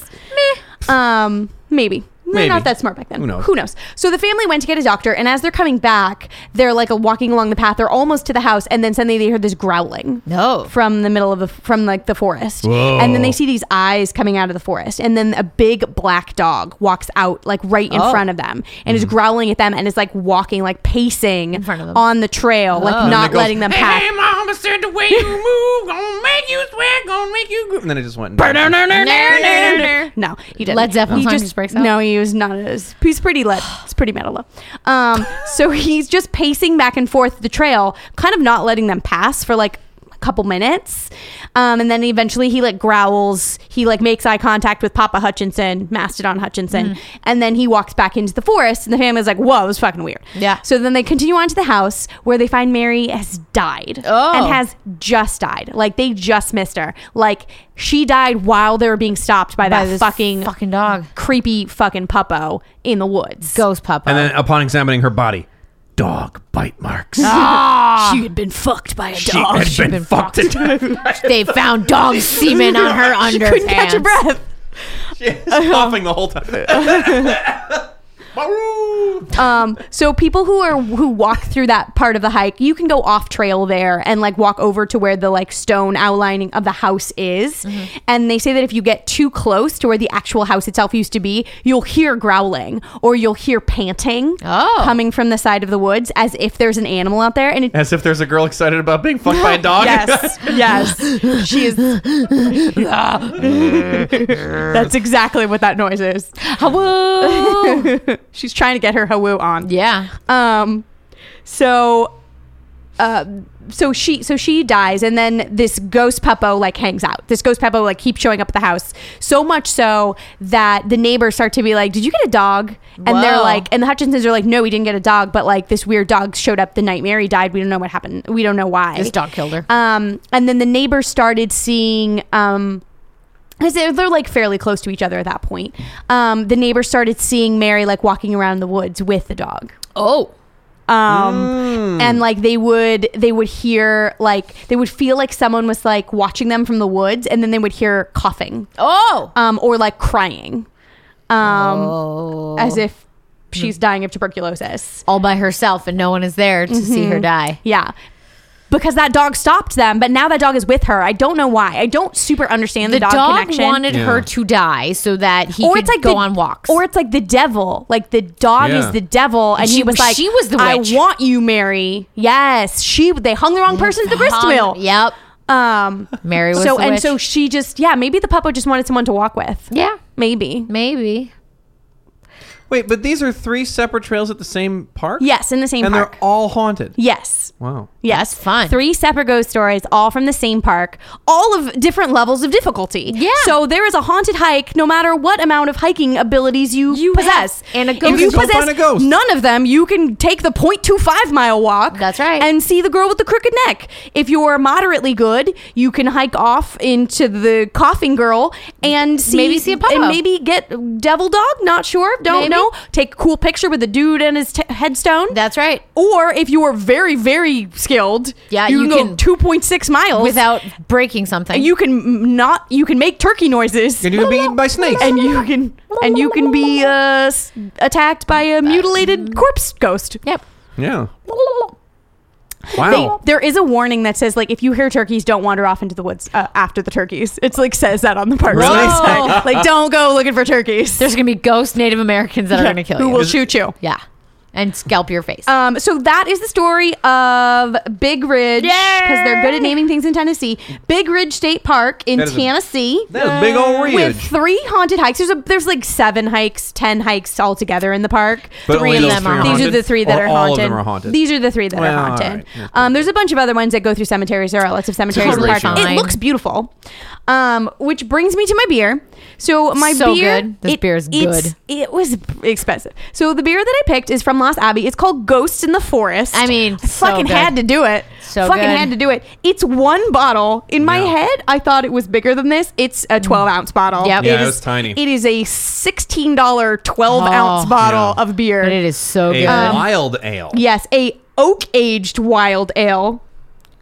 Speaker 3: Um, maybe. They're
Speaker 6: Maybe.
Speaker 3: not that smart back then.
Speaker 6: Who knows?
Speaker 3: So the family went to get a doctor, and as they're coming back, they're like walking along the path. They're almost to the house, and then suddenly they hear this growling
Speaker 2: No.
Speaker 3: from the middle of the from like the forest and then they see these eyes coming out of the forest and then a big black dog walks out like right in
Speaker 2: Oh.
Speaker 3: front of them and
Speaker 6: Mm.
Speaker 3: is growling at them and is like walking like pacing
Speaker 2: front of them. Oh.
Speaker 3: on the trail like not letting them
Speaker 5: Hey,
Speaker 3: pass
Speaker 5: hey, mama said the way you move gonna make you sweat, gonna make you. Gr-
Speaker 6: And then it just went.
Speaker 3: *laughs* no he didn't
Speaker 2: Led Zeppelin
Speaker 3: he
Speaker 2: song just breaks out?
Speaker 3: no he was not as he's pretty lead it's pretty metal though. um
Speaker 2: *laughs*
Speaker 3: so he's just pacing back and forth the trail kind of not letting them pass for like a couple minutes um and then eventually he like growls he like makes eye contact with papa hutchinson mastodon hutchinson
Speaker 2: Mm-hmm.
Speaker 3: and then he walks back into the forest and the family's like whoa it was fucking weird
Speaker 2: Yeah.
Speaker 3: so then they continue on to the house where they find mary has died
Speaker 2: Oh.
Speaker 3: and has just died. Like they just missed her. Like she died while they were being stopped by,
Speaker 2: By
Speaker 3: that
Speaker 2: this
Speaker 3: fucking
Speaker 2: fucking dog.
Speaker 3: creepy fucking puppo in the woods.
Speaker 2: Ghost Papa.
Speaker 6: And then upon examining her body, dog bite marks.
Speaker 3: Oh,
Speaker 2: Ah!
Speaker 3: She had been fucked by a
Speaker 6: she had been, fucked. *laughs* to death.
Speaker 2: they found dog semen on her underpants.
Speaker 3: Couldn't catch a breath. *laughs*
Speaker 6: coughing the whole time.
Speaker 3: Um, so people who are who walk through that part of the hike, you can go off trail there and like walk over to where the like stone outlining of the house is. And they say that if you get too close to where the actual house itself used to be, you'll hear growling or you'll hear panting
Speaker 2: Oh.
Speaker 3: coming from the side of the woods as if there's an animal out there. And it,
Speaker 6: As if there's a girl excited about being
Speaker 3: *gasps*
Speaker 6: fucked by a
Speaker 2: *laughs*
Speaker 6: dog.
Speaker 3: yes, yes, she is. That's exactly what that noise is.
Speaker 2: Whoa.
Speaker 3: She's trying to get her hawoo on. *laughs*
Speaker 2: *laughs* yeah.
Speaker 3: Um, so, uh, so she so she dies, and then this ghost Peppo like hangs out. This ghost Peppo like keeps showing up at the house so much so that the neighbors start to be like, "Did you get a dog?" And they're
Speaker 2: Whoa.
Speaker 3: like, and the Hutchinsons are like, "No, we didn't get a dog, but like this weird dog showed up the night Mary died. We don't know what happened. We don't know why
Speaker 2: This dog killed her.
Speaker 3: um, and then the neighbors started seeing um because they're, they're like fairly close to each other at that point um, the neighbors started seeing mary like walking around the woods with the dog
Speaker 2: oh.
Speaker 3: um, and like they would they would hear like they would feel like someone was like watching them from the woods and then they would hear coughing
Speaker 2: Oh.
Speaker 3: um, or like crying um, as if she's dying of tuberculosis
Speaker 2: All by herself and no one is there to see
Speaker 3: Mm-hmm.
Speaker 2: her die.
Speaker 3: Yeah. Because that dog stopped them, but now that dog is with her. I don't know why. I don't super understand the,
Speaker 2: The dog,
Speaker 3: connection.
Speaker 2: wanted
Speaker 6: Yeah.
Speaker 2: her to die so that he could go
Speaker 3: the,
Speaker 2: on walks.
Speaker 3: Or it's like the devil. Like the dog
Speaker 6: Yeah.
Speaker 3: is the devil, and
Speaker 2: She-
Speaker 3: he was like,
Speaker 2: she was the
Speaker 3: I
Speaker 2: witch."
Speaker 3: want you, Mary." Yes, she. They hung the wrong person at the grist
Speaker 2: Hung-
Speaker 3: mill.
Speaker 2: Yep.
Speaker 3: Um.
Speaker 2: Mary was
Speaker 3: so
Speaker 2: the
Speaker 3: and
Speaker 2: witch.
Speaker 3: so she just yeah maybe the puppo just wanted someone to walk with.
Speaker 2: Yeah.
Speaker 3: Maybe.
Speaker 2: Maybe.
Speaker 6: *laughs* Wait, but these are three separate trails at the same park?
Speaker 3: Yes, in the same
Speaker 6: And
Speaker 3: park.
Speaker 6: they're all haunted.
Speaker 3: Yes.
Speaker 6: Wow.
Speaker 3: Yes,
Speaker 2: That's fun.
Speaker 3: Three separate ghost stories, all from the same park, all of different levels of difficulty.
Speaker 2: Yeah.
Speaker 3: So there is a haunted hike, no matter what amount of hiking abilities you,
Speaker 2: You
Speaker 3: possess.
Speaker 2: have- and a
Speaker 3: If
Speaker 2: ghost-
Speaker 3: you
Speaker 2: Go
Speaker 6: find
Speaker 3: possess
Speaker 6: a ghost.
Speaker 3: none of them, you can take the 0.25 mile walk.
Speaker 2: That's right.
Speaker 3: And see the girl with the crooked neck. If you're moderately good, you can hike off into the coughing girl and see
Speaker 2: Maybe see a photo.
Speaker 3: and maybe get devil dog. Not sure. Don't
Speaker 2: Maybe.
Speaker 3: know. Take a cool picture with a dude and his t- headstone.
Speaker 2: That's right.
Speaker 3: Or if you are very, very skilled,
Speaker 2: Yeah,
Speaker 3: you,
Speaker 2: you
Speaker 3: can, go
Speaker 2: can-
Speaker 3: 2.6 miles
Speaker 2: Without breaking something.
Speaker 3: You can m- not. You can make turkey noises,
Speaker 6: And you can be eaten by snakes.
Speaker 3: and you can and you can be uh, s- attacked by a mutilated corpse ghost.
Speaker 2: Yep.
Speaker 6: yeah.
Speaker 3: They,
Speaker 6: Wow.
Speaker 3: there is a warning that says like if you hear turkeys, don't wander off into the woods uh, after the turkeys. It's like says that on the park.
Speaker 6: Really?
Speaker 3: website. like don't go looking for turkeys.
Speaker 2: There's gonna be ghost Native Americans that are gonna kill
Speaker 3: who
Speaker 2: you.
Speaker 3: will shoot you.
Speaker 2: yeah. And scalp your face.
Speaker 3: Um, so that is the story of Big Ridge because they're good at naming things in Tennessee. Big Ridge State Park in
Speaker 6: That is a-
Speaker 3: Tennessee.
Speaker 6: That is big old
Speaker 3: with
Speaker 6: ridge.
Speaker 3: three haunted hikes. There's a, there's like seven hikes, ten hikes all together in the park.
Speaker 6: But
Speaker 2: three
Speaker 6: only
Speaker 2: of them
Speaker 6: those three
Speaker 2: are
Speaker 3: These are
Speaker 6: haunted?
Speaker 3: the three that
Speaker 6: Or
Speaker 3: are
Speaker 6: all
Speaker 3: haunted.
Speaker 6: of them are haunted.
Speaker 3: These are the three that
Speaker 6: Well,
Speaker 3: are
Speaker 6: all
Speaker 3: haunted.
Speaker 6: right. Yeah,
Speaker 3: Um, there's a bunch of other ones that go through cemeteries or relative cemeteries in the
Speaker 2: Totally
Speaker 3: park. It
Speaker 2: fine.
Speaker 3: looks beautiful. Um, which brings me to my beer. So my
Speaker 2: So
Speaker 3: beer,
Speaker 2: good. This
Speaker 3: it-
Speaker 2: beer is
Speaker 3: it's-
Speaker 2: good.
Speaker 3: It was expensive. So the beer that I picked is from Lost Abbey. It's called Ghosts in the Forest.
Speaker 2: I mean,
Speaker 3: I
Speaker 2: so
Speaker 3: fucking
Speaker 2: good.
Speaker 3: had to do it.
Speaker 2: So
Speaker 3: fucking
Speaker 2: good.
Speaker 3: had to do it. It's one bottle. In my
Speaker 6: Yeah.
Speaker 3: head, I thought it was bigger than this. It's a 12 ounce bottle.
Speaker 2: Mm. Yep.
Speaker 6: Yeah,
Speaker 3: it
Speaker 6: it
Speaker 3: is
Speaker 6: was tiny.
Speaker 3: It is a $16 12 ounce
Speaker 2: Oh.
Speaker 3: bottle
Speaker 6: Yeah.
Speaker 3: of beer.
Speaker 2: but it is so
Speaker 6: A
Speaker 2: good.
Speaker 3: um,
Speaker 6: wild ale.
Speaker 3: Yes, a oak aged wild ale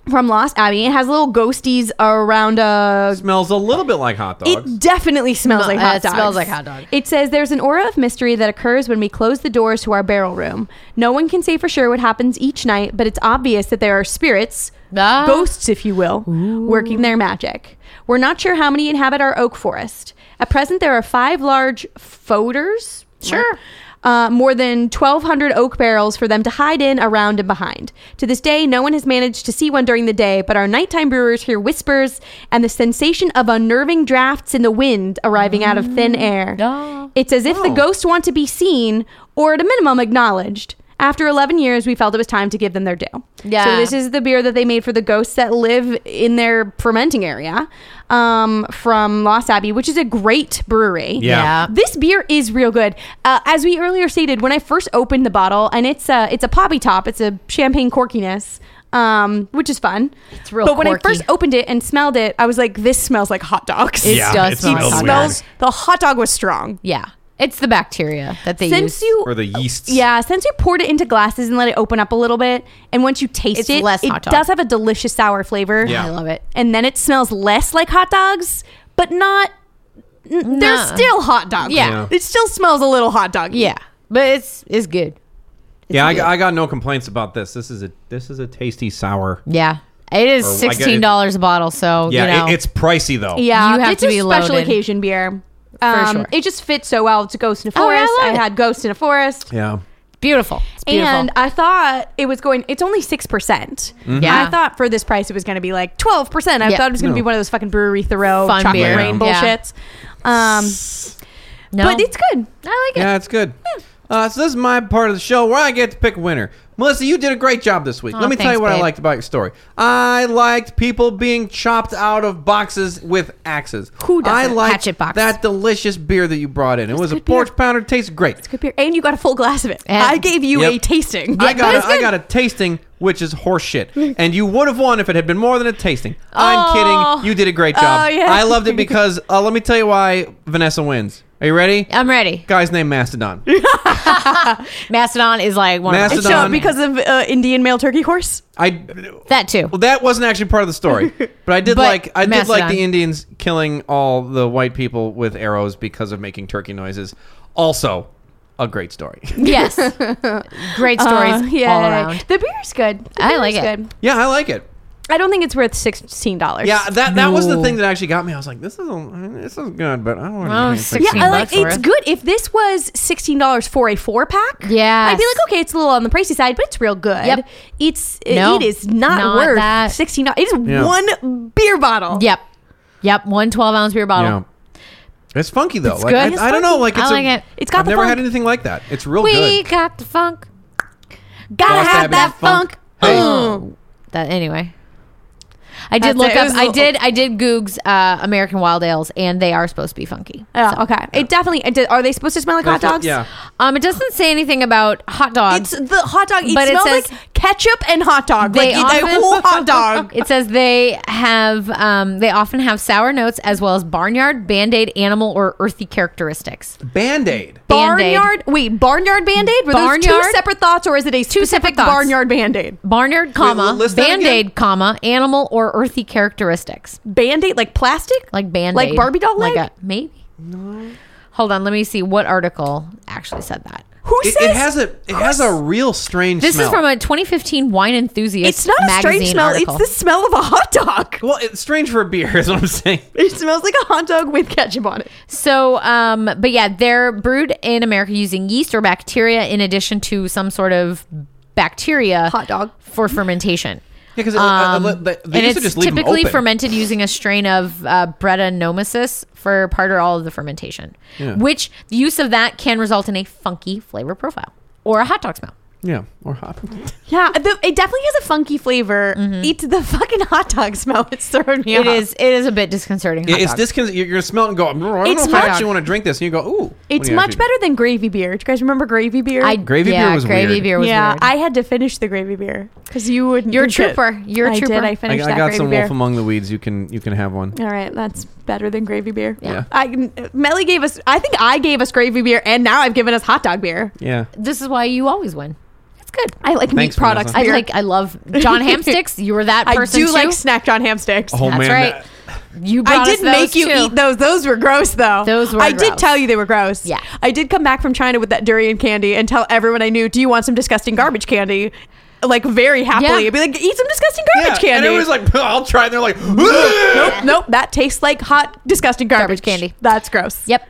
Speaker 3: from Lost Abbey. It has little ghosties around a
Speaker 6: Smells a little bit like hot dogs.
Speaker 3: it definitely smells
Speaker 2: Smell-
Speaker 3: like hot
Speaker 2: Uh, it
Speaker 3: dogs.
Speaker 2: smells like hot dog.
Speaker 3: It says there's an aura of mystery that occurs when we close the doors to our barrel room. No one can say for sure what happens each night, but it's obvious that there are spirits,
Speaker 2: Ah.
Speaker 3: ghosts, if you will, working their magic. We're not sure how many inhabit our oak forest. At present, there are five large foders.
Speaker 2: Sure.
Speaker 3: Uh, more than 1,200 oak barrels for them to hide in, around, and behind. To this day, no one has managed to see one during the day, but our nighttime brewers hear whispers and the sensation of unnerving drafts in the wind arriving out of thin air.
Speaker 2: Ah.
Speaker 3: It's as if the ghosts want to be seen, or at a minimum, acknowledged. After 11 years, we felt it was time to give them their due. So
Speaker 2: Yeah.
Speaker 3: this is the beer that they made for the ghosts that live in their fermenting area um, from Lost Abbey, which is a great brewery.
Speaker 2: Yeah.
Speaker 3: This beer is real good. Uh, as we earlier stated, when I first opened the bottle, and it's a it's a poppy top, it's a champagne corkiness, um, which is fun. It's
Speaker 2: real
Speaker 3: But when I
Speaker 2: corky.
Speaker 3: first opened it and smelled it, I was like, "This smells like hot dogs."
Speaker 2: It
Speaker 3: *laughs* It
Speaker 7: Yeah,
Speaker 2: does
Speaker 7: it
Speaker 2: smell
Speaker 7: smells
Speaker 2: like hot
Speaker 7: weird.
Speaker 2: dogs.
Speaker 3: smells. The hot dog was strong.
Speaker 2: Yeah. It's the bacteria that they
Speaker 3: Since
Speaker 2: use.
Speaker 3: you
Speaker 6: Or the yeasts.
Speaker 3: yeah, since you poured it into glasses and let it open up a little bit, and once you taste
Speaker 2: It's
Speaker 3: it,
Speaker 2: less
Speaker 3: it
Speaker 2: hot dog.
Speaker 3: does have a delicious sour flavor.
Speaker 6: Yeah.
Speaker 2: I love it.
Speaker 3: And then it smells less like hot dogs, but not. n- They're
Speaker 2: Nah.
Speaker 3: still hot dogs.
Speaker 2: Yeah.
Speaker 6: Yeah.
Speaker 3: It still smells a little hot dog.
Speaker 2: Yeah. But it's it's good.
Speaker 6: Yeah,
Speaker 2: good.
Speaker 6: I, I got no complaints about this. This is a this is a tasty sour.
Speaker 2: Yeah. It is
Speaker 6: Or I guess-
Speaker 2: sixteen dollars a bottle, so
Speaker 6: Yeah,
Speaker 2: you know
Speaker 6: it- it's pricey though.
Speaker 3: Yeah,
Speaker 2: You have
Speaker 3: it's
Speaker 2: to
Speaker 3: a
Speaker 2: be
Speaker 3: special
Speaker 2: loaded.
Speaker 3: occasion beer. Um,
Speaker 2: sure.
Speaker 3: It just fits so well to Ghost in a
Speaker 2: Oh, I
Speaker 3: Forest. I,
Speaker 2: love it.
Speaker 3: had Ghost in a Forest,
Speaker 6: Yeah.
Speaker 2: beautiful. It's beautiful.
Speaker 3: and uh, I thought it was going. It's only six percent.
Speaker 6: Mm-hmm.
Speaker 2: Yeah.
Speaker 3: I thought for this price it was going to be like twelve percent. I
Speaker 2: Yeah.
Speaker 3: thought it was going to
Speaker 6: No.
Speaker 3: be one of those fucking brewery Thoreau
Speaker 2: Fun
Speaker 3: chocolate
Speaker 2: beer.
Speaker 3: rain
Speaker 2: Yeah.
Speaker 3: bullshits. Um,
Speaker 2: no.
Speaker 3: But it's good. I like it.
Speaker 6: Yeah, it's good. Uh, so this is my part of the show where I get to pick a winner. Melissa, you did a great job this week.
Speaker 2: Aw,
Speaker 6: Let me tell you
Speaker 2: thanks,
Speaker 6: what I
Speaker 2: babe.
Speaker 6: liked about your story. I liked people being chopped out of boxes with axes.
Speaker 3: Who doesn't?
Speaker 6: I liked
Speaker 2: Hatchet box.
Speaker 6: that delicious beer that you brought in. It was a
Speaker 3: good beer.
Speaker 6: porch pounder. Tasted great.
Speaker 3: Good beer. And you got a full glass of it.
Speaker 2: Yeah.
Speaker 3: I gave you a
Speaker 6: Yep.
Speaker 3: tasting.
Speaker 6: I got
Speaker 3: But
Speaker 6: a,
Speaker 3: it's
Speaker 6: I
Speaker 3: good.
Speaker 6: got a tasting, which
Speaker 3: *laughs*
Speaker 6: is horseshit. and you would have won if it had been more than a tasting. I'm
Speaker 3: Oh.
Speaker 6: kidding. You did a great job.
Speaker 3: Oh, yeah.
Speaker 6: I loved it because uh, let me tell you why Vanessa wins. Are you ready?
Speaker 2: I'm ready.
Speaker 6: Guy's
Speaker 3: *laughs*
Speaker 6: named Mastodon.
Speaker 2: Mastodon is like one of
Speaker 6: Mastodon.
Speaker 2: of
Speaker 3: So because of uh, Indian male turkey horse.
Speaker 6: I
Speaker 2: that too.
Speaker 6: *laughs* Well, that wasn't actually part of the story,
Speaker 3: *laughs*
Speaker 6: but I did
Speaker 2: But
Speaker 6: like I did like
Speaker 2: Macedon.
Speaker 6: the Indians killing all the white people with arrows because of making turkey noises. Also, a great story. *laughs*
Speaker 2: Yes. Great stories
Speaker 3: Uh, *laughs* yeah.
Speaker 2: all around.
Speaker 3: The beer's good. The
Speaker 2: I
Speaker 3: beer
Speaker 2: like
Speaker 3: is
Speaker 2: it.
Speaker 3: Good.
Speaker 6: yeah, I like it.
Speaker 3: I don't think it's worth sixteen dollars.
Speaker 6: Yeah, that that was the
Speaker 2: No.
Speaker 6: thing that actually got me. I was like, this is a, this is good, but I don't want
Speaker 2: Oh,
Speaker 6: to.
Speaker 2: six-
Speaker 3: Yeah,
Speaker 2: 16
Speaker 3: I like
Speaker 2: bucks
Speaker 3: it's
Speaker 2: worth.
Speaker 3: good. If this was sixteen dollars for a four pack,
Speaker 2: Yes.
Speaker 3: I'd be like, okay, it's a little on the pricey side, but it's real good.
Speaker 2: Yep.
Speaker 3: It's
Speaker 2: No,
Speaker 3: it is not,
Speaker 2: not
Speaker 3: worth
Speaker 2: that.
Speaker 3: sixteen dollars. It is
Speaker 6: Yeah.
Speaker 3: one beer bottle.
Speaker 2: Yep. Yep. One 12 ounce beer bottle.
Speaker 6: It's funky though.
Speaker 2: It's
Speaker 6: like,
Speaker 2: good.
Speaker 6: I-
Speaker 2: It's
Speaker 6: I, don't know. Like
Speaker 2: I
Speaker 6: it's
Speaker 2: like
Speaker 6: a,
Speaker 2: it.
Speaker 3: It's got
Speaker 6: I've
Speaker 3: the
Speaker 6: never
Speaker 3: funk.
Speaker 6: had anything like that. It's real
Speaker 2: We
Speaker 6: good.
Speaker 2: got the funk.
Speaker 3: Gotta
Speaker 6: Lost
Speaker 3: have
Speaker 6: Abbey.
Speaker 3: that funk. Oh,
Speaker 6: Hey.
Speaker 3: Ooh.
Speaker 2: That anyway. I
Speaker 3: That's
Speaker 2: did look
Speaker 3: it. It
Speaker 2: up.
Speaker 3: was a
Speaker 2: I
Speaker 3: little-
Speaker 2: did. I did Goog's uh, American Wild Ales, and they are supposed to be funky.
Speaker 3: Yeah, okay. It definitely. It did, are they supposed to smell like hot
Speaker 6: That's what-
Speaker 3: dogs?
Speaker 6: Yeah.
Speaker 2: Um, it doesn't say anything about hot
Speaker 3: It's
Speaker 2: dogs.
Speaker 3: the hot dog. It
Speaker 2: But it
Speaker 3: smells
Speaker 2: says-
Speaker 3: like ketchup and hot dog.
Speaker 2: They
Speaker 3: Like a
Speaker 2: often-
Speaker 3: whole hot dog.
Speaker 2: it says they have. Um, they often have sour notes as well as barnyard, band aid, animal, or earthy characteristics.
Speaker 6: Band aid.
Speaker 2: *laughs* Band-Aid.
Speaker 3: Barnyard. Wait, barnyard band aid? Were those two
Speaker 2: Barnyard?
Speaker 3: separate thoughts, or is it a specific
Speaker 2: separate thoughts.
Speaker 3: barnyard band aid?
Speaker 2: Barnyard,
Speaker 6: l-
Speaker 2: comma
Speaker 6: list that
Speaker 2: band
Speaker 6: again.
Speaker 2: aid, comma animal, or earthy characteristics
Speaker 3: Band aid, like plastic?
Speaker 2: like band aid,
Speaker 3: Like Barbie doll leg?
Speaker 2: maybe. Hold on, let me see what article actually said that.
Speaker 3: Who
Speaker 6: It,
Speaker 3: says
Speaker 6: it has a it has a real strange.
Speaker 2: This
Speaker 6: smell.
Speaker 2: is from a 2015 wine enthusiast.
Speaker 3: It's not a strange
Speaker 2: magazine
Speaker 3: smell.
Speaker 2: Article.
Speaker 3: It's the smell of a hot dog. *laughs*
Speaker 6: well, it's strange for a beer. *laughs* Is what I'm saying.
Speaker 3: It smells like a hot dog with ketchup on it.
Speaker 2: so, um, but yeah, they're brewed in America using yeast or bacteria in addition to some sort of bacteria
Speaker 3: Hot dog.
Speaker 2: for fermentation.
Speaker 6: Yeah, 'cause it-
Speaker 2: Um,
Speaker 6: uh, uh, they- they
Speaker 2: and
Speaker 6: used to
Speaker 2: it's
Speaker 6: just leave 'em
Speaker 2: typically
Speaker 6: open.
Speaker 2: fermented using a strain of uh, Brettanomyces for part or all of the fermentation,
Speaker 6: Yeah.
Speaker 2: which the use of that can result in a funky flavor profile or a hot dog smell.
Speaker 6: Yeah, or hot.
Speaker 3: Yeah, the, it definitely has a funky flavor. It's the fucking hot dog smell. It's throwing me
Speaker 2: Mm-hmm. It
Speaker 3: off.
Speaker 2: is. It is a bit disconcerting. hot
Speaker 6: it's
Speaker 2: dog.
Speaker 6: this. You're gonna smell it and go. "Mm, I don't
Speaker 3: It's
Speaker 6: know if I
Speaker 3: much-
Speaker 6: actually want to drink this. And you go, ooh. when
Speaker 3: It's
Speaker 6: you
Speaker 3: much
Speaker 6: actually-
Speaker 3: better than gravy beer. Do you guys remember gravy beer?
Speaker 2: I,
Speaker 6: Gravy beer
Speaker 2: yeah,
Speaker 6: was
Speaker 2: gravy
Speaker 6: weird.
Speaker 2: beer was
Speaker 3: yeah,
Speaker 2: weird.
Speaker 3: I had to finish the gravy beer because you wouldn't.
Speaker 2: You're a
Speaker 3: drink it.
Speaker 2: trooper. You're a
Speaker 3: I
Speaker 2: trooper.
Speaker 3: Did. I
Speaker 2: I-
Speaker 6: I,
Speaker 3: finished
Speaker 6: I
Speaker 3: that
Speaker 6: got
Speaker 3: gravy
Speaker 6: some
Speaker 3: beer.
Speaker 6: Wolf Among the Weeds. You can you can have one.
Speaker 3: All right, that's better than gravy beer.
Speaker 6: Yeah.
Speaker 3: I Melly gave us. I think I gave us gravy beer, and now I've given us hot dog beer.
Speaker 6: Yeah.
Speaker 2: this is why you always win. It's good.
Speaker 3: I like
Speaker 6: Thanks,
Speaker 3: meat products.
Speaker 6: Vanessa.
Speaker 2: I
Speaker 3: beer.
Speaker 2: like. I love
Speaker 3: *laughs*
Speaker 2: John Hamsticks. You were that
Speaker 3: I
Speaker 2: person.
Speaker 3: do
Speaker 2: too.
Speaker 3: like snack John ham sticks.
Speaker 6: Oh
Speaker 2: That's
Speaker 6: man.
Speaker 2: right.
Speaker 6: that-
Speaker 2: You. Brought
Speaker 3: I did
Speaker 2: us those
Speaker 3: make you
Speaker 2: too.
Speaker 3: eat those. Those were gross, though.
Speaker 2: Those were
Speaker 3: I did
Speaker 2: gross.
Speaker 3: tell you they were gross.
Speaker 2: Yeah.
Speaker 3: I did come back from China with that durian candy and tell everyone I knew, "Do you want some disgusting garbage candy?" Like very happily,
Speaker 2: Yeah.
Speaker 3: I'd be like, "Eat some disgusting
Speaker 6: yeah.
Speaker 3: garbage
Speaker 6: And
Speaker 3: candy."
Speaker 6: everyone's like, *laughs* I'll try. And they're like,
Speaker 3: nope, nope, that tastes like hot, disgusting garbage,
Speaker 2: Garbage candy.
Speaker 3: That's gross.
Speaker 2: Yep.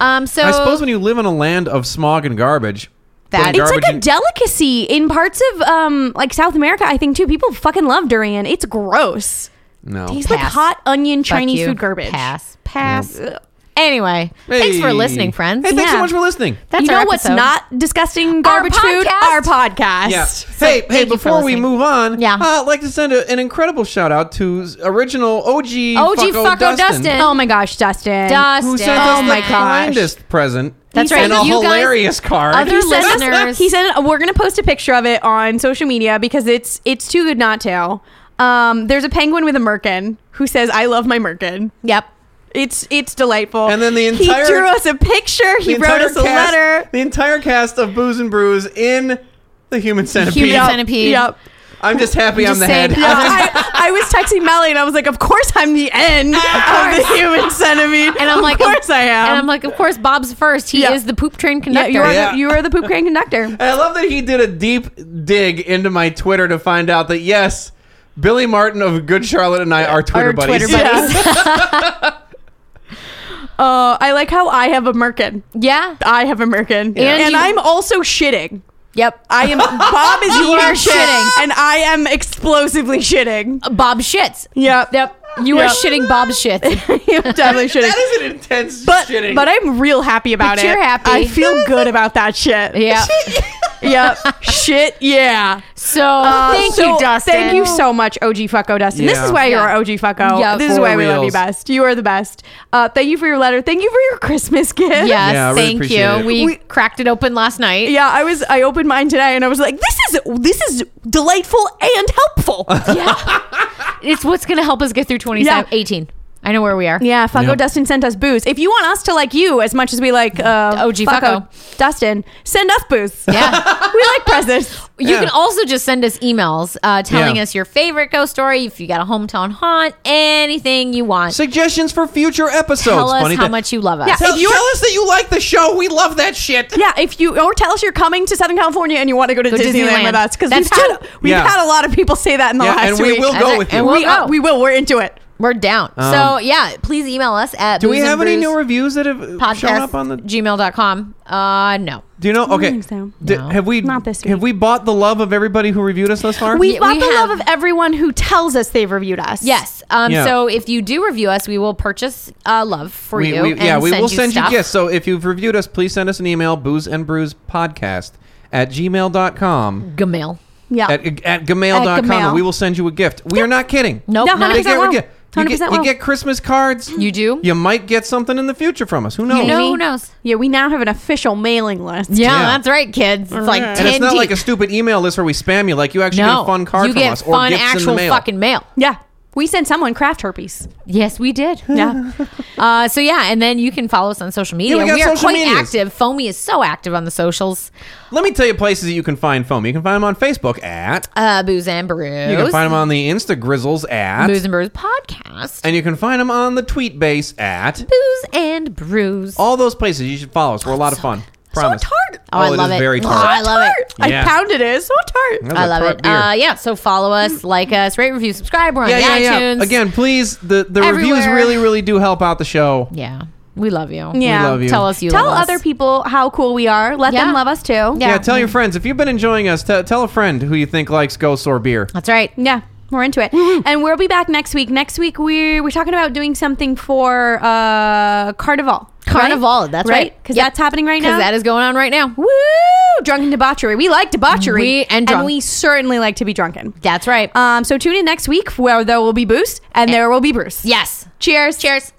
Speaker 2: Um. So
Speaker 6: I suppose when you live in a land of smog and garbage,
Speaker 2: That-
Speaker 6: putting
Speaker 3: It's
Speaker 2: It's
Speaker 6: garbage
Speaker 3: like a
Speaker 6: in-
Speaker 3: delicacy in parts of um like South America. I think too. People fucking love durian. It's gross.
Speaker 6: no.
Speaker 3: Tastes like
Speaker 2: Pass.
Speaker 3: hot onion
Speaker 2: Fuck
Speaker 3: Chinese
Speaker 2: you.
Speaker 3: food garbage.
Speaker 2: Pass. Pass. Anyway, thanks for
Speaker 6: Hey.
Speaker 2: listening, friends.
Speaker 6: Hey, thanks so
Speaker 3: Yeah.
Speaker 6: much for listening.
Speaker 2: That's
Speaker 3: you know
Speaker 2: our
Speaker 3: what's
Speaker 2: episode.
Speaker 3: not disgusting garbage food?
Speaker 2: podcast.
Speaker 3: Our podcast.
Speaker 6: Yeah. hey, hey!
Speaker 2: you for
Speaker 6: Before we
Speaker 2: listening.
Speaker 6: move on,
Speaker 2: Yeah.
Speaker 6: uh, I'd like to send a, an incredible shout out to s- original OG
Speaker 2: OG
Speaker 6: Fucko
Speaker 2: Fucko Dustin.
Speaker 3: Oh my gosh, Dustin.
Speaker 2: Dustin.
Speaker 6: who sent us
Speaker 3: Oh
Speaker 6: the
Speaker 3: my gosh.
Speaker 6: kindest present.
Speaker 2: That's right.
Speaker 6: And a
Speaker 2: You guys-
Speaker 6: hilarious card.
Speaker 2: Other
Speaker 3: He sent us-
Speaker 2: listeners.
Speaker 3: he sent. We're gonna post a picture of it on social media because it's it's too good not to. Um, there's a penguin with a merkin who says, "I love my merkin."
Speaker 2: Yep.
Speaker 3: It's it's delightful.
Speaker 6: And then the entire-
Speaker 3: he drew us a picture. He
Speaker 6: *laughs* The
Speaker 3: wrote
Speaker 6: entire
Speaker 3: us a
Speaker 6: cast-
Speaker 3: letter.
Speaker 6: The entire cast of Booze and Brews in the Human Centipede.
Speaker 2: Human Centipede.
Speaker 3: Yep.
Speaker 6: I'm just happy I'm
Speaker 2: just
Speaker 6: the
Speaker 2: saying-
Speaker 6: head.
Speaker 3: Yeah, I, I was texting Melly and I was like, "Of course I'm the end of, the human centipede."
Speaker 2: And I'm
Speaker 3: of
Speaker 2: like,
Speaker 3: "Of course I am."
Speaker 2: And I'm like, of course, Bob's first. He
Speaker 3: Yeah.
Speaker 2: is the poop train
Speaker 3: yeah,
Speaker 2: conductor.
Speaker 3: you are
Speaker 6: Yeah.
Speaker 3: the, you are the poop crane conductor.
Speaker 6: And I love that he did a deep dig into my Twitter to find out that yes, Billy Martin of Good Charlotte and I are Twitter
Speaker 2: Our
Speaker 6: buddies.
Speaker 2: Twitter buddies. *laughs*
Speaker 3: *laughs* Uh, I like how I have a merkin.
Speaker 2: Yeah.
Speaker 3: I have a merkin, and,
Speaker 2: you-
Speaker 3: I'm also shitting.
Speaker 2: Yep.
Speaker 3: I am Bob
Speaker 2: *laughs*
Speaker 3: is you
Speaker 2: are shitting.
Speaker 3: and I am explosively shitting.
Speaker 2: Uh, Bob shits.
Speaker 3: Yep, *laughs*
Speaker 2: Yep. You
Speaker 3: Yep. Uh,
Speaker 2: are shitting Bob shits.
Speaker 3: I'm
Speaker 2: *laughs*
Speaker 3: definitely shitting.
Speaker 6: *laughs* That is an intense
Speaker 3: but
Speaker 6: shitting.
Speaker 3: but I'm real happy about
Speaker 2: But
Speaker 3: it.
Speaker 2: you're happy.
Speaker 3: I
Speaker 2: *laughs*
Speaker 3: feel good about that shit.
Speaker 2: Yeah.
Speaker 3: *laughs*
Speaker 2: *laughs*
Speaker 3: yep. Shit. Yeah.
Speaker 2: So
Speaker 3: Uh,
Speaker 2: thank
Speaker 3: so
Speaker 2: you, Dustin.
Speaker 3: Thank you so much, OG Fucko Dustin. This
Speaker 6: Yeah.
Speaker 3: is why you're
Speaker 2: Yeah.
Speaker 3: our OG Fucko.
Speaker 2: Yeah,
Speaker 3: this is
Speaker 6: for
Speaker 3: why we love you
Speaker 6: reals.
Speaker 3: best. You are the best. Uh, thank you for your letter. Thank you for your Christmas gift.
Speaker 2: Yes,
Speaker 6: Yeah, I really
Speaker 2: thank
Speaker 6: appreciate
Speaker 2: you.
Speaker 6: it.
Speaker 2: We,
Speaker 3: We-
Speaker 2: cracked it open last night.
Speaker 3: *laughs* Yeah, I was I opened mine today and I was like, this is this is delightful and
Speaker 6: *laughs*
Speaker 3: helpful.
Speaker 2: It's what's going to help us get through 27,
Speaker 3: Yeah.
Speaker 2: 18. I know where we are.
Speaker 3: yeah, Fucko
Speaker 6: Yep.
Speaker 3: Dustin sent us booze. If you want us to like you as much as we like uh,
Speaker 2: OG Fucko.
Speaker 3: Dustin, send us booze.
Speaker 2: Yeah.
Speaker 3: *laughs* we like presents.
Speaker 2: You
Speaker 6: Yeah.
Speaker 2: can also just send us emails uh, telling
Speaker 6: Yeah.
Speaker 2: us your favorite ghost story, if you got a hometown haunt, anything you want.
Speaker 6: Suggestions for future episodes.
Speaker 2: Tell us
Speaker 6: Funny
Speaker 2: how
Speaker 6: thing.
Speaker 2: much you love us.
Speaker 3: Yeah.
Speaker 6: Tell,
Speaker 3: If you-
Speaker 6: tell us that you like the show. We love that shit.
Speaker 3: Yeah, if you or tell us you're coming to Southern California and you want to go to
Speaker 2: Go to
Speaker 3: Disneyland,
Speaker 2: Disneyland.
Speaker 3: with us because we've
Speaker 2: That's
Speaker 3: had
Speaker 2: true.
Speaker 3: we've
Speaker 6: Yeah.
Speaker 3: had a lot of people say that in the
Speaker 6: Yeah,
Speaker 3: last
Speaker 6: and we
Speaker 3: week.
Speaker 6: will
Speaker 2: That's
Speaker 6: go
Speaker 2: it.
Speaker 6: with
Speaker 2: And
Speaker 6: you.
Speaker 2: we'll
Speaker 3: we,
Speaker 2: go.
Speaker 3: we will. We're into it.
Speaker 2: We're down. so yeah, please email us at
Speaker 6: Um, Do we
Speaker 2: boozeandbrews
Speaker 6: have any new reviews that have uh, shown
Speaker 2: podcast
Speaker 6: up on the?
Speaker 2: gmail.com. Uh, no.
Speaker 6: Do you know? Okay,
Speaker 3: think so.
Speaker 6: Di- have we
Speaker 3: Not this
Speaker 6: have we bought the love of everybody who reviewed us thus far?
Speaker 3: We've
Speaker 2: Yeah,
Speaker 3: got
Speaker 2: we
Speaker 3: the
Speaker 2: have-
Speaker 3: love of everyone who tells us they've reviewed us.
Speaker 2: Yes. Um,
Speaker 6: Yeah.
Speaker 2: So if you do review us, we will purchase uh, love for
Speaker 6: We-
Speaker 2: you.
Speaker 6: we-
Speaker 2: and
Speaker 6: yeah, we will send
Speaker 2: stuff.
Speaker 6: you gifts. So if you've reviewed us, please send us an email, booze and brews podcast at
Speaker 2: Mm-hmm.
Speaker 6: gmail.com.
Speaker 2: Gmail.
Speaker 3: Yeah.
Speaker 6: At, at gmail.com,
Speaker 3: At
Speaker 6: and
Speaker 3: gmail.
Speaker 6: we will send you a gift. We are not kidding.
Speaker 2: Nope,
Speaker 3: No,
Speaker 2: not-
Speaker 6: They get-
Speaker 3: 100% will.
Speaker 6: you, get, you,
Speaker 3: 100%
Speaker 6: get,
Speaker 3: will.
Speaker 6: you get Christmas cards.
Speaker 2: You do?
Speaker 6: You might get something in the future from us. Who knows?
Speaker 2: You know who
Speaker 3: Amy?
Speaker 2: knows?
Speaker 3: Yeah, we now have an official mailing list.
Speaker 2: Yeah,
Speaker 6: Yeah.
Speaker 2: that's right, kids. It's like ten.
Speaker 6: and it's not
Speaker 2: deep.
Speaker 6: like a stupid email list where we spam you. Like you actually get
Speaker 2: no
Speaker 6: a fun card
Speaker 2: You
Speaker 6: from
Speaker 2: get
Speaker 6: us
Speaker 2: fun
Speaker 6: or gifts
Speaker 2: actual
Speaker 6: in the mail.
Speaker 2: fucking mail.
Speaker 3: Yeah. We sent someone craft herpes.
Speaker 2: Yes, we
Speaker 6: *laughs*
Speaker 2: did.
Speaker 3: Yeah.
Speaker 2: Uh, so yeah, and then you can follow us on social media.
Speaker 6: we got
Speaker 2: we are
Speaker 6: social
Speaker 2: quite
Speaker 6: medias.
Speaker 2: active. Foamy is so active on the socials.
Speaker 6: Let me tell you places that you can find foam. You can find them on Facebook at.
Speaker 2: Uh, Booze and Brews.
Speaker 6: You can find them on the Insta Grizzles at.
Speaker 2: Booze and Brews podcast.
Speaker 6: And you can find them on the tweet base at.
Speaker 2: Booze and Brews.
Speaker 6: All those places you should follow us. We're a lot of fun. Promise.
Speaker 2: So tart. Oh, I
Speaker 6: it
Speaker 2: love
Speaker 6: is
Speaker 2: it.
Speaker 6: very
Speaker 2: Oh,
Speaker 6: tart.
Speaker 2: I love it.
Speaker 6: Yeah.
Speaker 3: I pounded it. It's so tart.
Speaker 6: That was
Speaker 2: I
Speaker 6: a
Speaker 2: love
Speaker 6: tart
Speaker 2: it.
Speaker 6: beer.
Speaker 2: Uh, yeah, so follow us, like us, rate, review, subscribe. We're on
Speaker 6: yeah,
Speaker 2: the
Speaker 6: yeah,
Speaker 2: iTunes.
Speaker 6: yeah. Again, please, the, the reviews
Speaker 2: Everywhere.
Speaker 6: really, really do help out the show.
Speaker 2: Yeah, we love you.
Speaker 3: Yeah.
Speaker 6: love you.
Speaker 2: Tell us you
Speaker 3: Tell
Speaker 2: love us.
Speaker 3: other people how cool we are. Let
Speaker 2: Yeah. Mm-hmm.
Speaker 3: them love us too.
Speaker 6: Yeah, tell your friends. If you've been enjoying us, t- tell a friend who you think likes Ghosts or beer.
Speaker 2: That's right.
Speaker 3: Yeah, we're into it. And we'll be back next week. Next week we we're talking about doing something for uh Carnival.
Speaker 2: Carnival, that's right.
Speaker 3: Because
Speaker 2: Yep.
Speaker 3: that's happening right now.
Speaker 2: Because that is going on right now.
Speaker 3: Woo! Drunken debauchery. We like debauchery.
Speaker 2: We- and drunk.
Speaker 3: we certainly like to be drunken. Uh,
Speaker 2: That's right.
Speaker 3: Um, so tune in next week where there will be boost and there will be Bruce.
Speaker 2: yes.
Speaker 3: Cheers. Cheers.